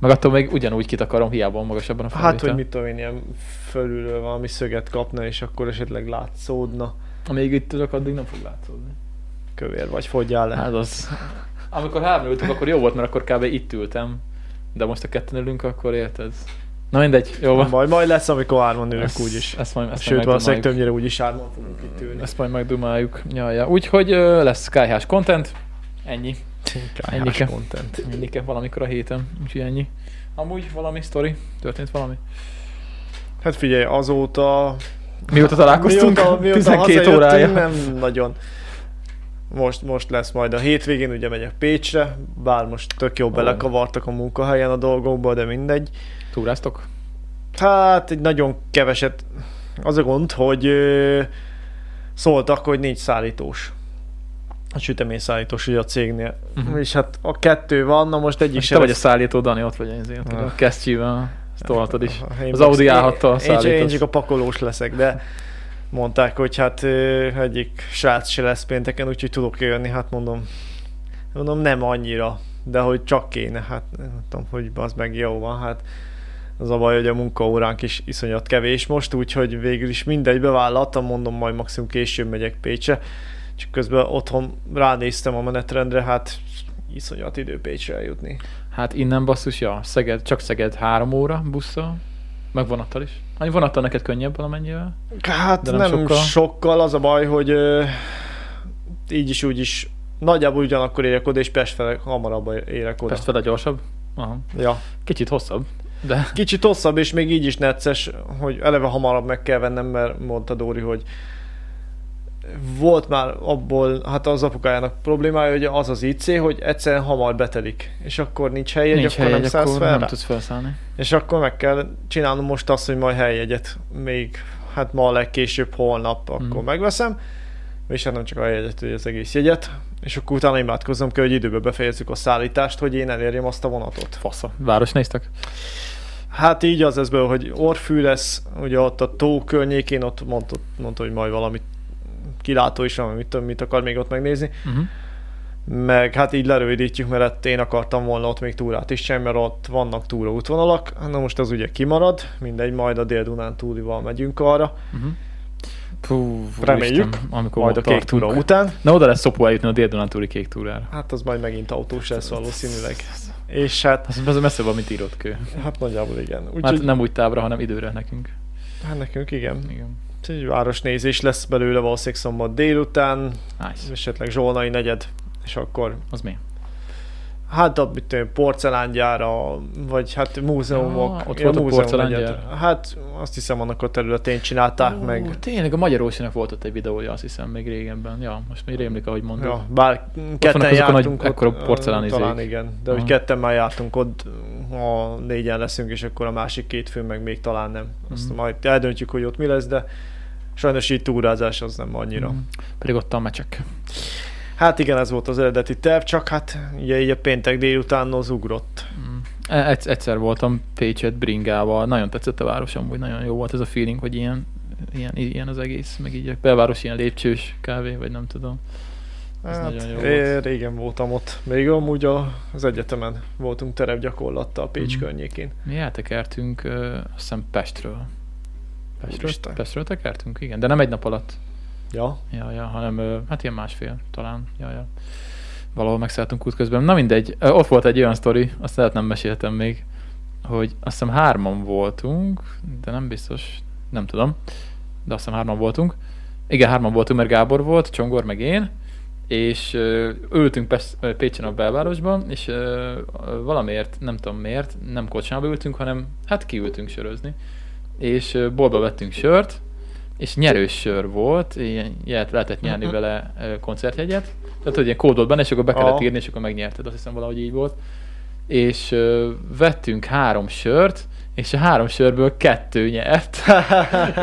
Speaker 1: Meg attól még ugyanúgy kitakarom, hiába van magasabban a
Speaker 2: Hát,
Speaker 1: felvétel.
Speaker 2: hogy mit tudom én, ilyen fölülről valami szöget kapna, és akkor esetleg látszódna.
Speaker 1: Amíg itt tudok, addig nem fog látszódni.
Speaker 2: Kövér vagy, fogyjál le.
Speaker 1: Hát az. Amikor hárman ültünk, akkor jó volt, mert akkor kb. itt ültem. De most a ketten ülünk, akkor érted? Na mindegy, jó van.
Speaker 2: Majd, majd lesz, amikor hárman ülök
Speaker 1: szóval- Ezt-
Speaker 2: úgyis.
Speaker 1: Ezt majd, ezt
Speaker 2: Sőt,
Speaker 1: majd megdumáljuk.
Speaker 2: valószínűleg többnyire úgyis hárman fogunk itt ülni.
Speaker 1: Ezt majd megdumáljuk. Ja, ja. Úgyhogy ö, lesz KH-s content. Ennyi.
Speaker 2: Kályhás
Speaker 1: Ennyike.
Speaker 2: content.
Speaker 1: Mindig valamikor a héten. Úgyhogy ennyi. Amúgy valami sztori? Történt valami?
Speaker 2: Hát figyelj, azóta...
Speaker 1: Mióta találkoztunk?
Speaker 2: Mióta, mióta
Speaker 1: 12
Speaker 2: hazajöttünk,
Speaker 1: órája.
Speaker 2: Nem nagyon. Most, most lesz majd a hétvégén, ugye megyek Pécsre, bár most tök jó belekavartak a munkahelyen a dolgokba, de mindegy.
Speaker 1: Túráztok?
Speaker 2: Hát egy nagyon keveset. Az a gond, hogy ö, szóltak, hogy nincs szállítós. A süteményszállítós ugye a cégnél.
Speaker 1: Mhm.
Speaker 2: Uh-huh. És hát a kettő van, na most egyik
Speaker 1: Te vagy a
Speaker 2: lesz-
Speaker 1: szállító, Dani, ott vagy én, ott vagy a
Speaker 2: Ah.
Speaker 1: kesztyűvel. Ezt tolhatod is.
Speaker 2: Én
Speaker 1: Az
Speaker 2: most-
Speaker 1: Audi A6-tal
Speaker 2: én- én, csak- én
Speaker 1: szállítasz.
Speaker 2: csak a pakolós leszek, de mondták, hogy hát ö, egyik srác se lesz pénteken, úgyhogy tudok jönni, hát mondom, mondom nem annyira, de hogy csak kéne, hát nem tudom, hogy az meg jó van, hát az a baj, hogy a munkaóránk is iszonyat kevés most, úgyhogy végül is mindegy, bevállaltam, mondom, majd maximum később megyek Pécsre, csak közben otthon ránéztem a menetrendre, hát iszonyat idő Pécsre eljutni.
Speaker 1: Hát innen basszus, ja, Szeged, csak Szeged három óra busszal, meg vonattal is. Annyi vonattal neked könnyebb valamennyivel?
Speaker 2: Hát
Speaker 1: De
Speaker 2: de
Speaker 1: nem
Speaker 2: nem, nem
Speaker 1: sokkal.
Speaker 2: sokkal. sokkal, az a baj, hogy ö, így is úgy is nagyjából ugyanakkor érek oda, és Pest fele hamarabb érek oda.
Speaker 1: Pest fele gyorsabb? Aha.
Speaker 2: Ja.
Speaker 1: Kicsit hosszabb, de
Speaker 2: Kicsit hosszabb, és még így is necces, hogy eleve hamarabb meg kell vennem, mert mondta Dóri, hogy volt már abból, hát az apukájának problémája, hogy az az IC, hogy egyszerűen hamar betelik, és akkor nincs helyegy,
Speaker 1: nincs
Speaker 2: nincs akkor
Speaker 1: helyegy,
Speaker 2: nem szállsz
Speaker 1: akkor
Speaker 2: fel
Speaker 1: nem
Speaker 2: rá.
Speaker 1: tudsz felszállni.
Speaker 2: És akkor meg kell csinálnom most azt, hogy majd helyjegyet még, hát ma a legkésőbb holnap, akkor
Speaker 1: Mhm.
Speaker 2: mm. megveszem. És hát nem csak a helyjegyet, hogy az egész jegyet. És akkor utána imádkozom kell, hogy időbe befejezzük a szállítást, hogy én elérjem azt a vonatot.
Speaker 1: Fasza. Város néztek?
Speaker 2: Hát így az ez belőle, hogy Orfű lesz, ugye ott a tó környékén, ott mondta, mondta hogy majd valamit kilátó is, amit mit, tudom, mit akar még ott megnézni.
Speaker 1: Uh-huh.
Speaker 2: Meg hát így lerövidítjük, mert hát én akartam volna ott még túrát is csinálni, mert ott vannak túraútvonalak. Hát Na most az ugye kimarad, mindegy, majd a Dél-Dunán túlival megyünk arra,
Speaker 1: Uh-huh. Pú,
Speaker 2: Reméljük.
Speaker 1: Isten, amikor
Speaker 2: majd a kék
Speaker 1: tartunk.
Speaker 2: túra után.
Speaker 1: Na oda lesz szopó eljutni a dél kék túrára.
Speaker 2: Hát az majd megint autós lesz valószínűleg. És hát,
Speaker 1: Az, az messze van, mint írott kő.
Speaker 2: hát nagyjából igen.
Speaker 1: Már
Speaker 2: Úgyhogy
Speaker 1: nem úgy távra, hanem időre nekünk.
Speaker 2: hát nekünk igen.
Speaker 1: Igen.
Speaker 2: Úgyhogy városnézés lesz belőle valószínűleg szombat délután,
Speaker 1: Nice.
Speaker 2: esetleg Zsolnai negyed, és akkor
Speaker 1: Az mi?
Speaker 2: hát a mit tudom, porcelángyára, vagy hát múzeumok.
Speaker 1: Ja, ott
Speaker 2: ja,
Speaker 1: volt a
Speaker 2: múzeum
Speaker 1: porcelángyár.
Speaker 2: egyet. Hát azt hiszem annak a területén csinálták
Speaker 1: Ó,
Speaker 2: meg.
Speaker 1: Tényleg, a Magyarósinak volt ott egy videója, azt hiszem, még régenben. Ja, most még rémlik, ahogy mondod.
Speaker 2: Ja, bár
Speaker 1: vannak
Speaker 2: ketten
Speaker 1: azok a nagy-
Speaker 2: jártunk
Speaker 1: ekkora
Speaker 2: ö,
Speaker 1: porcelánizék.
Speaker 2: Talán igen, de hogy
Speaker 1: Aha.
Speaker 2: ketten már jártunk ott, ha négyen leszünk, és akkor a másik két fő meg még talán nem. Azt
Speaker 1: Mhm.
Speaker 2: majd eldöntjük, hogy ott mi lesz, de sajnos így túrázás az nem annyira.
Speaker 1: Mm. Pedig ott a meccsek.
Speaker 2: Hát igen, ez volt az eredeti terv, csak hát ugye így a péntek délután az ugrott.
Speaker 1: Mm. Egy- Egyszer voltam Pécset bringával, nagyon tetszett a város, amúgy nagyon jó volt ez a feeling, hogy ilyen, ilyen, ilyen az egész, meg így a belváros ilyen lépcsős kávé, vagy nem tudom. Ez nagyon jó
Speaker 2: ré-
Speaker 1: volt.
Speaker 2: Hát, Régen voltam ott. Még amúgy a, az egyetemen voltunk terepgyakorlattal Pécs
Speaker 1: Mhm.
Speaker 2: környékén.
Speaker 1: Mi eltekertünk, ö, azt hiszem Pestről. Pestről,
Speaker 2: Úristen.
Speaker 1: Pestről tekertünk? Igen, de nem egy nap alatt.
Speaker 2: Ja,
Speaker 1: Ja, ja, hanem ö, hát ilyen másfél talán. Ja, ja. Valahol megszálltunk útközben. Na mindegy, Ö, ott volt egy olyan sztori, azt lehet nem meséltem még, hogy azt hiszem hárman voltunk, de nem biztos, nem tudom, de azt hiszem hárman voltunk. Igen, hárman voltunk, mert Gábor volt, Csongor meg én, és ö, ültünk Pest, ö, Pécsen a belvárosban, és ö, ö, valamiért, nem tudom miért, nem kocsába ültünk, hanem hát kiültünk sörözni, és ö, boltba vettünk sört, és nyerős sör volt, ilyen, ilyet lehetett nyerni
Speaker 2: Mhm.
Speaker 1: vele ö, koncertjegyet, tehát hogy ilyen kód volt benne, és akkor be kellett
Speaker 2: Aha.
Speaker 1: írni, és akkor megnyerted, azt hiszem valahogy így volt. És ö, vettünk három sört, és a három sörből kettő nyert.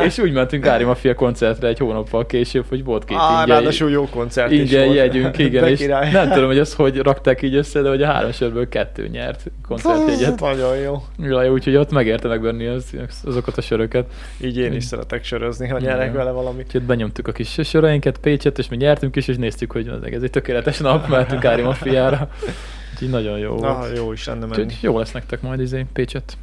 Speaker 1: és úgy mentünk Árimafia koncertre egy hónappal később, hogy volt két
Speaker 2: Á,
Speaker 1: ingyen,
Speaker 2: ráadásul jó koncert is
Speaker 1: ingyen
Speaker 2: volt.
Speaker 1: jegyünk, igen,
Speaker 2: De
Speaker 1: és
Speaker 2: király.
Speaker 1: nem tudom, hogy azt hogy rakták így össze, de hogy a három sörből kettő nyert koncertjegyet.
Speaker 2: Nagyon jó.
Speaker 1: Jaj, úgyhogy ott megérte megvenni az, azokat a söröket.
Speaker 2: Így én is
Speaker 1: Mm.
Speaker 2: szeretek sörözni, ha nyerek
Speaker 1: Igen.
Speaker 2: vele valamit.
Speaker 1: Úgyhogy ott benyomtuk a kis söreinket, Pécset, és mi nyertünk is, és néztük, hogy az egész egy tökéletes nap, mehetünk Árimafiára. Úgyhogy nagyon jó volt.
Speaker 2: Na, jó is lenne menni.
Speaker 1: Úgyhogy jó lesz nektek majd izé, Pécset.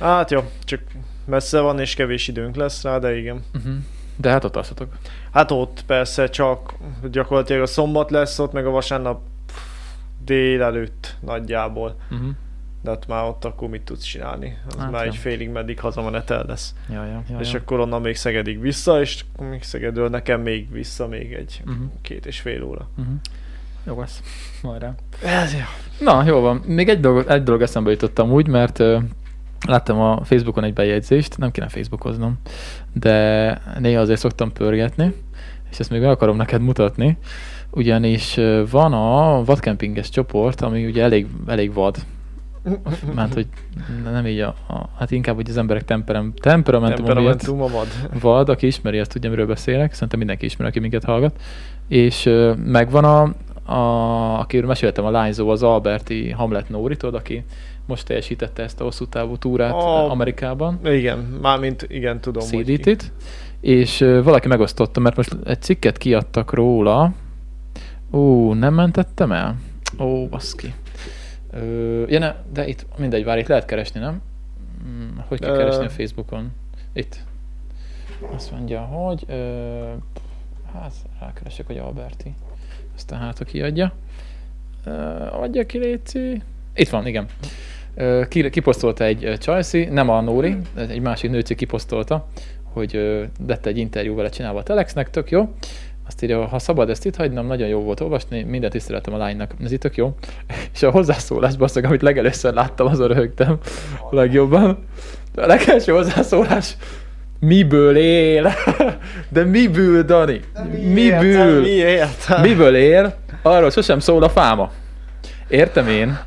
Speaker 2: Hát jó, csak messze van és kevés időnk lesz rá, de igen.
Speaker 1: Uh-huh. De hát ott alszatok.
Speaker 2: Hát ott persze csak gyakorlatilag a szombat lesz ott, meg a vasárnap délelőtt nagyjából.
Speaker 1: Uh-huh.
Speaker 2: De hát már ott akkor mit tudsz csinálni? Az
Speaker 1: Hát
Speaker 2: már
Speaker 1: nem.
Speaker 2: egy félig meddig hazamenetel lesz.
Speaker 1: Ja, ja, ja,
Speaker 2: és
Speaker 1: ja.
Speaker 2: akkor onnan még Szegedig vissza, és akkor még Szegedről nekem még vissza még egy
Speaker 1: Mhm.
Speaker 2: két és fél óra.
Speaker 1: Uh-huh. Jó lesz. Majd rá.
Speaker 2: Ez jó.
Speaker 1: Na, jó van. Még egy dolog, egy dolog eszembe jutottam úgy, mert ö, láttam a Facebookon egy bejegyzést, nem kéne Facebookoznom, de néha azért szoktam pörgetni, és ezt még meg akarom neked mutatni, ugyanis ö, van a vadkempinges csoport, ami ugye elég, elég vad, mert hogy nem így a, a hát inkább, hogy az emberek temperem, temperamentum, temperamentum
Speaker 2: Temperamentum a vad.
Speaker 1: vad, aki ismeri, azt tudja, miről beszélek. Szerintem mindenki ismeri, aki minket hallgat. És ö, megvan a, a akiről meséltem, a lányzó, az Alberti Hamlet Nóri, tudod, aki most teljesítette ezt a hosszú távú túrát
Speaker 2: A-
Speaker 1: oh. Amerikában.
Speaker 2: Igen, mármint igen, tudom. hogy ki.
Speaker 1: CDT-t, és ö, valaki megosztotta, mert most egy cikket kiadtak róla. Ó, nem mentettem el? Ó, baszki. Ö, ja, ne, de itt mindegy, vár, itt lehet keresni, nem? Mm, Hogy kell
Speaker 2: Ö.
Speaker 1: keresni a Facebookon? Itt. Azt mondja, hogy... Ö, hát, rákeresek, hogy Alberti. Aztán hát, ha kiadja. Ö, adja ki, Léci. Itt van, igen. Ö, ki- Kiposztolta egy ö, Csajci, nem a Nóri, egy másik nőci kiposztolta, hogy ö, lett egy interjú vele csinálva a Telexnek, tök jó. Azt írja, ha szabad ezt itt hagynom, nagyon jó volt olvasni, minden tiszteletem a lánynak, ez itt tök jó. És a hozzászólás, basszak, amit legelőször láttam, azon röhögtem a legjobban. De a legelső hozzászólás, miből él? De miből, Dani? Miből?
Speaker 2: Miért?
Speaker 1: Miből él? Arról sosem szól a fáma. Értem én,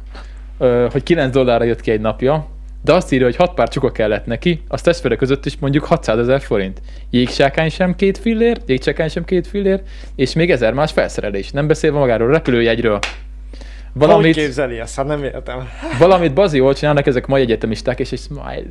Speaker 1: ö, hogy 9 dollárra jött ki egy napja, de azt írja, hogy 6 pár csuka kellett neki, az testvére között is mondjuk 600 ezer forint. Jégsákány sem két fillér, jégsákány sem két fillér, és még ezer más felszerelés. Nem beszélve magáról a repülőjegyről.
Speaker 2: Valamit...
Speaker 1: Valamit,
Speaker 2: képzeli ezt? Hát nem értem.
Speaker 1: valamit bazi jól csinálnak ezek mai egyetemisták, és egy smiley.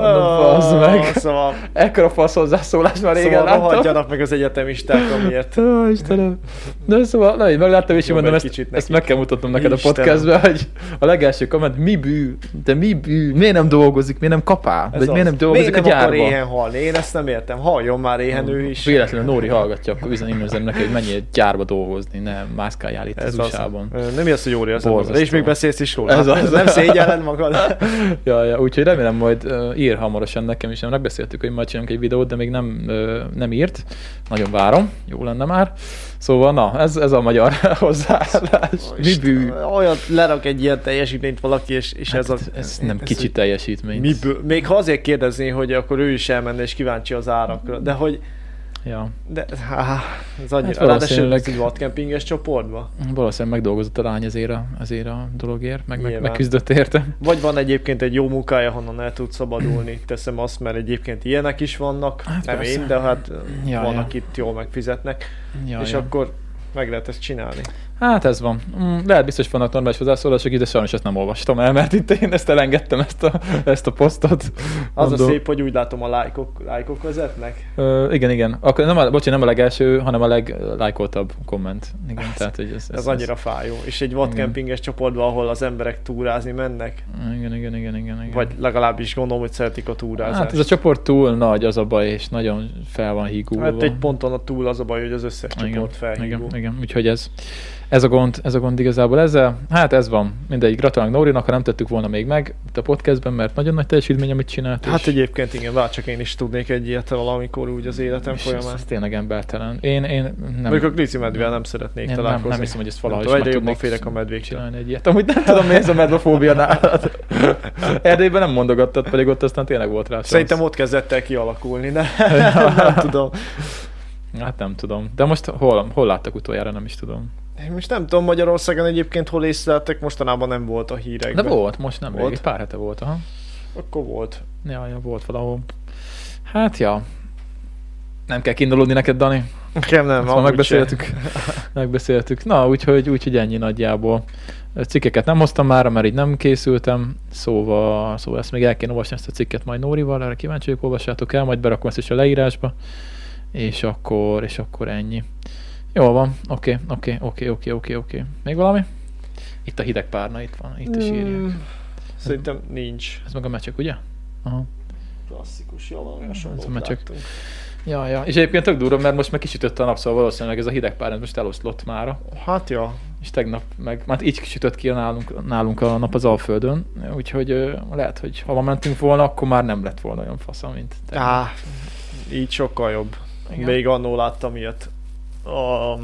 Speaker 1: Mondom,
Speaker 2: Ó,
Speaker 1: bazd meg.
Speaker 2: Szóval,
Speaker 1: Ekkora fasz hozzászólás már régen
Speaker 2: szóval
Speaker 1: láttam.
Speaker 2: rohadjanak meg az egyetemisták, amiért.
Speaker 1: Ó, Istenem. De szóval, na, így megláttam, és
Speaker 2: Jobb
Speaker 1: mondom,
Speaker 2: egy
Speaker 1: ezt,
Speaker 2: kicsit
Speaker 1: ezt
Speaker 2: nekik.
Speaker 1: meg kell mutatnom neked
Speaker 2: Istenem.
Speaker 1: a podcastben, hogy a legelső komment, mi bű, de mi bű, miért nem dolgozik, miért nem kapál,
Speaker 2: Ez
Speaker 1: vagy miért
Speaker 2: az.
Speaker 1: nem dolgozik
Speaker 2: miért
Speaker 1: a
Speaker 2: nem akar
Speaker 1: gyárban.
Speaker 2: éhen halni? Én ezt nem értem. Halljon már éhen ő is.
Speaker 1: Véletlenül Nóri hallgatja, akkor bizony én üzenem neki, hogy menjél egy gyárba dolgozni, nem mászkáljál itt
Speaker 2: Ez
Speaker 1: az
Speaker 2: az.
Speaker 1: USA-ban.
Speaker 2: Ö, Nem jössz, hogy jól érzed. magad.
Speaker 1: Borzasztó.
Speaker 2: És még beszélsz is róla.
Speaker 1: Ez
Speaker 2: Hát,
Speaker 1: az.
Speaker 2: Nem szégyelled magad.
Speaker 1: Ja, ja, úgyhogy remélem majd ö, ö, ír hamarosan nekem is, nem megbeszéltük, hogy majd csinálunk egy videót, de még nem, ö, nem írt. Nagyon várom, jó lenne már. Szóval na, ez, ez a magyar hozzáállás.
Speaker 2: Ó,
Speaker 1: Mi
Speaker 2: Istenem,
Speaker 1: bű?
Speaker 2: Olyat lerak egy ilyen teljesítményt valaki, és, és
Speaker 1: Hát
Speaker 2: ez a...
Speaker 1: ez nem
Speaker 2: ez,
Speaker 1: kicsi teljesítmény.
Speaker 2: hogy Miből? Még ha azért kérdezné, hogy akkor ő is elmenne, és kíváncsi az árakra, de hogy...
Speaker 1: Ja.
Speaker 2: De, há, ez annyira...
Speaker 1: valószínűleg-
Speaker 2: Hát Ráadásul ez egy vadkempinges csoportba.
Speaker 1: Valószínűleg megdolgozott a lány ezért a, ezért a dologért, meg, meg
Speaker 2: Nyilván.
Speaker 1: megküzdött érte.
Speaker 2: Vagy van egyébként egy jó munkája, honnan el tud szabadulni, teszem azt, mert egyébként ilyenek is vannak,
Speaker 1: Hát
Speaker 2: hát nem
Speaker 1: persze.
Speaker 2: én, de hát
Speaker 1: Ja,
Speaker 2: ja,
Speaker 1: ja.
Speaker 2: vannak itt jól megfizetnek,
Speaker 1: Ja,
Speaker 2: ja, és
Speaker 1: ja.
Speaker 2: ja. akkor meg lehet ezt csinálni.
Speaker 1: Hát ez van. Mm, Lehet biztos vannak normális hozzászólások, is, de sajnos ezt nem olvastam el, mert itt én ezt elengedtem, ezt a, ezt a posztot.
Speaker 2: Az
Speaker 1: Mondom,
Speaker 2: a szép, hogy úgy látom a lájkok, lájkok vezetnek.
Speaker 1: Ö, igen, igen. Akkor nem a, bocsi, nem a legelső, hanem a leglájkoltabb komment. Igen, ez, tehát, hogy ez,
Speaker 2: Hát, Ez, ez annyira fájó. És egy vadkempinges csoportban, ahol az emberek túrázni mennek,
Speaker 1: Igen, igen, igen, igen. igen.
Speaker 2: vagy legalábbis gondolom, hogy szeretik a túrázást.
Speaker 1: hát ez a csoport túl nagy az a baj, és nagyon fel van hígulva.
Speaker 2: Hát egy ponton a túl az a baj, hogy az összes
Speaker 1: igen,
Speaker 2: csoport
Speaker 1: igen,
Speaker 2: felhívó.
Speaker 1: igen, úgyhogy ez, ez a gond, ez a gond igazából ezzel. Hát ez van. Mindegy, gratulálunk Nórinak, ha nem tettük volna még meg itt a podcastben, mert nagyon nagy teljesítmény, amit csinált.
Speaker 2: Hát
Speaker 1: és-
Speaker 2: egyébként igen, bár csak én is tudnék egy ilyet valamikor úgy az életem
Speaker 1: és ez,
Speaker 2: folyamán.
Speaker 1: ez tényleg embertelen. Én, én nem,
Speaker 2: Nem. Mondjuk a Grici medvével nem szeretnék
Speaker 1: én nem,
Speaker 2: találkozni.
Speaker 1: nem hiszem, hogy ezt valahogy
Speaker 2: tudom,
Speaker 1: is
Speaker 2: egyre
Speaker 1: meg
Speaker 2: jobban
Speaker 1: tudnék
Speaker 2: félek a medvéktől.
Speaker 1: csinálni egy ilyet. Amúgy nem tudom, mi ez a medvefóbia nálad. Erdélyben nem mondogattad, pedig ott aztán tényleg volt rá. szansz.
Speaker 2: Szerintem ott kezdett el kialakulni, ne? nem tudom.
Speaker 1: Hát nem tudom. De most hol, hol láttak utoljára, nem is tudom.
Speaker 2: Én most nem tudom, Magyarországon egyébként hol észleltek, mostanában nem volt a
Speaker 1: De
Speaker 2: hírekben.
Speaker 1: volt, most nem volt.
Speaker 2: Volt?
Speaker 1: Egy pár hete volt, aha.
Speaker 2: Akkor volt.
Speaker 1: Ja, ja, volt valahol. Hát ja. Nem kell kindolódni neked, Dani. Ezt
Speaker 2: Nekem nem,
Speaker 1: már
Speaker 2: amúgy
Speaker 1: Szóval megbeszéltük. megbeszéltük. Na, úgyhogy, úgyhogy ennyi nagyjából. Ö, Cikkeket nem hoztam már, mert így nem készültem, szóval, szóval ezt még el kéne olvasni ezt a cikket majd Nórival, erre kíváncsi vagyok, olvassátok el, majd berakom ezt is a leírásba, és akkor, és akkor ennyi. Jól van, oké, oké, oké, oké, oké, oké. Még valami? Itt a hideg párna, itt van, itt is
Speaker 2: sem.
Speaker 1: írják.
Speaker 2: Mm, Szerintem nincs.
Speaker 1: Ez meg a meccsek, ugye? Aha.
Speaker 2: Klasszikus, jól van,
Speaker 1: Ez
Speaker 2: hasonlót
Speaker 1: már csak-
Speaker 2: láttunk.
Speaker 1: Ja, ja. És egyébként tök durva, mert most meg kisütött a nap, szóval valószínűleg ez a hideg párna most eloszlott mára.
Speaker 2: Hát ja,
Speaker 1: És tegnap meg, hát így sütött ki a nálunk, nálunk a nap az Alföldön, úgyhogy ö, lehet, hogy ha ma mentünk volna, akkor már nem lett volna olyan fasza, mint tegnap.
Speaker 2: Á, így sokkal jobb.
Speaker 1: Igen.
Speaker 2: Igen. Még annó láttam ilyet. A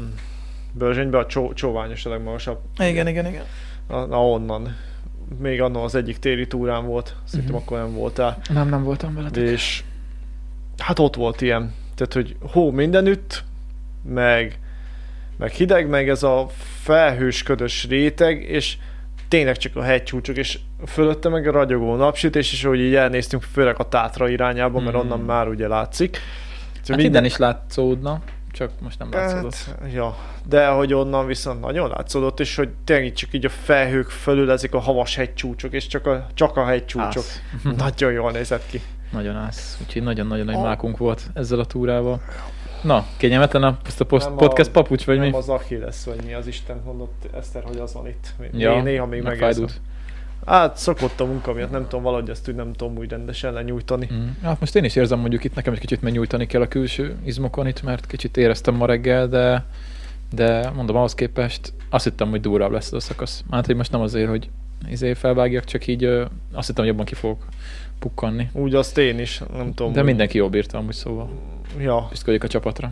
Speaker 2: Börzsönyben a csó, csóványos a legmagasabb,
Speaker 1: Igen, igen, igen.
Speaker 2: na, na onnan. Még annó az egyik téli túrán volt, szerintem
Speaker 1: Mhm.
Speaker 2: uh-huh. akkor nem voltál.
Speaker 1: Nem, nem voltam veletek.
Speaker 2: És hát ott volt ilyen, tehát hogy hó mindenütt, meg, meg hideg, meg ez a felhős ködös réteg, és tényleg csak a hegycsúcsok, és fölötte meg a ragyogó napsütés, és ahogy így elnéztünk, főleg a tátra irányába, mert
Speaker 1: Mhm.
Speaker 2: onnan már ugye látszik. Szóval
Speaker 1: Hát minden... innen is látszódna, csak most nem látszódott.
Speaker 2: Hát, ja, de hogy onnan viszont nagyon látszódott, és hogy tényleg csak így a felhők fölül ezek a havas hegycsúcsok, és csak a, csak a hegycsúcsok.
Speaker 1: Ász.
Speaker 2: Nagyon jól nézett ki.
Speaker 1: Nagyon ász, úgyhogy nagyon-nagyon nagy
Speaker 2: A-
Speaker 1: mákunk volt ezzel a túrával. Na, kényelmetlen a, ezt a post,
Speaker 2: Nem a-
Speaker 1: podcast papucs, vagy
Speaker 2: nem
Speaker 1: mi?
Speaker 2: az aki lesz, vagy mi az Isten mondott, Eszter, hogy az van itt. Né-
Speaker 1: Ja,
Speaker 2: Néha még megérzem.
Speaker 1: megfájdult.
Speaker 2: Hát szokott a munka miatt, nem tudom, valahogy ezt úgy nem tudom úgy rendesen lenyújtani.
Speaker 1: Mm. Hát most én is érzem, mondjuk itt nekem is kicsit megnyújtani kell a külső izmokon itt, mert kicsit éreztem ma reggel, de, de mondom, ahhoz képest azt hittem, hogy durvább lesz ez a szakasz. Hát, hogy most nem azért, hogy izé felvágjak, csak így ö, azt hittem, hogy jobban ki fogok pukkanni.
Speaker 2: Úgy azt én is, nem tudom.
Speaker 1: De
Speaker 2: hogy-
Speaker 1: mindenki jól bírta amúgy, szóval
Speaker 2: Ja.
Speaker 1: büszke vagyok a csapatra.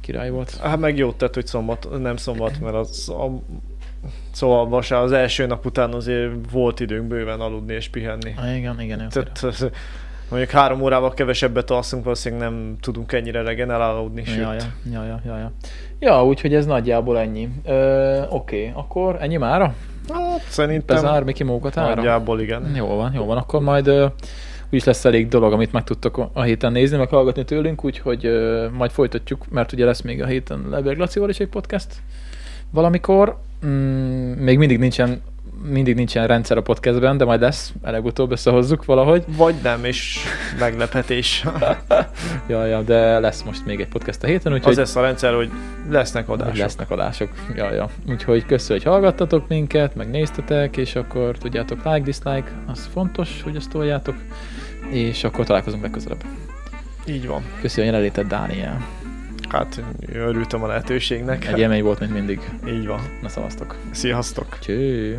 Speaker 1: Király volt.
Speaker 2: Hát meg jót tett, hogy szombat, nem szombat, mert az a, szóval vasár, az első nap után azért volt időnk bőven aludni és pihenni.
Speaker 1: Ah, igen, igen. jó.
Speaker 2: Tehát az- mondjuk három órával kevesebbet alszunk, valószínűleg nem tudunk ennyire regenerálódni, sőt.
Speaker 1: Ja, ja, ja, ja, ja, ja. ja, úgyhogy ez nagyjából ennyi. Ö, Oké, akkor ennyi mára?
Speaker 2: Hát, szerintem
Speaker 1: Bezár Miki Mókatára?
Speaker 2: nagyjából igen.
Speaker 1: Jó van, jó van, akkor majd ö, úgyis lesz elég dolog, amit meg tudtok a héten nézni, meg hallgatni tőlünk, úgyhogy ö, majd folytatjuk, mert ugye lesz még a héten Leberg Lacival is egy podcast valamikor. Mm, még mindig nincsen mindig nincsen rendszer a podcastben, de majd lesz, előbb-utóbb összehozzuk valahogy.
Speaker 2: Vagy nem, és meglepetés.
Speaker 1: Ja, ja, de lesz most még egy podcast a héten, úgyhogy
Speaker 2: Az lesz a rendszer, hogy lesznek adások.
Speaker 1: hogy lesznek adások. Ja, ja. Úgyhogy köszönjük, hogy hallgattatok minket, meg néztetek, és akkor tudjátok, like, dislike, az fontos, hogy azt toljátok, és akkor találkozunk legközelebb.
Speaker 2: Így van.
Speaker 1: Köszi a jelenlétet, Dániel.
Speaker 2: Hát örültem a lehetőségnek.
Speaker 1: Egy élmény volt, mint mindig.
Speaker 2: Így van.
Speaker 1: Na szavaztok.
Speaker 2: Sziasztok!
Speaker 1: Cső.